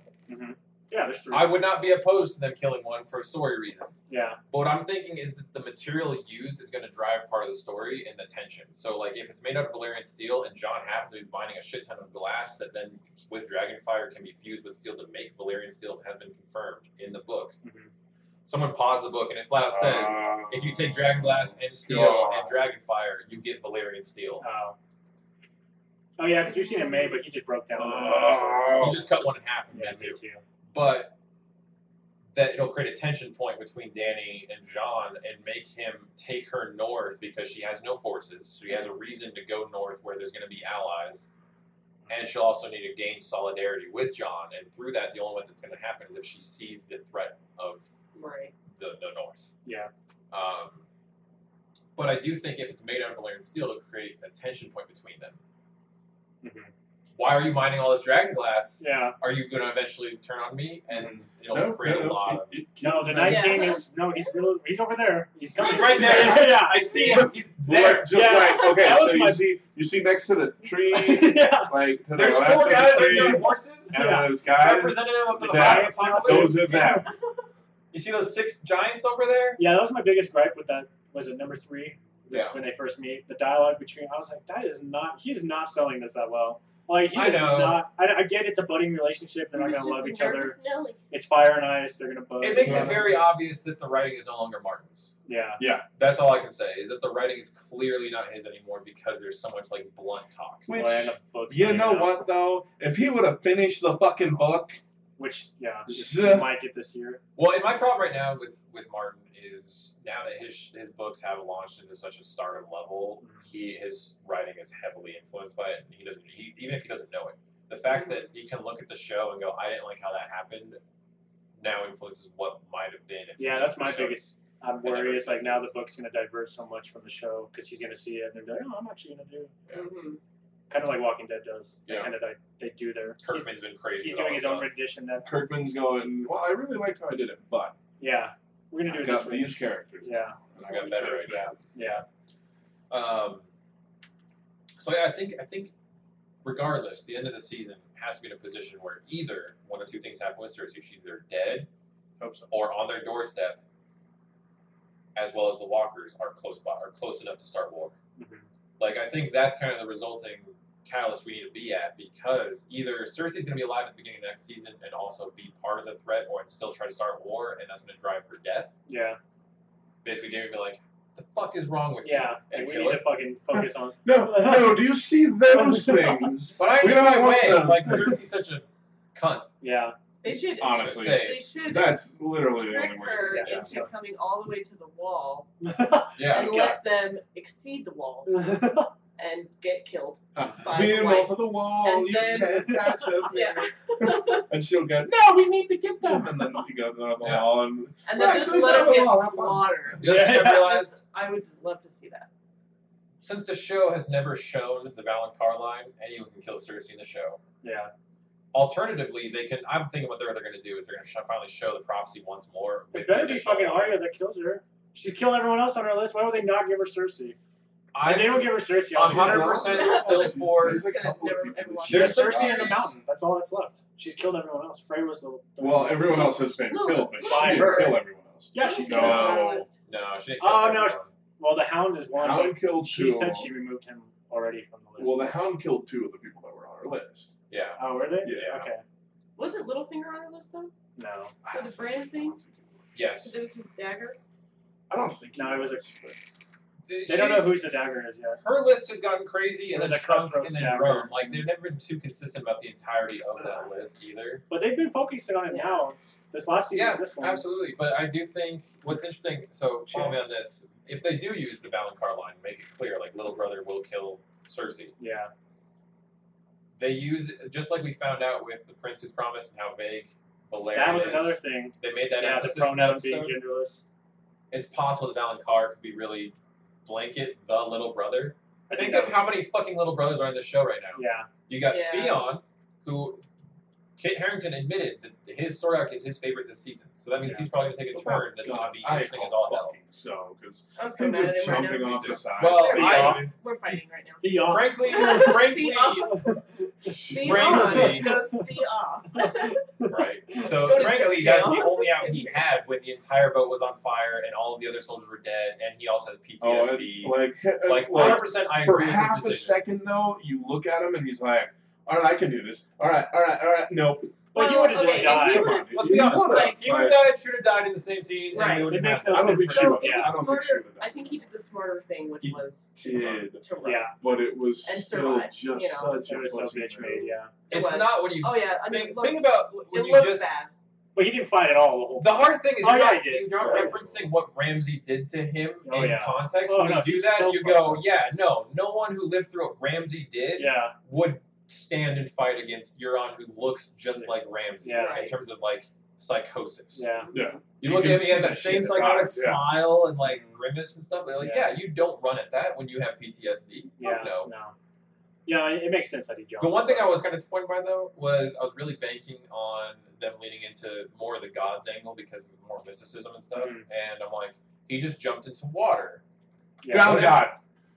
Yeah, there's three.
I would not be opposed to them killing one for story reasons.
yeah,
But what I'm thinking is that the material used is going to drive part of the story and the tension. So, like, if it's made out of Valerian steel and John happens to be mining a shit ton of glass that then, with Dragonfire, can be fused with steel to make Valerian steel that has been confirmed in the book.
Mhm.
Someone paused the book and it flat out says,
Mm-hmm. Uh,
if you take Dragon Glass and steel
God.
and Dragonfire, you get Valerian steel.
Oh. Oh yeah, because we've seen it May, but he just broke down.
Oh.
You just cut one in half and
yeah,
that's
me
it.
too.
but that it'll create a tension point between Danny and John and make him take her north because she has no forces. So he has a reason to go north where there's going to be allies. And she'll also need to gain solidarity with John. And through that, the only way that's going to happen is if she sees the threat of
Right.
the, the north.
Yeah.
Um, but I do think if it's made out of Valerian steel, it'll create a tension point between them.
Mhm.
Why are you mining all this dragon glass?
Yeah. Mm-hmm.
Are you going to eventually turn on me? And it'll
no,
create
no,
a
no,
lot
it-
of.
it keeps
No, the
them-
Night
Yeah.
King is no. He's real, he's over there. He's coming
He's right there.
yeah,
I see him. He's there.
Just
Yeah.
like okay,
That was
so
my-
you see, you see next to the tree,
yeah.
like to
There's
the left
four
of the
guys
tree,
with their horses.
and
Yeah.
those guys.
Representative of the
Yeah.
Lion Apocalypse.
Those are them.
You see those six giants over there?
Yeah, that was my biggest gripe with that. Was it number three?
Yeah.
When they first meet, the dialogue between I was like, that is not. He's not selling this that well. Like he
I
is
know.
not. I, I get it's a budding relationship. They're not
It's
gonna
just
love
a
each
nervous
other.
Nelly.
It's fire and ice. They're gonna bud.
It makes
Yeah.
it very obvious that the writing is no longer Martin's.
Yeah.
That's all I can say is that the writing is clearly not his anymore because there's so much like blunt talk.
Which
Land of books,
you know what though, if he would have finished the fucking book,
Which yeah,
Z-
you might get this year.
Well, and my problem right now with with Martin is now that his his books have launched into such a stardom level,
Mm-hmm.
he his writing is heavily influenced by it. And he doesn't he, even if he doesn't know it. The fact that he can look at the show and go, "I didn't like how that happened," now influences what might have been. If
Yeah, that's my biggest I'm
never
worried. It's like
noticed.
now the book's going to divert so much from the show because he's going to see it and they're like, oh, I'm actually going to do
Yeah.
Mhm.
kind of like Walking Dead does. They
Yeah.
kind of like, they do their.
Kirkman's been crazy.
he's
with
doing
all
his
this
own
stuff.
rendition then.
Kirkman's going. Well, I really liked how I did it, but
Yeah, we're gonna do
I
it
got
this way.
these characters.
Yeah,
and
I got
want
better
to-
ideas.
yeah,
Um, so yeah, I think I think regardless, the end of the season has to be in a position where either one of two things happen with Cersei: she's either dead
Hope so.
or on their doorstep, as well as the Walkers are close by, are close enough to start war.
Mm-hmm.
Mhm.
Like I think that's kind of the resulting catalyst we need to be at because either Cersei's going to be alive at the beginning of next season and also be part of the threat, or still try to start war, and that's going to drive her death.
yeah,
Basically, Jamie be like, "The fuck is wrong with
yeah.
you?"
Like,
and
we
kill
need
it.
to fucking focus on.
No, no. Do you see those things?
But I
We
we
don't
don't
want those.
Like Cersei's such a cunt.
Yeah,
They should.
Honestly.
they should
That's literally the
trick
only way.
her
Yeah.
into coming all the way to the wall
Yeah.
and let them exceed the wall and get killed.
Uh,
Find
Being
a way.
off of the wall,
And
you
then-
can't touch us.
Yeah,
And she'll go, no, we need to get them. And then you go on the
Yeah.
wall, and
and then
Well,
just
actually,
let
it's
them
not
get
the wall, have fun.
slaughtered.
You know,
Yeah.
I realized
I would just love to see that.
since the show has never shown the Valonqar line, anyone can kill Cersei in the show.
yeah,
Alternatively, they can. I'm thinking what they're, they're going to do is they're going to finally show the prophecy once more. With
it better
the
be
additional
fucking
line.
Arya that kills her. She's killing everyone else on her list. Why would they not give her Cersei?
I
if they don't give her Cersei, I'll
I'm
shoot her.
100% still
There's
for.
a
gonna
couple of
never-
people
everyone-
that
There's
shoot
Cersei in the
Arya's-
mountain. That's all that's left. She's killed everyone else. Frey was the. the
Well, everyone else has been
No,
killed, but she
by
didn't
her.
kill everyone else.
Yeah, she's
No.
killed.
on our list.
No, she didn't.
Oh,
kill
no,
everyone.
Well, the Hound is one.
Hound killed
but she
two.
said she removed him already from the list.
Well, the Hound killed two of the people that were on her list.
Yeah.
oh, were they?
Yeah.
Okay.
Wasn't Littlefinger on our list though?
No.
For the brand thing?
Yes.
Because it was his dagger.
I don't think.
No,
he
it was a-
but-
They
They don't know who's the dagger is yet.
her list has gotten crazy and
It was
then
a
shrunk
cutthroat
and then
stabber.
grown. Like they've never been too consistent about the entirety of that list either.
But they've been focusing on it
Yeah.
now. This last season,
Yeah,
this one.
Absolutely, but I do think what's interesting. So follow me on this. If they do use the Valonqar line, make it clear, like little brother will kill Cersei.
Yeah.
They use just like we found out with the Prince Who's Promised and how vague Valerian
That was
is.
another thing.
They made that
yeah, the
emphasis in
pronoun
the
being
episode.
genderless.
It's possible the Valonqar could be really blanket the little brother.
I
Think
think
of
that-
how many fucking little brothers are in the show right now.
Yeah.
You got
Yeah.
Theon, who Kit Harrington admitted that his story arc is his favorite this season. So that means
Yeah.
he's probably gonna take a
Oh my
turn that's gonna
God,
be
I
interesting as
hope
all hell.
fucking So, because
I'm so
him
mad at
just
him right now.
jumping off
Me too.
the side.
Well,
They're
I-
fighting. we're fighting right now.
The off.
Frankly,
The
frankly,
off. The
Frankly.
on goes the off.
right. So
Go to
frankly,
jail.
that's the only out he had when the entire boat was on fire and all of the other soldiers were dead, and he also has
oh, and,
PTSD.
like, uh,
like
like
100, percent I
for
agree with
half
his
a
decision.
second though, you look at him and he's like, "All right, I can do this. All right, all right, all right. Nope.
But he
Well,
would have
okay,
just
if he
died.
Come on,
Let's
you
be honest.
would've.
Like,
he would have died. Should have died in the same scene.
Right.
And it
It
would've
makes
happened.
no
I don't
sense.
think
for
she
him.
would.
Yeah.
I don't think she
smarter.
would
I think he did the smarter thing, which
He
was to run.
did,
To run.
Yeah.
but it was
And
still
survive,
just
you know.
such
It
a
was so
pussy
bitch
move.
made. Yeah.
It
It's
was.
not when you.
Oh yeah, I mean,
think,
it looked,
think about when
it
you
looked
just
bad.
But he didn't fight at all. The whole.
The hard thing is
Oh,
you're,
yeah,
not,
I did.
you're not
Yeah.
referencing what Ramsey did to him
Oh,
in
yeah.
context.
Oh,
when
no,
you do
he's
that,
so
you
fucked
go,
up.
yeah, no, no one who lived through what Ramsey did
Yeah.
would stand and fight against Euron, who looks just
Yeah.
like Ramsey in
Yeah.
Right.
terms of like psychosis.
Yeah.
Yeah.
You
You
look
can
at him, he
see
has
that
that
shit
same
in his
psychotic
eyes, yeah.
smile and like grimace and stuff. They're like,
Mm-hmm. Yeah.
yeah. you don't run at that when you have PTSD. Fuck
Yeah.
no.
Yeah. It makes sense that he jumped.
The one thing I was kind of disappointed by though was I was really banking on them leaning into more of the gods angle because more mysticism and stuff.
Mhm.
And I'm like, he just jumped into water.
Yeah.
Down
What if-
God.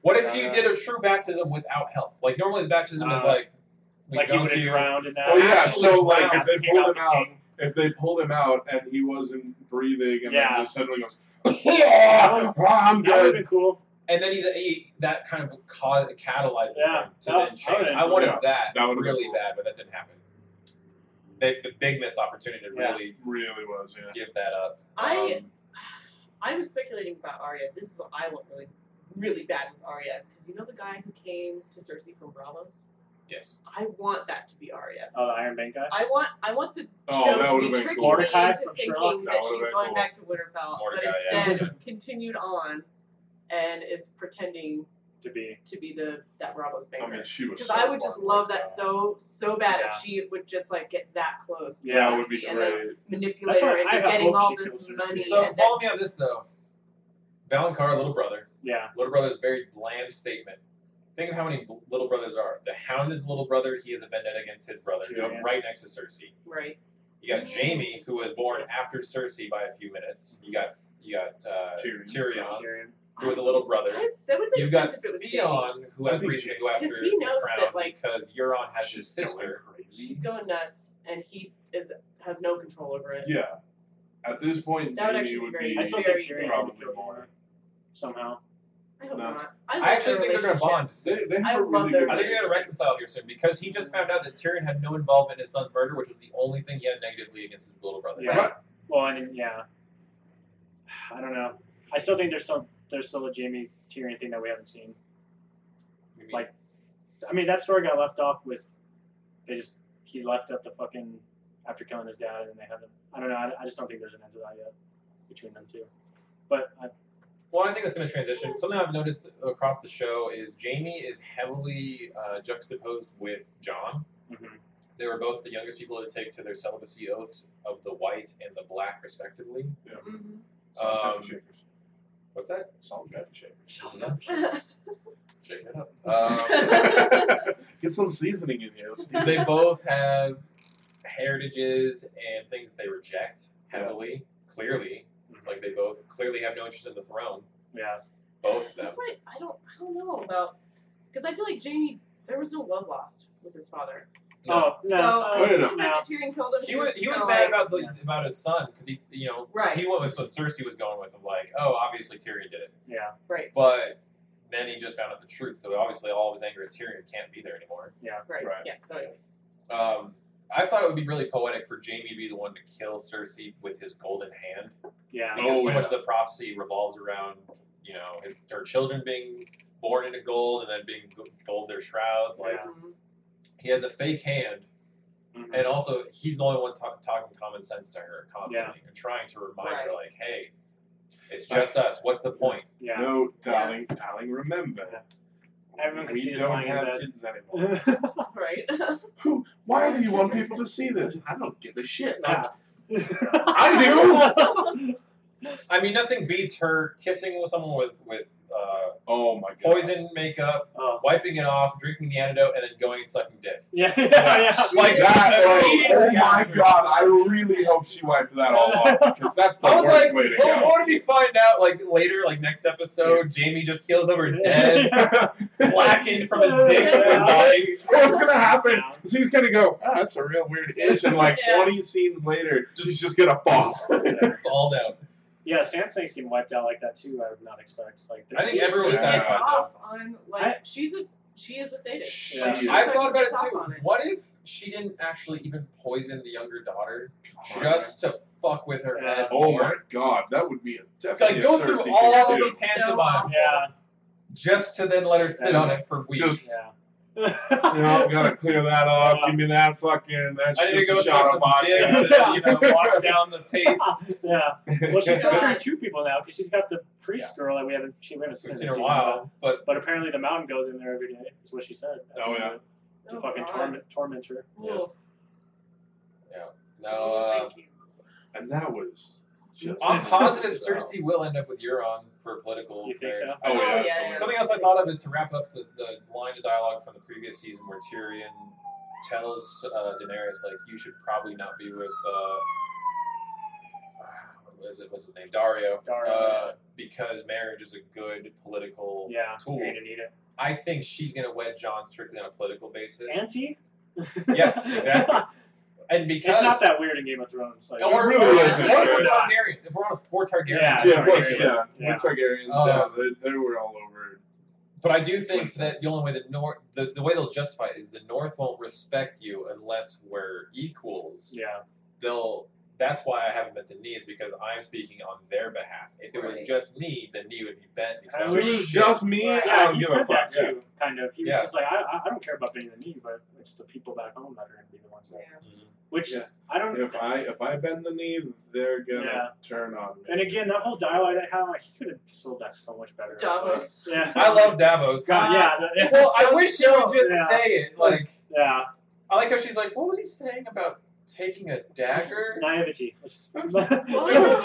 What if he
Uh,
did a true baptism without help? Like normally the baptism is
Uh,
like, we
Like he
dunk
would have
you.
drowned in that.
Oh yeah. So
Absolutely
like,
drowned.
if they
King
pulled him
the
out,
king.
if they pulled him out, and he wasn't breathing, and
Yeah.
then just suddenly goes, "I'm
That would have
good."
been cool.
and then he's a that kind of ca- catalyzes
Yeah.
him to
That-
then
I
change.
would've
I wanted
enjoyed
that,
That would've been
really
cool.
bad, but that didn't happen. They, the big missed opportunity to
Yeah.
really
Really was. Yeah.
give that up.
I
Um,
I was speculating about Arya. This is what I want really really bad with Arya because you know the guy who came to Cersei from Bravos.
yes.
I want that to be Arya.
Oh, the Iron Man guy.
I want I want the
Oh,
show
that
to
would've
be
been
tricking
cool.
Mordecai
me into
from
thinking
Sherlock?
That
that
would've
she's
been
going
cool.
back to Winterfell,
Mordecai,
but
yeah.
instead continued on and is pretending
to be.
to be the that Ramos
I
banker.
mean, she was.
Because
so
I would just
far
love
away.
that so so bad
Yeah.
if she would just like get that close. to
Yeah, it would
Cersei
be
and then
great.
manipulate her
That's why I
into
have
getting
hope
all
she
this
kills Cersei.
money.
So,
and then,
follow me on this though. Valencar, little brother.
Yeah.
Little brother's very bland statement. Think of how many bl- little brothers are. The Hound is the little brother. He has a vendetta against his brother.
Yeah.
He's right next to Cersei.
right?
You got Jamie, who was born after Cersei by a few minutes. You got you got uh,
Tyrion.
Tyrion,
Tyrion.
who was a little brother.
That, that would make
You've
sense
got
if it was Jamie.
Theon, who has
I think
reason to go after
Because he knows
the crown
that, like-
because Euron has his
She's going
sister.
crazy.
She's going nuts, and he is has no control over it.
Yeah. At this point,
That would
Jamie
actually be
would
great.
be
I still
Very
think Tyrion's gonna
probably
kill
more.
Jamie somehow.
I hope
No.
not. I,
I
like
actually
their
think they're going to
relationship.
bond. soon.
They, they have
I
a really
love their
good
I think they're going to
relationship.
reconcile here soon because he just found out that Tyrion had no involvement in his son's murder, which was the only thing he had negatively against his little brother.
Yeah. Well, I mean, yeah. I don't know. I still think there's some there's still a Jamie Tyrion thing that we haven't seen.
You mean-
Like, I mean, that story got left off with they just he left at the fucking after killing his dad, and they haven't. I don't know. I, I just don't think there's an end to that yet between them two. But I,
Well, I think that's going to transition. Something I've noticed across the show is Jamie is heavily uh, juxtaposed with John.
mhm.
They were both the youngest people to take to their celibacy oaths of the white and the black, respectively.
Mhm.
Salt
Um,
and pepper shakers.
What's that?
Salt and pepper shakers.
Shake that up. Um,
Get some seasoning in here. Let's do
they both have heritages and things that they reject heavily, clearly. Like they both clearly have no interest in the throne.
yeah.
Both of them.
That's why I don't I don't know about because I feel like Jamie there was no love lost with his father.
Oh no.
so um,
uh,
I
no,
think
no.
the fact that Tyrion killed him.
He was he was
kinda
mad
like,
about the about his son because he you know
Oh, Right.
he went with what Cersei was going with of like oh obviously Tyrion did it
Yeah.
right
but then he just found out the truth so obviously all of his anger at Tyrion can't be there anymore.
right
Right.
yeah. So anyways,
Um, I thought it would be really poetic for Jamie to be the one to kill Cersei with his golden hand
Yeah.
because
Oh,
so much
yeah.
of the prophecy revolves around you know his, her children being born into gold and then being g- gold their shrouds like
Yeah.
Mhm.
he has a fake hand
Mhm.
and also he's the only one talk, talking common sense to her constantly and trying to remind her
Right.
like hey it's just us what's the point
Yeah.
No, darling, darling, remember.
Everyone can
we
see us
don't
lying in
have
bed.
kids anymore.
yeah.
right.
Who? Why do you want people to see this? I don't give a shit.
i mean nothing beats her kissing with someone with with uh,
Oh my god.
poison makeup
Oh.
wiping it off drinking the antidote and then going and sucking dick
Yeah. Yeah.
See
Like,
that, like, oh
immediately
my
after.
god, I really hope she wiped that all off because that's the
I was
worst
like,
way to
well, what if we find out like later, like next episode, Jamie just kills over dead,
go.
blackened from his dick
Yeah.
as we're dying?
What's gonna happen? is He's gonna go, ah, that's a real weird itch, and like
Yeah.
20 scenes later, he's just gonna fall.
Fall down.
Yeah, Sand Snake's getting wiped out like that too. I would not expect. Like,
I think
She-
everyone
she
was
she's
gets
satisfied. though.
off on like she's a she is a sadist.
Shit.
Yeah.
I've thought about it
Stop
too.
on it.
What if she didn't actually even poison the younger daughter
on,
just to fuck with her head?
Oh
more?
my god, that would be a definitely
Like go
a Cersei
through
thing
all
to
of
do.
those pantomimes
yeah,
just to then let her sit
Just-
on it for weeks.
just- You
yeah.
know, gotta clear that up. Give me that fucking. That's
I need to
just
go
a shot
suck
of
some dick and
vodka.
then, you know, wash down the taste.
yeah. Well, she's torturing two people now because she's got the priest girl that we haven't she we haven't
We've
seen,
seen
this
her a
season,
while, but
But, but apparently the mountain goes in there every day. Is what she said.
Oh, yeah.
To
Oh,
fucking
God.
torment torment her.
Ooh,
no. Uh,
Thank you.
And that was. Just
I'm positive Cersei will end up with Euron for political
You think
affairs.
so?
Oh, yeah,
Oh, yeah,
absolutely.
Something else I thought of is to wrap up the, the line of dialogue from the previous season where Tyrion tells uh, Daenerys, like, you should probably not be with, uh, what is it, what's his name? Dario.
Dario,
Uh, because marriage is a good political
Yeah.
tool.
You're gonna need it.
I think she's going to wed John strictly on a political basis.
Auntie.
Yes, exactly. And because.
it's not that weird in Game of Thrones. Like,
Or,
It really
or,
isn't.
or we're
It's not.
Targaryens. If we're on four Targaryens,
Yeah,
Yeah, it was,
Targaryen.
yeah.
Yeah.
With Targaryens,
Oh.
Uh,
yeah, they, they were all over.
But I do think
Makes
that
sense.
the only way the North, the, the way they'll justify it is the North won't respect you unless we're equals.
yeah.
They'll That's why I haven't bent the knee is because I'm speaking on their behalf. If it was
Right.
just me, the knee would be bent. because
I
I'm
wish-
It was just me.
Yeah,
I don't
he
give
said
a fuck.
that too, kind of. He
Yeah.
was just like, I, I- I don't care about being the knee, but it's the people back home that are going to be the ones
Yeah.
that.
mm-hmm.
Which
Yeah.
I don't.
If I if I bend the knee, they're gonna
Yeah.
turn on me.
and again, that whole dialogue they had, like, he could have sold that so much better.
Davos.
Yeah.
I love Davos.
God, yeah. that-
Well, I wish she would just
Yeah.
say it. Like,
yeah.
I like how she's like, "What was he saying about taking a dagger?"
Naivety. Let's-
Well,
It was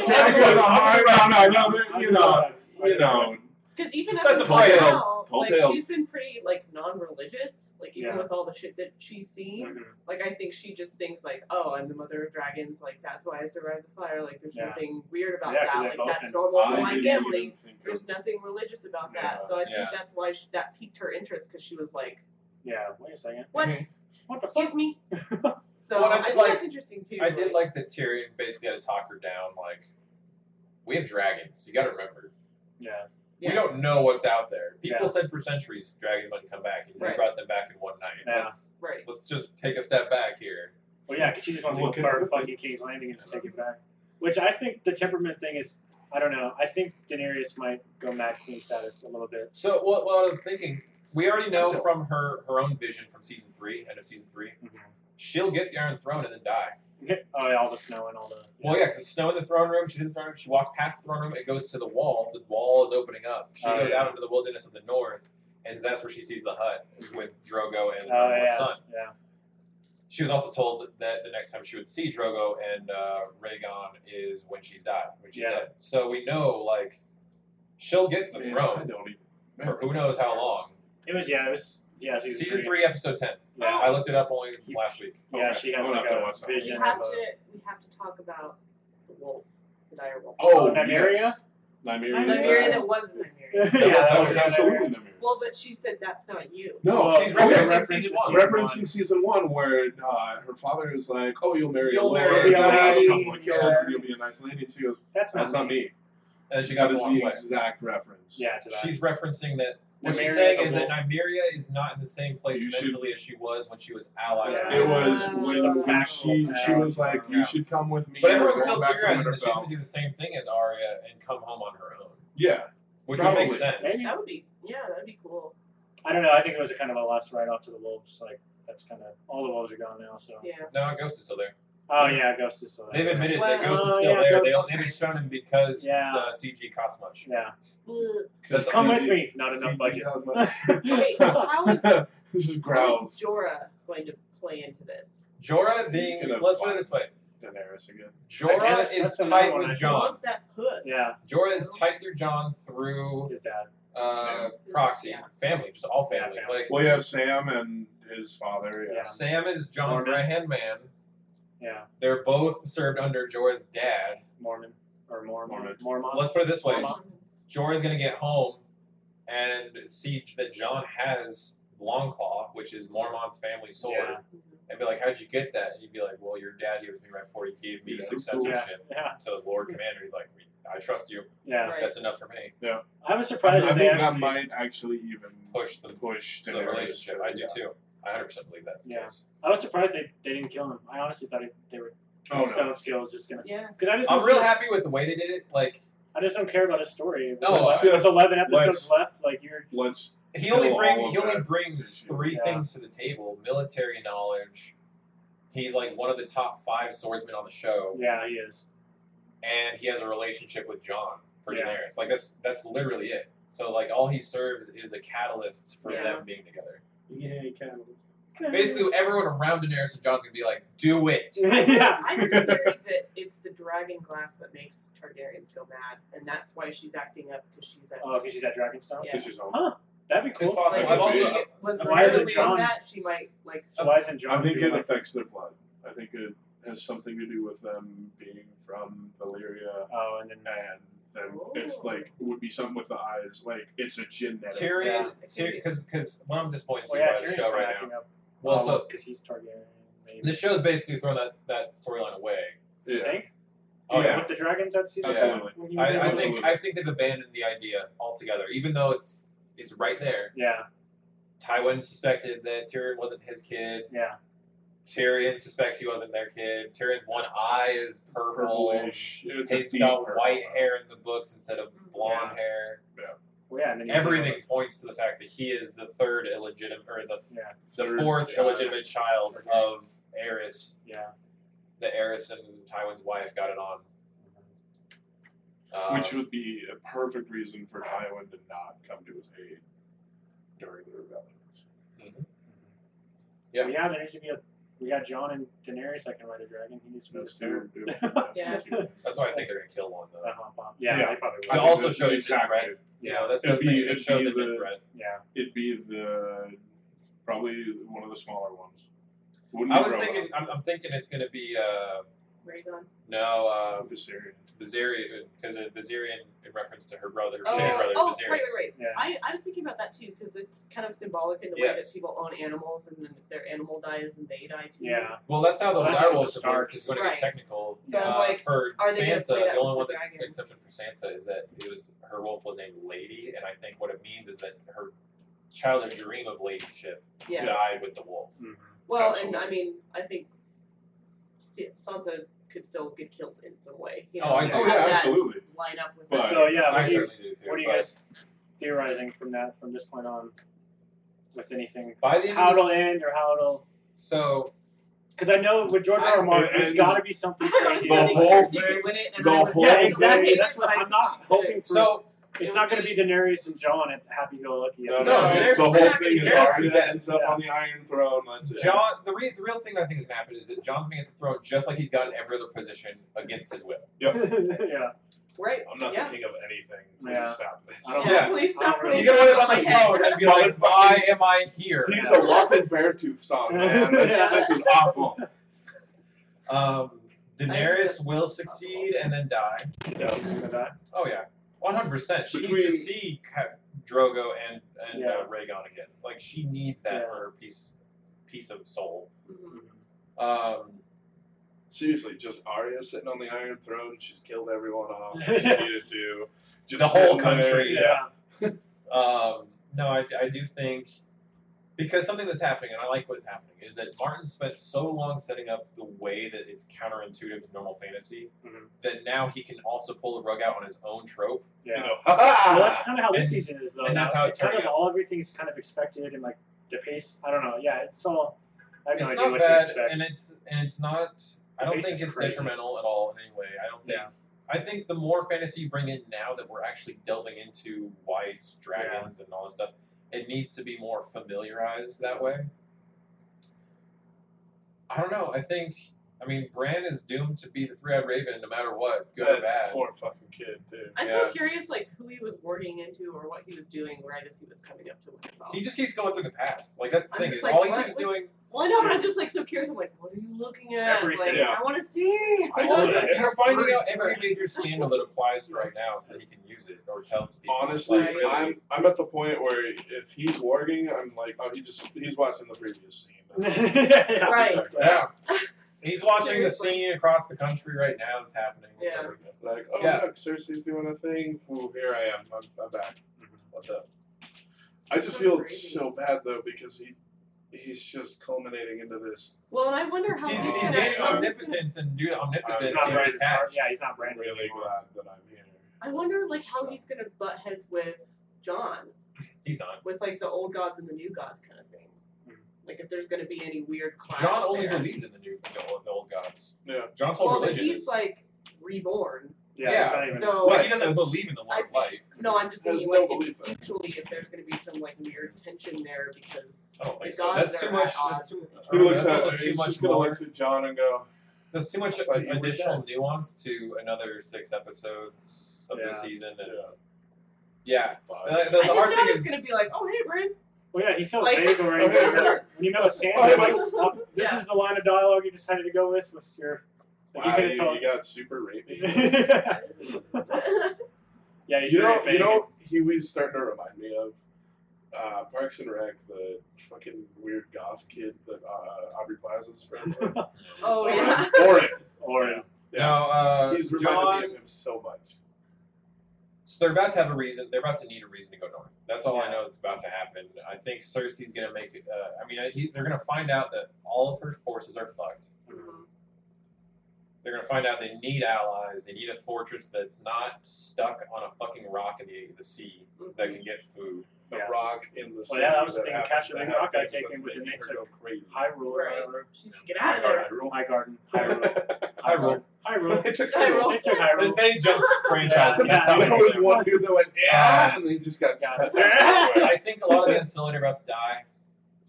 Yeah.
just with a hard- no, no, no, you know, you know.
Because even up
That's
until
a tall
now,
tale. Tall
like
tales.
she's been pretty like non-religious. Like even
Yeah.
with all the shit that she's seen, like I think she just thinks like, oh, I'm the mother of dragons. Like that's why I survived the fire. Like there's
Yeah.
nothing weird about
Yeah, 'cause
that.
they've
Like
all
that's
been-
normal
I
for my
didn't
family.
even think
There's
of-
nothing religious about that.
Yeah.
So I
Yeah.
think that's why she, that piqued her interest because she was like,
Yeah, wait a second.
what?
What the
Excuse
fuck?
me. So
Well, I
I, think
did like-
that's interesting too.
I did like that Tyrion basically had to talk her down. Like, we have dragons. You got to remember,
yeah.
Yeah.
we don't know what's out there. People
Yeah.
said for centuries dragons wouldn't come back, and you
Right.
brought them back in one night.
Yeah.
Let's,
right.
let's just take a step back here.
Well, yeah, because she just wants
Look
to
at
go burn
the-
fucking King's Landing and just take it back. Which I think the temperament thing is, I don't know. I think Daenerys might go mad queen status a little bit.
So, what, what I'm thinking, we already know from her her own vision from season three, end of season three, she'll get the Iron Throne and then die.
Mm-hmm. Okay. Oh, yeah, all the snow and all the.
Well, yeah, 'cause it's snow in the throne room. She's in the throne room. She walks past the throne room. It goes to the wall. The wall is opening up. She
Oh,
goes
yeah.
out into the wilderness of the north, and that's where she sees the hut with Drogo and
Oh,
her
yeah.
son.
Yeah.
She was also told that the next time she would see Drogo and uh, Rhaegon is when she's died, when she's
Yeah.
dead. So we know, like, she'll get the
Man, I
throne
don't even
for
remember.
who knows how long.
It was, yeah, it was, yeah, season,
Season three, episode ten.
Yeah.
I looked it up only last week.
Yeah,
Okay.
she
I'm
has
gonna
like
have to
a
watch that.
We
vision
have
of
to
a.
we have to talk about the wolf, the dire wolf.
Oh,
Nymeria?
Nymeria.
Nymeria that was Nymeria.
yeah,
was-
that
that
was
was
absolutely Nymeria.
Well, but she said that's not you.
No,
Well,
she's
okay,
referencing
referencing,
references
season
to
one.
referencing season one where uh, her father is like, "Oh, you'll marry
You'll
a lord,
marry
a
you'll have a
lady,
couple of kids,
yeah.
and you'll be a nice lady." And she goes,
That's not
"That's not me."
And she got
That
it
is
one
the
way.
exact reference.
Yeah, to that.
She's referencing that What
Nymeria
she's
is
saying
a
is that
wolf.
Nymeria is not in the same place
You should-
mentally as she was when she was allies.
Yeah.
with
It was
Uh,
when,
she's a
when she
backbone
she
now,
was like,
yeah.
"You should come with me."
But
and we're
everyone's still
going back to
figuring out that she's
Winterfell."
going to do the same thing as Arya and come home on her own,
Yeah,
which
Probably.
would make sense.
Maybe.
That would be yeah, that'd be cool.
I don't know. I think it was a kind of a last write off to the wolves. Like that's kind of all the wolves are gone now. So
Yeah.
No, Ghost is still there.
oh yeah, Ghost is still
They've
there.
admitted that
Well,
Ghost is
oh,
still
yeah,
there. They,
Ghost-
they haven't shown him because
Yeah.
the CG costs much.
Yeah,
Ugh.
That's
come with
CG
me. Not enough budget.
has much-
Wait, how is
this is
how is
growls.
Jorah going to play into this?
Jorah
He's
being
gonna
let's put
fly.
it this way:
Daenerys again.
I
Jorah
guess
is
that's another
tight
one I
with
saw.
John.
What's that puss?
yeah,
Jorah is tight through John through
his dad.
uh,
Sam.
proxy
Yeah.
family, just all
Yeah,
family.
family.
Like
Well, yeah, Sam and his father. Yeah.
Yeah.
Sam is John's
Mormon.
right hand man.
Yeah,
They're both served under Jorah's dad.
Mormon or Mormon.
Mormon.
Mormon.
Let's put it this way:
Mama.
Jorah's gonna get home and see that John has Longclaw, which is Mormont's family sword,
Yeah.
and be like, "How'd you get that?" And you'd be like, "Well, your dad gave it to me right before he gave me
Yeah.
successorship
Yeah,
to Lord Commander." He's like, "I trust you.
yeah.
Right.
That's enough for me."
I was
I
surprised that
think
they
that
actually.
might actually even
Push the,
push
the
Daenerys.
relationship. I do
Yeah.
too. I hundred percent believe that's the
Yeah.
case.
I was surprised they, they didn't kill him. I honestly thought it, they were
Oh, no.
stone skill was just gonna.
Yeah.
Because I just
I'm
don't
real
see-
happy with the way they did it. Like
I just don't care about his story.
No,
With-
let's
with
just-
eleven episodes
let's-
left, like you're.
Let's.
he only
Kill all
bring
of
he only
that.
brings three
Yeah.
things to the table: military knowledge. He's like one of the top five swordsmen on the show.
Yeah, he is.
and he has a relationship with John for
Yeah.
Daenerys. Like that's that's literally it. So like all he serves is a catalyst for
Yeah.
them being together.
Yeah, catalyst.
Basically, everyone around Daenerys and John's gonna be like, "Do it."
yeah.
I have a theory that it's the dragon glass that makes Targaryens go mad, and that's why she's acting up because she's at.
Oh, because she's at Dragonstone.
Yeah.
She's all-
That'd be cool.
It's possible.
Like,
I've
if she
seen
was
Why is it
removed from
Jon?
that, she might like.
So why isn't John?
I think
doing
it
that?
affects their blood. I think it has something to do with them being from Valyria,
Oh, and then
and then
Oh.
it's like it would be something with the eyes. Like it's a genetic.
Tyrion,
Yeah.
because because what I'm disappointed
well,
to
yeah,
by the
Tyrion's
show right now.
acting up.
Well, so
because he's Targaryen. Maybe.
the show's basically thrown that that storyline away.
You
Yeah.
think?
Oh yeah.
With the dragons that season.
Absolutely.
When he was in
I, I
the-
think I think they've abandoned the idea altogether, even though it's it's right there.
Yeah,
Tywin suspected that Tyrion wasn't his kid.
yeah.
Tyrion suspects he wasn't their kid. Tyrion's one eye is purple.
Purplish. It's a
He's
deep
got
purple.
white hair in the books instead of blonde hair.
Well, yeah, and then you
Everything points to the fact that he is the third illegitimate or the
Yeah,
the
Third
fourth
child.
illegitimate child of Eris.
yeah.
The Eris and Tywin's wife got it on. Um,
Which would be a perfect reason for Tywin to not come to his aid during the rebellion.
Yeah.
But yeah, there needs to be a. We got John and Daenerys that can ride a dragon. He needs to be the
That's their-
third.
their-
Yeah.
that's why I think they're gonna kill one
The
though.
hop on. Yeah,
Yeah.
they probably
To
will.
I think
also
that's
show you
exactly.
threat. You know, that's
It'd
the
be-
thing. It
it'd
shows
be
a good
the-
threat.
Yeah.
It'd be the probably one of the smaller ones. Wouldn't
I
be
was
Rohan,
thinking. I'm, I'm thinking it's gonna be uh,
Rhaegon.
no uh,
Viserion.
Viserion because Viserion in reference to her brother, her
Oh,
shade brother
oh,
Viserys.
right, right, right.
Yeah.
I, I was thinking about that too because it's kind of symbolic in the way
Yes.
that people own animals, and then if their animal dies, then they die too.
Yeah.
Well, that's how the
Well, that's
werewolves
the
work.
Starks.
Is when it
Right.
gets technical.
So,
uh,
like,
for
are they gonna
Sansa,
play that
the only one
with the
that's an
dragons?
exception for Sansa is that it was her wolf was named Lady, and I think what it means is that her childhood dream of ladyship
Yeah.
died with the wolf.
Mm.
Well, and I
Absolutely.
mean, I think Sa- Sansa could still get killed in some way. You know,
Oh, I-
Oh
Have
yeah,
that
absolutely.
Line up with
But-
that.
So yeah,
I
what do you,
certainly do too.
what do you
but
guys theorizing from that from this point on with anything?
By the end,
How
of
it'll
this,
end or how it'll.
so
Because I know with George
I-
R. R. Martin,
it
there's
ends-
got to be something
I thought it was
crazy.
gonna
The
that's
be
whole
Cersei could
thing-
win it, and
the
I was
whole
like,
yeah, exactly.
thing-
That's what I'm not hoping for.
so
it's not going to be Daenerys and John at Happy Go Lucky.
No, no,
No,
it's the whole
there's-
thing is
there's-
already that ends up
yeah.
on the Iron Throne. That's it.
John, the, re- the real thing that I think is going to happen is that John's going to get the throne just like he's got in every other position against his will.
yeah.
Right.
I'm not
Yeah.
the king of anything. Please
Yeah.
stop this.
I don't
Yeah.
Please stop
I don't
putting
really-
He's
gonna
going to
it
live on the throne and be like,
Motherfucker.
"Why am I here?"
He's a walking Beartooth song, man. That's,
Yeah.
This is awful.
Um,
guess-
Daenerys will succeed and then die.
Yeah, he's gonna die.
Oh yeah, one hundred percent. She needs
Between-
to see Ca- Drogo and and
Yeah.
uh, Rhaegon again. Like she needs that
Yeah.
for her piece piece of soul.
Mhm.
Um,
Seriously, just Arya sitting on the Iron Throne. She's killed everyone off.
Yeah.
She needed to. Just
The whole
sitting
country.
There, yeah.
um, no, I, I do think because something that's happening, and I like what's happening, is that Martin spent so long setting up the way that it's counterintuitive to normal fantasy
Mhm.
that now he can also pull the rug out on his own trope.
Yeah.
You know, ha ha!
Well, that's kind of how this
And-
season is, though.
and that's
now.
how
it's
it's
kind of
turning out.
all everything's kind of expected and like the pace. I don't know. Yeah, it's all. I have no
it's
idea
not
what to
bad,
expect.
and it's and it's not. I
The
don't
pace
think
is
it's
crazy.
detrimental at all in any way. I don't think.
Yeah.
I think the more fantasy you bring in now that we're actually delving into whites, dragons, and all this stuff, it needs to be more familiarized that way. I don't know. I think. I mean, Bran is doomed to be the three-eyed raven, no matter what, good or
That
bad.
Poor fucking kid, dude.
I'm so
Yeah.
curious, like who he was working into or what he was doing right as he was coming up to Winterfell.
He just keeps going through the past. Like that's the
I'm
thing.
just
Is
like,
all he
what
keeps
was-
doing.
well, I know, but I was just like so curious. I'm like, what are you looking at?
Everything.
Like,
Yeah.
I want to see.
I
He's
just-
What?
it's
finding out
great.
every major scandal that applies to right now, so that he can use it or tells people.
Honestly,
like, really,
I'm I'm at the point where if he's warging, I'm like, oh, he just he's watching the previous scene.
yeah.
Right.
Yeah. He's watching the
Seriously.
scene across the country right now that's happening. with
Yeah.
everything.
Like, oh
Yeah.
look, Cersei's doing a thing. Ooh, here I am. I'm, I'm back.
What's up?
I just
So
feel
crazy.
so bad though because he he's just culminating into this.
Well, and I wonder how "Oh,
He's,
long
he's
that-
gaining
Yeah.
omnipotence and due to omnipotence.
It's
He's
He's
not Brandon Stark.
attached.
Yeah, he's not
I'm
Brandon.
really glad that I'm here.
I wonder like how he's gonna butt heads with John,
He's not.
with like the old gods and the new gods kind of thing.
Mhm.
Like if there's gonna be any weird clash.
Hmm. John only
there.
believes in the new the old, the old gods.
Yeah.
John's whole
Well, but
religion
he's
is.
like reborn.
Yeah,
Yeah,
he's not even.
so-
well, he doesn't
Right.
believe in the
I
Lord of
think-
Light.
No, I'm just
There's
thinking
no
like
belief in it.
instinctually if there's gonna be some like weird tension there because
I don't
the
think so.
gods
That's
are
too much.
at odds
That's too,
with each
I
He
don't know,
looks
that's
at
also
he's
too much
just gonna
more.
look at John and go,
There's too much
I thought you were
additional nuance to another six episodes of the
Yeah.
season.
yeah.
And, yeah.
fine.
The, the,
I
the
just
hard
know
thing
it's
is.
gonna be like, oh hey, Brent.
Well, yeah, he's so
Like-
vague already.
Okay,
When
sure.
you met with Sansa,
Okay,
like,
buddy.
oh, this
Yeah.
is the line of dialogue you decided to go with with your.
Wow,
Like, you
you,
could have
you got super rapey.
told. yeah, he's
you
very
know,
vague.
you know, he was starting to remind me of uh, Parks and Rec, the fucking weird goth kid that uh, Aubrey Plaza's friend. was.
oh yeah.
Oren.
Or
No, uh,
He's reminded
John
me of him so much.
So they're about to have a reason. They're about to need a reason to go north. That's all I
Yeah.
know is about to happen. I think Cersei's gonna make. it- Uh, I mean, I- he, they're gonna find out that all of her forces are fucked. They're gonna find out they need allies. They need a fortress that's not stuck on a fucking rock in the the sea that can get food.
The
Yeah.
rock in the
Well, yeah, I
city
was
that
thinking
happens
Cash of
to
the
have
Rock I
things
take
that's
in with the
making
next
her go crazy.
Hyrule,
Right.
whatever.
She's get out of there.
High Garden. Hyrule.
Hyrule.
Hyrule.
They took
Hyrule.
They took
They-
Hyrule.
They jumped franchises.
Yeah,
That's how
yeah.
there
it
was
is.
one dude that went, yeah, and they just got
Got
cut.
it.
I think a lot of the Unsullied are about to die.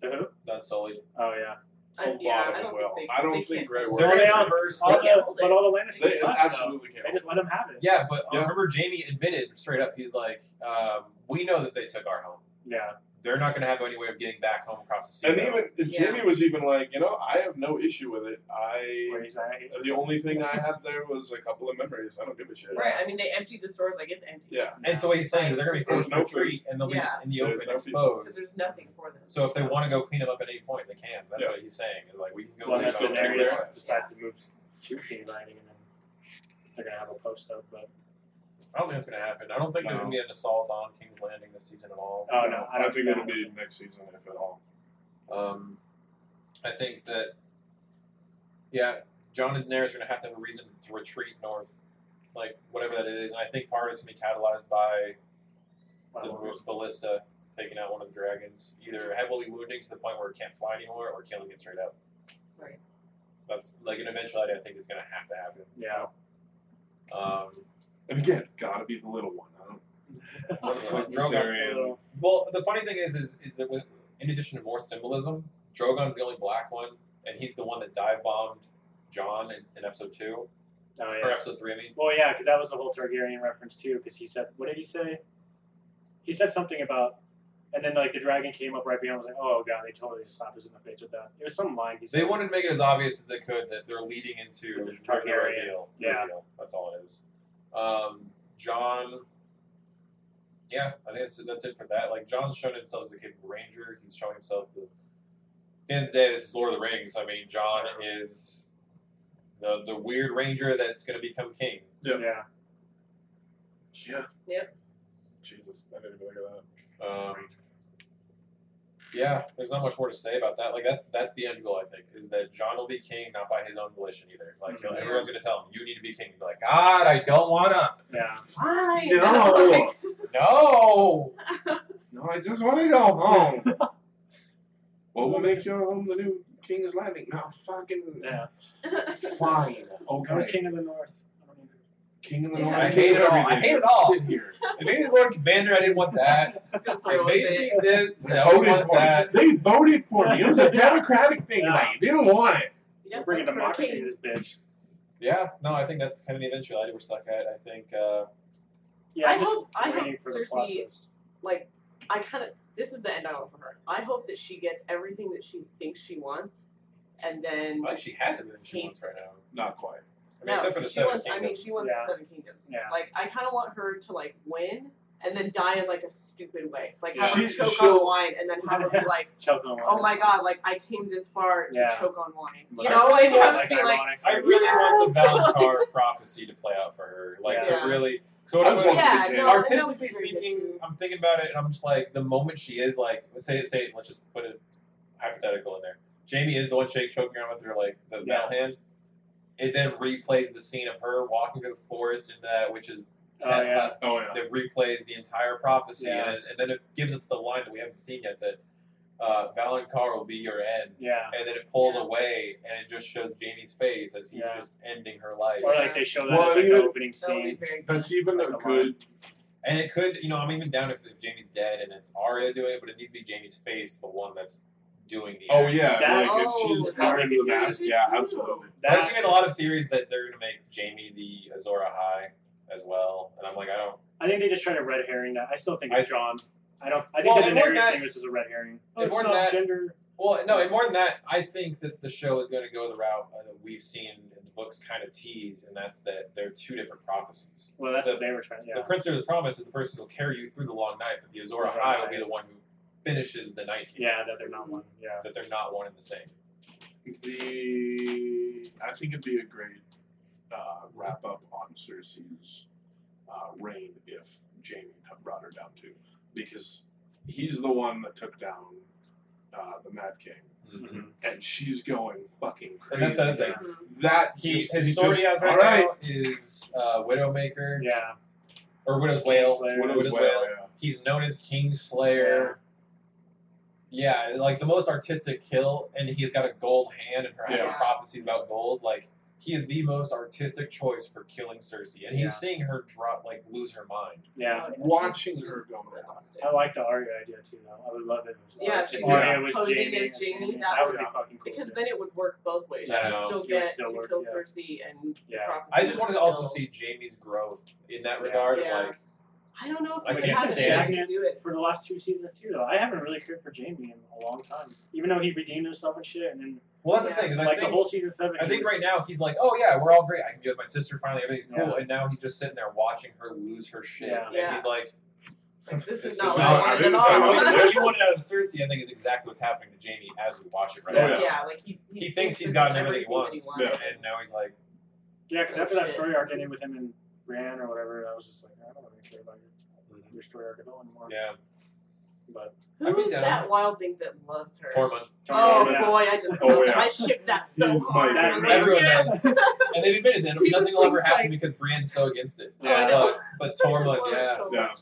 The who?
The Unsullied.
Oh, yeah.
A lot
I, Uh, yeah,
of
I
them
don't
will.
think they,
I don't
they
think
can't-
Grey
They're
Worm.
only
is-
on
Reverse.
All
can't
the,
hold
but
it.
all the Lannisters
They
left, though.
absolutely
They
can't.
just let him have it.
Yeah, but uh,
Yeah.
remember Jamie admitted straight up, he's like, um, we know that they took our home.
Yeah.
They're not going to have any way of getting back home across the sea.
And
though.
even Jimmy was even like, you know, I have no issue with it. I
Where he's at. he-
the only thing I had there was a couple of memories. I don't give a shit.
Right. I mean, they emptied the stores like it's empty.
Yeah.
and so what he's saying is they're going to be
There's
forced
no
to retreat and they'll be
Yeah.
in the
There's
open,
no
Because
exposed.
there's nothing for them.
So if they want to go clean them up at any point, they can. That's
Yeah.
what he's saying. Is like we can go
Well,
take
that's
that's
them
when
the
out.
Darius
next-
decides to move to Key Landing, and then they're going to have a post up. But
I don't think it's going to happen. I don't think there's
No.
going to be an assault on King's Landing this season at all.
Oh, no,
I,
I don't
think
think
it'll
that-
be next season if at all.
Um, I think that, yeah, John and Daenerys are going to have to have a reason to retreat north, like whatever that is. And I think part of it's going to be catalyzed by the
well,
ballista taking out one of the dragons, either heavily wounding to the point where it can't fly anymore or killing it straight up.
Right.
That's like an eventuality I think is going to have to happen.
yeah.
Um,
And again, gotta be the little one. I don't
Well,
Fuck
Drogon-
Viserion.
Well, the funny thing is, is, is that with, in addition to more symbolism, Drogon's the only black one, and he's the one that dive bombed John in, in episode two
Oh,
or
yeah.
episode three. I mean,
Well, yeah, because that was the whole Targaryen reference too. Because he said, what did he say? He said something about, and then like the dragon came up right behind. him, I was like, oh god, they totally just slapped us in the face with that. It was some line he said.
they wanted to make it as obvious as they could that they're leading into
To the
the
Targaryen,
reveal.
yeah.
reveal. that's all it is. Um, John. Yeah, I think that's that's it for that. Like John's shown himself as a capable ranger. He's shown himself. The, at the end of the day, this is Lord of the Rings. I mean, John is the the weird ranger that's going to become king.
yeah.
Yeah.
Yep.
Jesus, I didn't even look at that.
Um, yeah, there's not much more to say about that. Like that's that's the end goal, I think, is that John will be king not by his own volition either. Like he'll-
Mhm.
everyone's gonna tell him, "You need to be king." He'll be like, God, I don't wanna.
Yeah.
Why?
No.
No.
No, I just wanna go home.
Well, we'll make your home the new King's Landing. Now, fucking
Yeah.
fine.
I was
Okay.
king of the north. I don't need it.
King of the
Yeah.
North.
I
King
hate
of
it all. I
everything.
hate it all.
Sit here.
If any Lord Commander, I didn't want that.
Just gonna
I
throw it
made
in.
me this. I don't
voted
want
for
that.
me. They voted for me. It was a democratic thing
Yeah.
tonight. They didn't want it.
You
We're
don't
bringing
vote for a
democracy
king.
to this bitch.
Yeah, no, I think that's kind of the eventuality we're stuck at. I think. Uh,
Yeah.
I
I'm just
hope- I
waiting
hope
for the plot
Cersei-
twist.
Like, I kind of this is the end I want for her. I hope that she gets everything that she thinks she wants, and then
I think she has everything she wants right now.
Not quite.
I
no,
mean, except for the
she
Seven
wants. I mean,
Kingdoms.
she wants
Yeah.
the Seven Kingdoms.
Yeah.
Like, I kind of want her to like win and then die in like a stupid way, like have
Yeah.
her
She-
choke
she'll-
on wine and then have her be like,
Choke on
oh
water.
my god, like I came this far to
Yeah.
choke on wine.
Like,
You know, like
Yeah,
have it
like,
be like,
ironic.
I really want the
Yes!
Valentar prophecy to play out for her. Like
Yeah.
to really. So what
I
I'm
just
saying-
want
yeah,
to be
no,
king.
that would be
artistically
very good
speaking,
too.
I'm thinking about it, and I'm just like, the moment she is like, say, say, let's just put a hypothetical in there. Jamie is the one shake choking around with her like the
Yeah.
bell hand. It then replays the scene of her walking through the forest in that, which is uh,
Oh, yeah.
Oh yeah.
that replays the entire prophecy,
Yeah.
and, and then it gives us the line that we haven't seen yet that uh, Valencar will be your end.
Yeah.
And then it pulls
Yeah.
away, and it just shows Jamie's face as he's
Yeah.
just ending her life.
Or like they show that
Well,
as like
you
the
know-
opening
that would be
scene.
very good.
That's even
Like
a
a
good.
And it could, you know, I'm even down if, if Jamie's dead and it's Arya doing it, but it needs to be Jamie's face, the one that's doing the.
Oh
act.
yeah,
That-
like if
Oh,
she's
that
part
would
of
be
the
good
mask,
too.
yeah, absolutely.
There's
That-
even a lot of theories that they're gonna make Jamie the Azora High as well, and I'm like, I don't.
I think they just tried to red herring that. I still think
I-
it's John. I don't. I think
Well,
the
and more than
Daenerys
that-
thing was just a red herring. Oh,
and
it's
more
not
than that-
gender.
Well, no, and more than that, I think that the show is going to go the route uh, that we've seen in the books kind of tease, and that's that they're two different prophecies.
Well, that's
the-
what they were trying.
The
Yeah.
Prince of the Promise is the person who'll carry you through the long night, but the Azora
Azor
High will
Ahai
be
is-
the one who finishes the Night King.
Yeah, that they're not one. Yeah.
That they're not one and the same.
The I think it'd be a great uh, wrap up on Cersei's uh, reign if because he's the one that took down uh, the Mad King,
Mm-hmm.
Mm-hmm.
and she's going fucking
And
crazy.
that's the other thing.
Mhm.
That
He,
just-
his
he
story
just-
out
all
right,
right,
now is uh, Widowmaker
Yeah.
or Widow's Whale.
Kingslayer.
Widow's
Widow's
Wail,
Wail.
yeah.
He's known as Kingslayer. Yeah, like the most artistic kill, and he's got a gold hand, and her having
Yeah.
prophecies about gold. Like he is the most artistic choice for killing Cersei, and he's
Yeah.
seeing her drop, like lose her mind.
Yeah.
Watching her go around.
I like the Arya idea too, though. I would love it. If
Yeah,
if
she
was
Arya was
posing
Jamie
as Jaime, that
that
would
be
be-
fucking cool.
Because
too.
then it would work both ways.
Yeah,
She'd
no.
still
It would
get
still
to
work,
kill
yeah.
Cersei and
Yeah.
prophecy
I just wanted to also
still-
see Jamie's growth in that
Yeah.
regard.
Yeah.
Of like,
I don't know if
I
we would
can't
have
stand
to do it.
for the last two seasons too, though. I haven't really cared for Jamie in a long time, even though he redeemed himself and shit. And then
well, that's
Yeah.
the thing is, I
like
think
the whole season seven,
I
he
think
was-
right now he's like, oh yeah, we're all great. I can be with my sister finally. Everything's cool.
Yeah.
And now he's just sitting there watching her lose her shit.
Yeah.
And
Yeah.
he's like,
Like, this
this
is not
is
what I
not-
wanted at
this is
all.
not
what you wanted out of Cersei, I think, is exactly what's happening to Jamie as we watch it right
Yeah.
now.
Oh, yeah, like he,
He thinks
this
he's
is
gotten everything he
that
wants,
wanted.
and now he's like,
Yeah, because after that
Oh, Shit.
story arc ended with him and Brienne or whatever, I was just like, I don't really care about your, your story arc at all anymore.
Mm-hmm. yeah,
But
I'd
Who
be
is
down.
that wild thing that loves her?
Tormund.
Oh
Yeah.
boy, I just
Oh,
love
yeah.
that. I ship that so
He's my
hard.
man.
I'm
Everyone
yes!
does. And they've admitted that
He
nothing
just
will ever
looks
happen
like-
because Brienne's so against it.
Oh, I
know.
But, but Tormund,
I
yeah.
just love it so
Yeah.
much.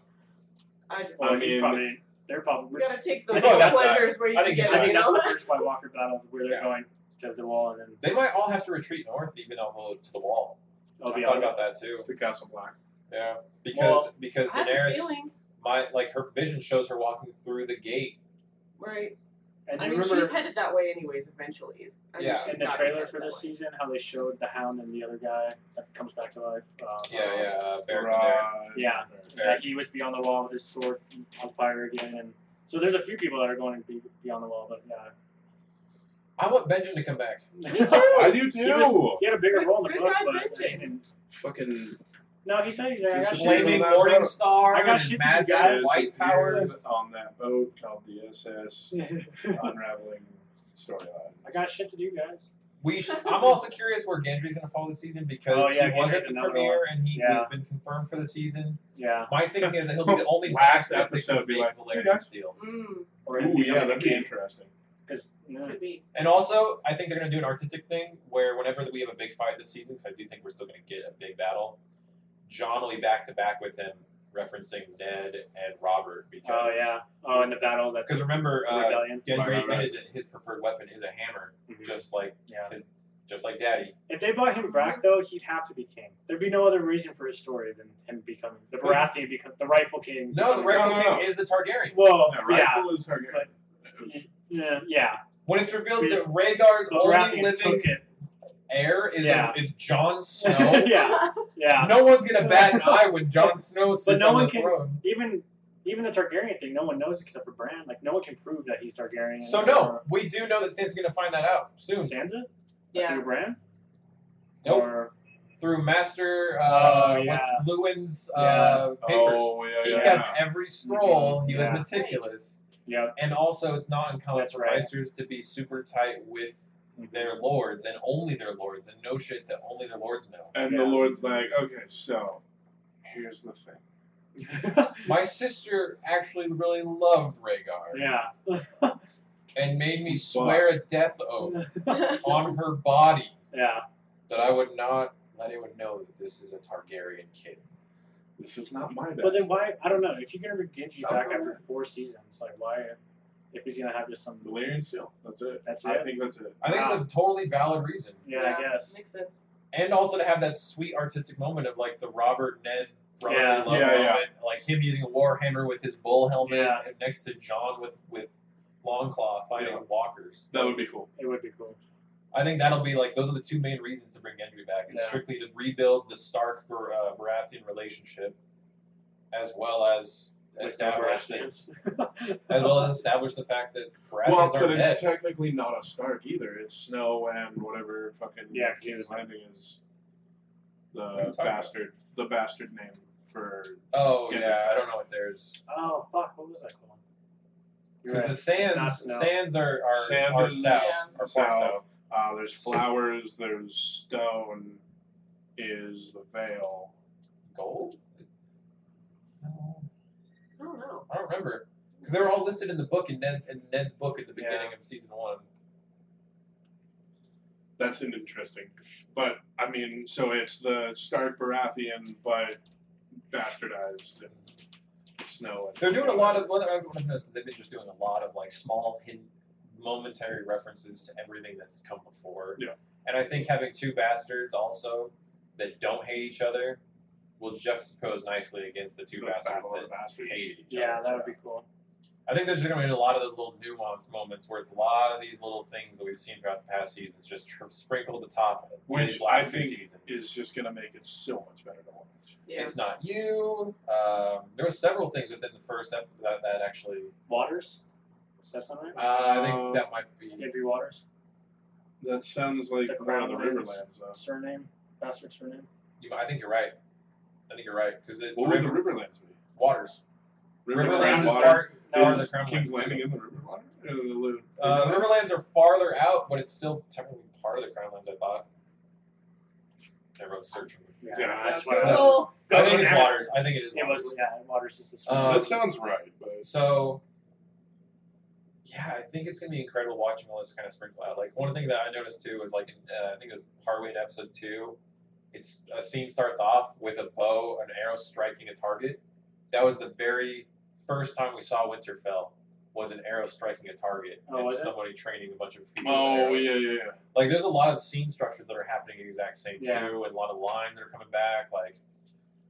I just
well,
I
love it.
he's
mean-
probably they're probably.
You gotta take the
I think that's-
pleasures where you
I
can
think-
get
I
I
it,
think
you
that's the
know?
first White Walker battle where they're
Yeah.
going to the wall and then
They might all have to retreat north, even although to the wall.
they'll
I
be
thought
out.
about that too.
To Castle Black.
Yeah, because
Well,
because
I have a
Daenerys,
feeling,
my like her vision shows her walking through the gate
right?
And
I
you
mean, she's
remember
headed that way anyways. Eventually, I mean,
Yeah.
she's
in the
gotta be
trailer
headed
for
that
this
way.
season how they showed the Hound and the other guy that comes back to life. Um,
Yeah, yeah, uh, Barrack and Darren.
Right.
Yeah.
Fair.
That he was beyond the wall with his sword on fire again, and so there's a few people that are going to be beyond the wall, but yeah.
I want Benjen to come back.
Me too.
I do
He, was,
too.
he had a bigger
Good-
role in the
good
book,
guy,
but
Benjen.
and-
Fucking
no, he said he's like, I got
Just
shit
blame
to
Flaming
him.
do.
on that
Morning
boat.
Star.
I got
and
shit to do,
magic
guys.
and White powers.
on that boat called the SS Unraveling storyline.
I got shit to do, guys.
We should, I'm also curious where Gendry's going to fall this season because
Oh, yeah,
he was
Gendry's
at the
another
premiere and he
Yeah.
has been confirmed for the season.
Yeah.
My thinking is that he'll be the only
Last
person that they
episode,
can
be
make
like,
Valerian
"Hey, guys."
Steel.
Mm,
Or
Ooh, yeah, that'd be interesting.
because
could be.
And also, I think they're going to do an artistic thing where whenever we have a big fight this season, because I do think we're still going to get a big battle, John will be back to back with him, referencing Ned and Robert. Because
oh yeah. Oh, in the battle that's
Because remember,
the
uh,
rebellion.
Gendry
Right, right, right.
admitted that his preferred weapon is a hammer,
Mhm.
just like
yeah.
his, just like Daddy.
If they brought him back though, he'd have to be king. There'd be no other reason for his story than him becoming the Baratheon become the rightful king.
No, the
becoming-
rightful
no,
king
no.
is the Targaryen.
Well,
Yeah,
yeah.
Rightful oh, is Targaryen.
But- Yeah, yeah.
When it's revealed
Because
that Rhaegar's
The
only
Baratheons
living
took it.
heir is
Yeah.
is Jon Snow,
yeah, yeah.
no one's gonna bat an eye when Jon Snow sits
no
on
one
the
can-
throne.
Even even the Targaryen thing, no one knows except for Bran. Like no one can prove that he's Targaryen.
So no, we do know that Sansa's gonna find that out
or
soon
Sansa
Yeah.
through Bran.
Nope.
Or,
through Master uh,
Oh, yeah.
what's Lewin's uh, papers.
Oh yeah,
he
yeah.
kept every scroll. He
Mm-hmm. Yeah.
was meticulous.
yeah,
And also, it's not uncommon
That's
for
right. Mm-hmm.
Meisters to be super tight with their lords and only their lords and no shit that only their lords know.
And the
Yeah.
Lord's like, okay, so here's the thing.
My sister actually really loved Rhaegar
yeah.
and made me
But-
swear a death oath on her body
yeah,
that I would not let anyone know that this is a Targaryen kid.
This is not my best.
but then why? I don't know. If you're gonna bring Genji
Sounds
back
like
after four seasons, like why? If he's gonna have just some,
Valyrian seal. That's it.
that's
I
it.
think that's it.
I think
Wow.
it's a totally valid reason.
Yeah, I guess.
Makes sense.
And also to have that sweet artistic moment of like the Robert Ned brotherly
Yeah.
love
Yeah, yeah.
moment, like him using a war hammer with his bull helmet
Yeah.
and next to John with with long claw fighting
Yeah.
walkers.
That would be cool.
It would be cool.
I think that'll be like those are the two main reasons to bring Gendry back. Is
Yeah.
strictly to rebuild the Stark Bar- uh, Baratheon relationship, as well as
With the
establish the,
Baratheons.
as well as establish the fact that Baratheons
well,
are
but it's
dead.
technically not a Stark either. It's Snow and whatever fucking
Yeah, 'cause he
King's
was-
Landing is
are you
the
talking about?
bastard, the bastard name for
oh
Yeah,
yeah, I
it's-
don't know what theirs.
oh fuck, what was that called? You're
Because
right.
the
It's not
sands,
snow.
sands are are,
Sand
are
is-
south,
Yeah.
are far
South.
south.
Uh, there's flowers. There's stone. Is the veil?
Gold? No,
I don't know.
I don't don't remember because they were all listed in the book in, Ned, in Ned's book at the
Yeah.
beginning of season one.
That's an interesting. But I mean, so it's the Stark Baratheon, but bastardized and snow. And
They're doing a lot of what I've noticed is they've been just doing a lot of like small hidden momentary references to everything that's come before.
Yeah.
And I think having two bastards also that don't hate each other will juxtapose nicely against the two
the
bastards
Battle of the
that
Bastards.
hate each
Yeah,
other.
that would be cool.
I think there's going to be a lot of those little nuance moments where it's a lot of these little things that we've seen throughout the past seasons just tr- sprinkled atop
Which
these last
I
two
think
seasons.
Is just gonna make it so much better to watch.
Yeah.
It's not you. Um, there were several things within the first episode that, that actually.
Waters? Is that sound right?
Uh, I
Um,
think that might be.
Avery Waters?
That sounds like
The
one of the
Crown Lands.
Riverlands. Though.
Surname? Bastard surname?
You, I think you're right. I think you're right because it
What
the
would the
river,
Riverlands be?
waters.
River
Riverlands is
Groundwater.
far.
No,
No,
Is
the Crown
King's
Lands,
Landing
too.
in the Riverwater? Or the Lu-
Uh, the
Riverlands?
Riverlands are farther out, but it's still technically part of the Crown Lands. I thought. Everyone's searching.
Yeah,
that's
Cool.
what I
that's-
was.
I think it's
Governor-
waters. I think it is.
It was,
waters.
yeah, Waters is the
Uh,
surname.
that sounds right, but
So, yeah, I think it's gonna be incredible watching all this kind of sprinkle out. Like one thing that I noticed too was like in, uh, I think it was partway into episode two, it's a scene starts off with a bow, an arrow striking a target. That was the very first time we saw Winterfell was an arrow striking a target
Oh,
and
was it?
somebody training a bunch of people. with
Oh
arrows.
yeah, yeah, yeah.
Like there's a lot of scene structures that are happening the exact same
Yeah.
too, and a lot of lines that are coming back. Like,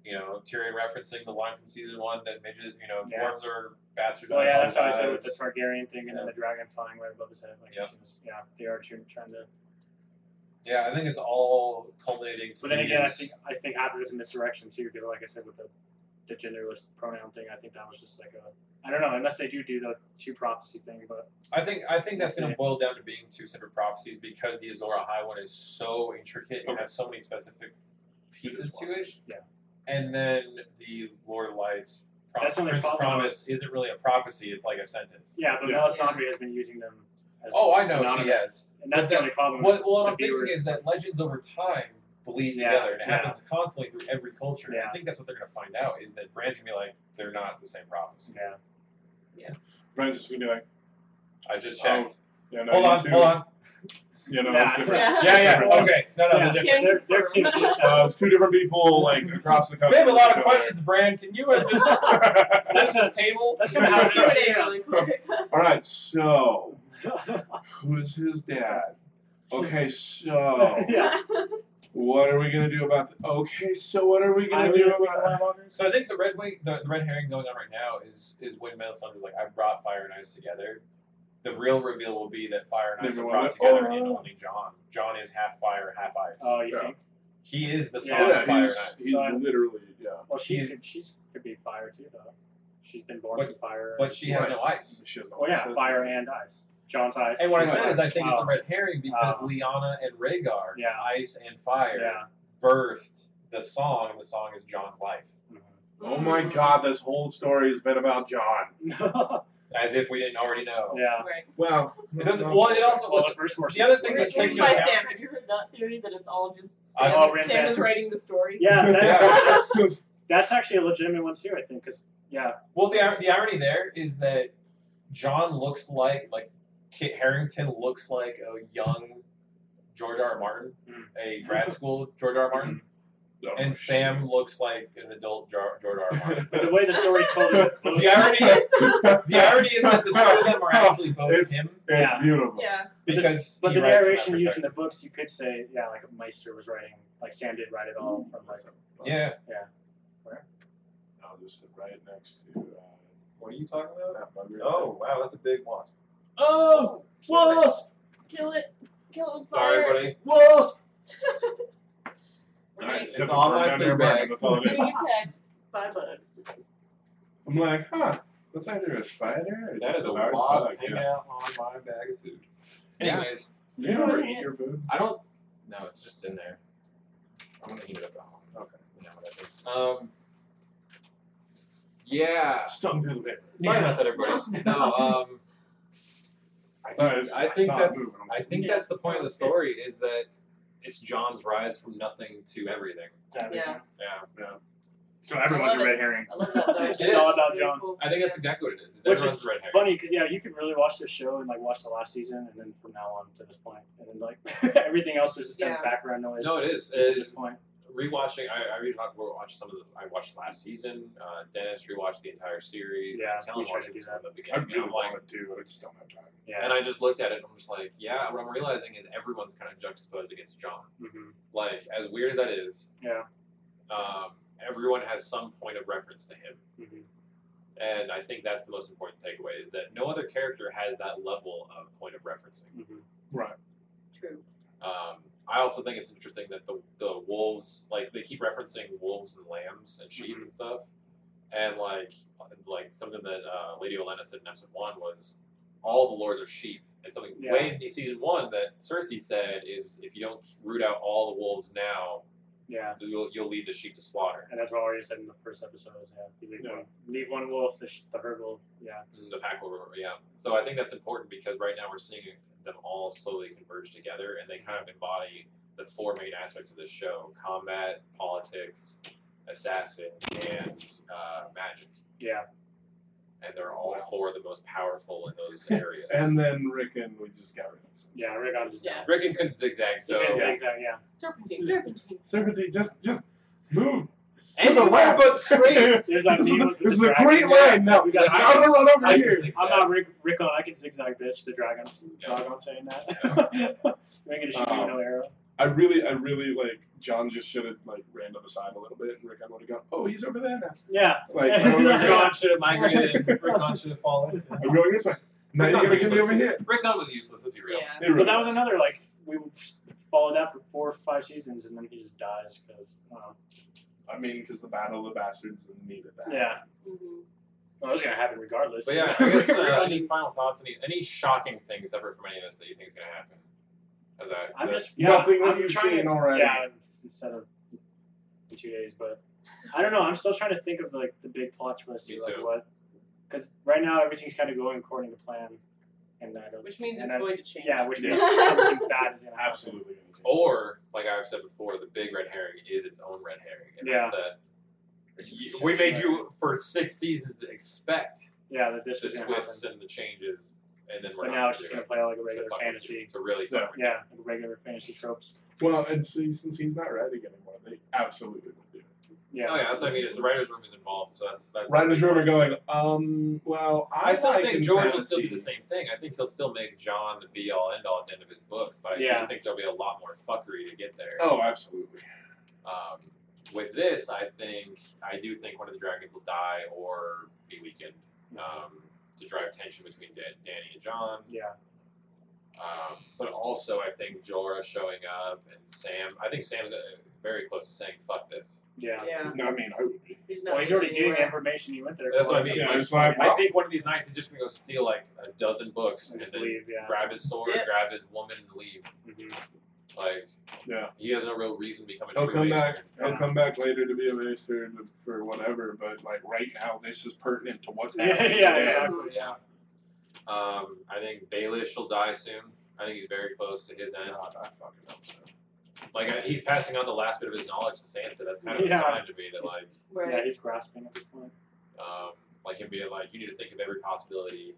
you know, Tyrion referencing the line from season one that midget, you know,
Yeah.
dwarves are bastards.
Oh
on
yeah,
all
that's how I said with the
sides.
Targaryen thing and
Yeah.
then the dragon flying right above his head. Like
Yeah.
she was- yeah, they are tr- trying to.
Yeah, I think it's all culminating. To
But then
me
again, I
is-
think I think half of it's misdirection too, because like I said with the the genderless pronoun thing, I think that was just like a I don't know, unless they do do the two prophecy thing, but
I think I think that's going
Yeah.
to boil down to being two separate prophecies because the Azora High one is so intricate and has so many specific pieces to it.
Yeah.
And then the Lord of Lights prom-
That's the only
Prince
problem
promise isn't really a prophecy; it's like a sentence.
yeah, but
Yeah.
Melisandre has been using them. as
Oh, I know, she
synonymous,
has.
and
But
that's the
that-
only problem.
What, what
the
I'm thinking
viewers-
is that legends over time bleed
Yeah,
together, and it
yeah.
happens constantly through every culture.
Yeah.
I think that's what they're going to find out is that Bran's going to be like, they're not the same prophecy.
yeah,
Brian's just gonna be like,
I just
Oh,
checked.
yeah, no,
hold
you
on,
too.
hold on.
Yeah, no,
Yeah.
it's different.
Yeah.
Yeah, yeah. Okay. No, no.
Yeah.
they're different.
Can
They're- they're
confirm.
team beats
Uh, it's two different people like across the country.
We have a lot of
so-
questions, Brand. Can you uh, just set this table?
That's
gonna
I'll
happen.
do it really quick.
All right, so who's his dad? Okay, so
yeah.
what are we gonna do about? The, okay, so what are we gonna
Are we
do
gonna
about?
So I think the red wing, the, the red herring going on right now is is when Melisandre was like, "I brought Fire and Ice together." The real reveal will be that Fire and Ice
Never
are brought
was.
together in
Oh.
only John. John is half fire, half ice.
Oh, you
Yeah.
think?
he is the
Yeah,
song of
yeah,
Fire and
he's,
Ice.
he's literally yeah.
Well, she
Yeah.
could, she's could be fire too, though. She's been born with fire.
But she has no ice.
She has
Well, Oh, yeah,
all
fire and ice. John's ice.
And what I
Yeah.
said is, I think it's a
Oh.
red herring because
Oh.
Liana and Rhaegar,
Yeah.
ice and fire,
Yeah.
birthed the song, and the song is John's life.
Oh my God, this whole story has been about John.
Mhm.
As if we didn't already know.
yeah.
Right.
Well,
It doesn't. Well, it also
Well,
was
the first four
the other
seasons
thing
were
that's
good.
Written
taken
by
out-
Sam. Have you heard that theory that it's all just Sam,
I've
all read
Sam
that.
is writing the story?
Yeah, that,
that's,
that's actually a legitimate one too. I think because yeah,
Well, the, ir- the irony there is that John looks like like Kit Harrington looks like a young George R. R. Martin,
Mm.
a grad school George R. R. Martin,
Oh,
Oh,
and Sam looks like an adult Jar- George R. R. Martin.
but the way the story's told, is both-
The irony is- the irony is that the two of them are actually both
It's-
him
It's
Yeah.
beautiful.
yeah.
but the-
because
but
he
the
writes from that
narration used in
perspective.
the books, you could say yeah, like Meister was writing, like Sam did write it all from like
yeah.
I'll just sit right next to uh,
What are you talking about?
that bugger.
Oh wow, that's a big wasp.
oh
kill it,
wasp
Oh, kill it, kill it with
Sorry,
fire.
buddy.
wasp.
I
Right.
just have
It's
to
all
burn
my
down your
food
barn,
bag.
That's all it is.
Getting attacked by bugs.
I'm like, huh? That's either a spider. Or
That
just
is a
large
wasp
bug,
hanging
Yeah.
out on my bag of food.
Yeah.
Anyways,
You never eat your food.
I don't. No, it's just in there. I'm gonna heat it up at home.
Okay.
Yeah, whatever. Um. Yeah.
Stung through the paper.
Sorry about that, everybody. No. Um. I
Sorry,
think, I
I just- I
think
saw it
that's.
moving.
I think
Yeah.
that's the point of the story is that it's John's rise from nothing to everything.
Yeah.
Yeah.
Yeah.
So everyone's
I
a
love
red herring.
I love that though.
It is. all
about
Very
John.
cool.
I think that's exactly what it is. is
Which
everyone's
is
red hair.
Funny because yeah, you could really watch the show and like watch the last season, and then from now on to this point, and then like everything else is just kind of
Yeah.
background noise.
No, it is.
to
It
this
is
point,
rewatching. I, I rewatched watched some of the. I watched last season. Uh, Dennis rewatched the entire series.
Yeah,
Kellen
we tried to
watched
do
some of the
I
beginning. and
really
I'm like,
want to do, but I just don't have time.
yeah.
and I just looked at it. and I'm just like, yeah. What I'm realizing is everyone's kind of juxtaposed against John.
Mhm.
Like as weird as that is,
Yeah.
um, everyone has some point of reference to him.
Mhm.
And I think that's the most important takeaway is that no other character has that level of point of referencing.
Mhm.
True.
Um, I also think it's interesting that the the wolves like they keep referencing wolves and lambs and sheep and stuff, and like like something that uh, Lady Olenna said in episode one was all the lords are sheep, and something
Yeah.
way in season one that Cersei said is if you don't root out all the wolves now,
Yeah,
you'll you'll lead the sheep to slaughter.
and that's what I already said in the first episode. is, Yeah, you leave,
Yeah.
One, leave one wolf, the, sh- the herd will. Yeah,
Mm, The pack will, yeah. So I think that's important because right now we're seeing them all slowly converge together, and they kind of embody the four main aspects of this show: combat, politics, assassin, and uh, magic.
yeah.
And they're all
Wow.
four the most powerful in those areas.
And then Rick and we just got rid of.
Yeah, Rigon just
Yeah.
Rickon couldn't zigzag, so
yeah,
Yeah.
zigzag, yeah.
Serpentine. Serpentine.
Serpentine, just just move
And
to the
the
left.
but straight.
There's that
this
meme
is a,
with the
this is a
dragon.
great line. No,
We got-
I gotta run over
I can
here.
zigzag.
I'm not Rick, Rickon. I can zigzag, bitch. The dragon's
Yeah.
dragon saying that. you ain't gonna shoot me
Um,
with no arrow.
I really, I really like. John just should have like ran to the side a little bit, and Rick would have gone, "Oh, he's over there now."
Yeah,
Like,
Yeah.
oh, my God.
John should have migrated. Rickon should have fallen.
I'm going this way. Now you gotta get me over here.
Rickon was useless. Let's be real.
Yeah.
It really
but that was another like we followed that for four or five seasons, and then he just dies because um,
I mean, because the Battle of the Bastards needed that.
yeah,
Mhm.
well, it was gonna happen regardless.
But yeah, I guess uh,
Rickon-
any final thoughts? Any any shocking things ever from any of this that you think is going to happen? As I,
I'm
that's-
just yeah,
Nothing that
I'm
you've
trying to-
seen already.
Yeah, just instead of in two days, but I don't know. I'm still trying to think of like the big plot twist.
Me
like
too.
what? Because right now everything's kind of going according to plan, and I don't.
Which means
and
it's
I-
going to change.
Yeah, which means
Yeah.
something bad is gonna happen.
absolutely.
Oh. Or, like I've said before, the big red herring is its own red herring. And
Yeah.
that's that you- we made you for six seasons expect
Yeah, that this
the
was gonna happen.
twists and the changes, and then we're
But
not
now it's
gonna
just
do
gonna
it
play out like a
to
regular
fuck with you,
fantasy.
to really fuck
Yeah.
with you.
Yeah, like regular fantasy tropes.
Well, and see, since he's not writing anymore, they absolutely would do. it.
Yeah.
Oh yeah, that's what I mean. Is the writers' room is involved, so that's that's.
Writers' room are going. Um. Well, I,
I still
like
think
in
George will still do
fantasy-
the same thing. I think he'll still make John the be all end all at the end of his books, but I
Yeah.
do think there'll be a lot more fuckery to get there.
Oh, absolutely.
Um, with this, I think I do think one of the dragons will die or be weakened
Mm-hmm.
um, to drive tension between Dan- Danny and John.
Yeah.
Um, but also, I think Jorah showing up and Sam. I think Sam's uh, very close to saying "fuck this."
Yeah.
Yeah.
No, I mean, I would be.
He's not
Well, he's already
going
getting the
anywhere.
information he went there.
That's
for.
what I mean.
Yeah,
like,
it's like,
I think one of these nights he's just gonna go steal like a dozen books
Just
and then
leave. Yeah.
grab his sword,
Dip.
grab his woman, and leave.
Mhm.
Like
Yeah.
he has no real reason to become a
He'll
true
come
Maester.
back. He'll
Yeah.
come back later to be a maester and for whatever. But like right now, this is pertinent to what's
Yeah,
happening.
yeah,
today.
exactly.
Yeah. Um, I think Baelish will die soon. I think he's very close to his end.
God, I fucking hope so.
Like I, he's passing on the last bit of his knowledge to Sansa. That's kind of
Yeah.
a sign to me that like,
Right.
Yeah, he's grasping at this point.
um, like him being like, you need to think of every possibility.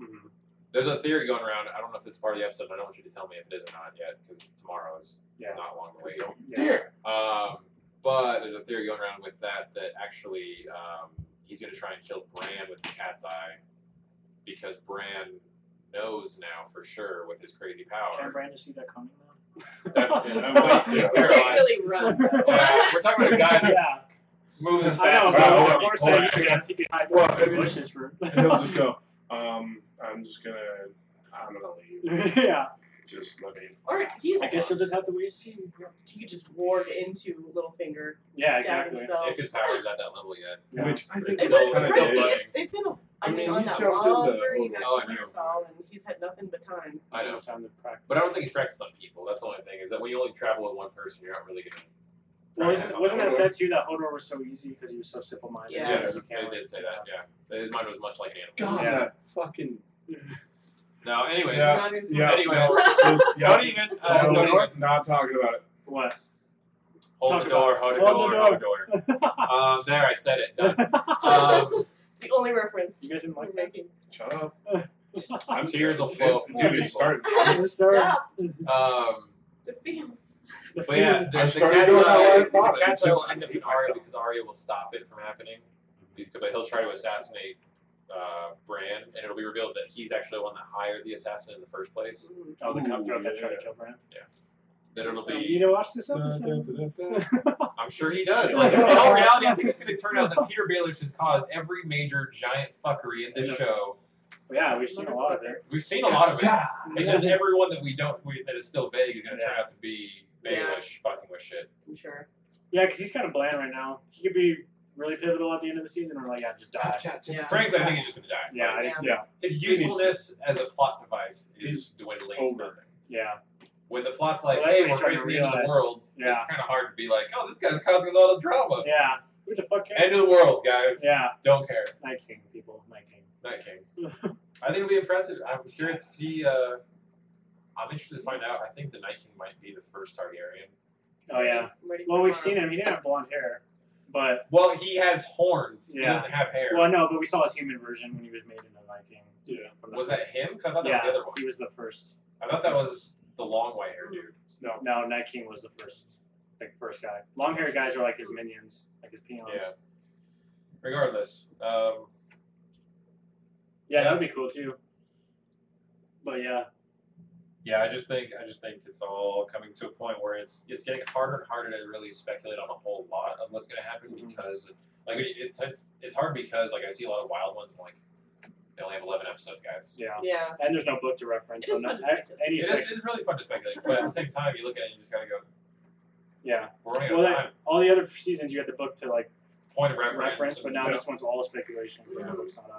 Mhm.
There's a theory going around. I don't know if this is part of the episode. and I don't want you to tell me if it is or not yet, because tomorrow is
Yeah.
not long away.
Yeah.
Um, but there's a theory going around with that that actually um, he's going to try and kill Bran with the cat's eye because Bran knows now for sure with his crazy
Can
power.
Brand just see that coming now?
That's it. I'm
like,
he's
We can't
paralyzed.
really run.
Yeah, we're talking about a guy that
yeah.
moves as
I
fast as
Wow,
know, but
possible.
of
wow,
course
wow.
I guess he could hide
Well,
behind the
it is-
bushes for.
And he'll just go. Um, I'm just gonna. I'm gonna leave.
yeah.
Just let me.
Or he's
I guess you'll just have to wait.
he just warred into Littlefinger.
Yeah,
Stabbed
exactly.
himself.
If his power is at that level yet.
Yeah.
Which I think
It's
It
still-
wouldn't
it's
kind
still
surprise me.
bugging.
of.
If They've been, I
I
mean,
mean,
on
he
that
jumped
long
into-
journey back
Oh,
to
I know.
Winterfell, and he's had nothing but time.
I know.
Time to practice.
But I don't think he's practiced on people. That's the only thing, is that when you only travel with one person, you're not really going to.
Well, wasn't,
Yeah.
wasn't that said too that Hodor was so easy because he was so simple minded?
Yeah.
Yes,
You
they
can't, like,
did say that, yeah. That His mind was much like an animal.
God,
Yeah.
that fucking.
No, anyways.
Yeah.
Not into-
Yeah.
Anyways.
Just, yeah.
Don't even. Uh,
No,
don't
let's
even-
not talking about it.
What?
Hold
Talk
the
about
door,
it.
hold the door,
Hold the
hold the door. Um, there, I said it. Done. Um,
the only reference
you guys didn't
we're
like that?
making.
Shut up.
I'm tears will flow from
Dude,
people.
it's starting.
Yes, sir.
Stop.
Um,
The feels.
The
but yeah,
feelings.
the, the
starting to
cat's eye,
have a lot of
the cat's eye
thoughts.
will end up in
It's
Arya
just-
because Arya will stop it from happening. Because- But he'll try to assassinate uh, Bran, and it'll be revealed that he's actually the one that hired the assassin in the first place.
Mm,
Oh, the
Ooh,
cutthroat that
yeah.
tried to kill Brand.
Then it'll
You
be.
need to watch this
Da, da,
episode.
da, da, da.
I'm sure he does. Like, in all reality, I think it's going to turn out that Peter Baelish has caused every major giant fuckery in this show.
yeah, we've seen a lot of it.
We've seen a lot of it.
Yeah.
It's just everyone that we don't we, that is still vague is going to turn out to be
Yeah.
Baelish fucking with shit.
I'm sure.
Yeah, because he's kind of bland right now. He could be really pivotal at the end of the season, or like, yeah, just die.
Yeah.
Frankly, I think he's just going to die.
Yeah, I,
Yeah.
yeah,
His
He needs
usefulness as a plot device is
He's
dwindling
over.
to nothing.
yeah.
When the plot's like,
Well, that's
hey,
when
we're
he's starting
facing
to
the end of the
realize-
world,
yeah.
it's kind of hard to be like, oh, this guy's causing a lot of drama.
Yeah. Who the fuck cares?
End of the world, guys.
Yeah.
Don't care.
Night King, people. Night King.
Night King. I think it'll be impressive. I'm curious to see. Uh, I'm interested to find out. I think the Night King might be the first Targaryen.
oh, yeah.
I'm ready
Well,
for
we've
tomorrow.
seen him. He didn't have blonde hair. But,
Well, he has horns. He
Yeah.
doesn't have hair.
well, no, but we saw his human version when he was made into Night King.
Yeah.
From the-
Was that him? Because I thought that
yeah,
was the other one.
he was the first.
I thought that was the long white hair dude.
No.
No, Night King was the first, like, first guy. Long haired guys are like his minions, like his peons.
Yeah. Regardless, um,
Yeah, that would be cool too. But yeah,
yeah, I just think I just think it's all coming to a point where it's it's getting harder and harder to really speculate on a whole lot of what's going to happen
Mhm.
because like it- it's it's it's hard because like I see a lot of wild ones and like they only have eleven episodes, guys.
yeah.
Yeah.
And there's no book to reference.
It
so
is
no,
fun to speculate.
any
It is,
spec-
it is really fun to speculate, but at the same time, you look at it and you just gotta go.
yeah.
We're running out
Well,
of
that-
time.
All the other seasons you had the book to like
Point of
reference,
reference.
but
and-
now this one's all speculation. because
Yeah.
the book's not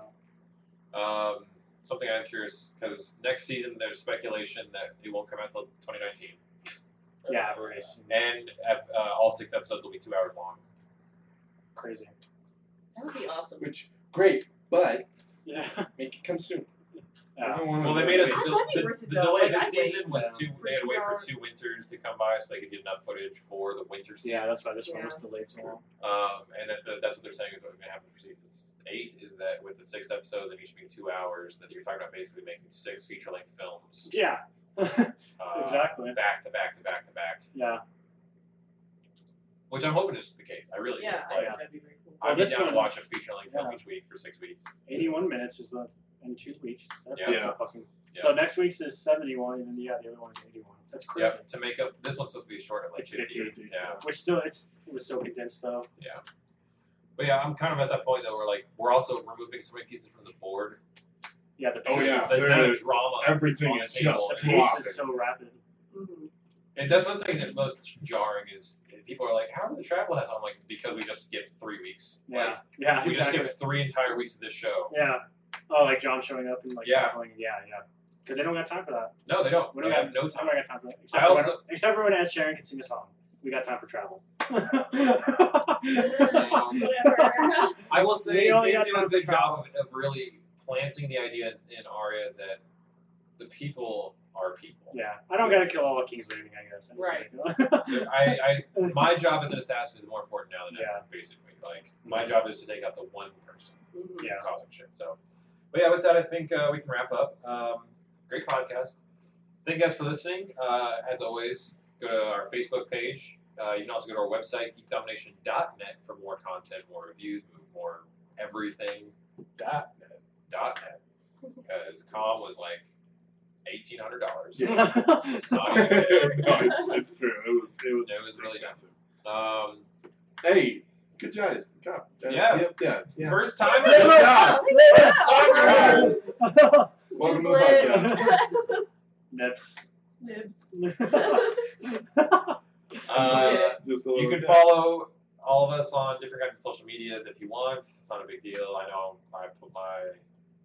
uh, out.
Um, something I'm curious because next season there's speculation that it won't come out until 2019,
Yeah, Aberrace.
and uh, all six episodes will be two hours long.
Crazy.
That would be awesome.
Which great, but
Yeah.
make it come soon.
Yeah.
Well, they made
I
it. The,
thought they
the-
were to
the
go,
delay
like,
this
I'd
season was
yeah.
two. They had to wait for
For
two winters to come by so they could get enough footage for the winter season.
Yeah, that's why this one
Yeah.
was delayed so long.
Um, and that the, that's what they're saying is what's going to happen for season s- eight is that with the six episodes and each being two hours, that you're talking about basically making six feature length films.
Yeah.
Uh,
exactly.
Back to back to back to back,
Yeah.
which I'm hoping is the case. I really do.
yeah, I
Like,
think that'd be very cool.
I'd be
this
down to
one-
watch a feature length film
yeah.
each week for six weeks.
81 minutes is the in two weeks. That-
Yeah.
That's a fucking. So
Yeah.
next week's is 71, and then yeah, the other one is 81. That's crazy.
Yep. To make up this one's supposed to be short at like
It's 50.
Yeah.
Which still, it's it was so condensed though.
But yeah, I'm kind of at that point though where like we're also removing so many pieces from the board.
Yeah, the
Oh,
pace
yeah.
is-
The,
there
the
is.
drama.
Everything
is
is
just
just
the pace
dropping.
is so rapid.
Mhm.
And that's one thing that's most jarring is people are like, "How did the travel happen?" I'm like, "Because we just skipped three weeks.
Yeah,
Like,
yeah,
we
exactly.
just skipped three entire weeks of this show.
yeah. Oh, like John showing up and like
Yeah.
traveling. Yeah, yeah. Because they don't got time for that.
No, they don't.
We
They
don't
have no
I'm
time.
not got time for that. Except, for when-
also-
except for when Ed Sharon can sing a song. We got time for travel.
Um,
Whatever.
I will say
They only
they
got
did a
time
good
for
job of, of really planting the idea in Arya that the people are people.
yeah, I don't gotta kill all of King's Landing, I guess.
Right.
right.
I, I, my job as an assassin is more important now than
Yeah.
ever, basically. Like my job is to take out the one person
Mhm.
Yeah.
causing shit. So, but yeah, with that, I think uh, we can wrap up. Um, great podcast. Thank you guys for listening. Uh, as always, go to our Facebook page. Uh, you can also go to our website, geekdomination.net, for more content, more reviews, more everything.
Dot
Dot net. Because com was like $1,800. Not
no,
even there.
it's, it's true. It was. It was.
It was really not.
expensive.
Um,
Hey, good job. Good job.
Yeah.
Yep. Yeah. yeah.
First time.
Good
First
job.
time.
Welcome to the podcast.
Blitz.
Nips.
Nibs.
Uh,
Just- just a
You
little-
can follow all of us on different kinds of social medias if you want. It's not a big deal. I know I put my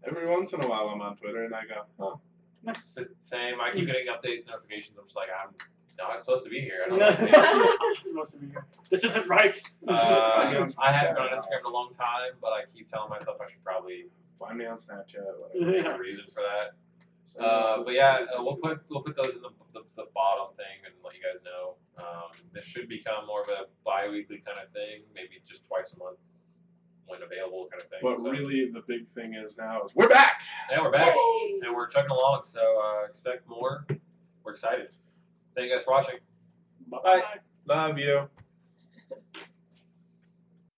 Every once in a while, I'm on Twitter and I go, "Huh."
same. I keep getting updates, notifications. I'm just like, I'm not supposed to be here. I don't know.
It's supposed to be here. This isn't right.
Uh, I haven't been on Instagram in a long time, but I keep telling myself I should probably
Find me on Snapchat. Whatever.
make
Yeah.
a reason for that. Uh, but yeah, uh, we'll put we'll put those in the, the, the bottom thing and let you guys know. Um, Um, this should become more of a bi-weekly kind of thing, maybe just twice a month when available kind of thing.
But
so,
really, the big thing is now is we're back.
yeah, we're back
Yay!
and we're chugging along, so uh, expect more. We're excited. Thank you guys for watching.
Bye.
Love you.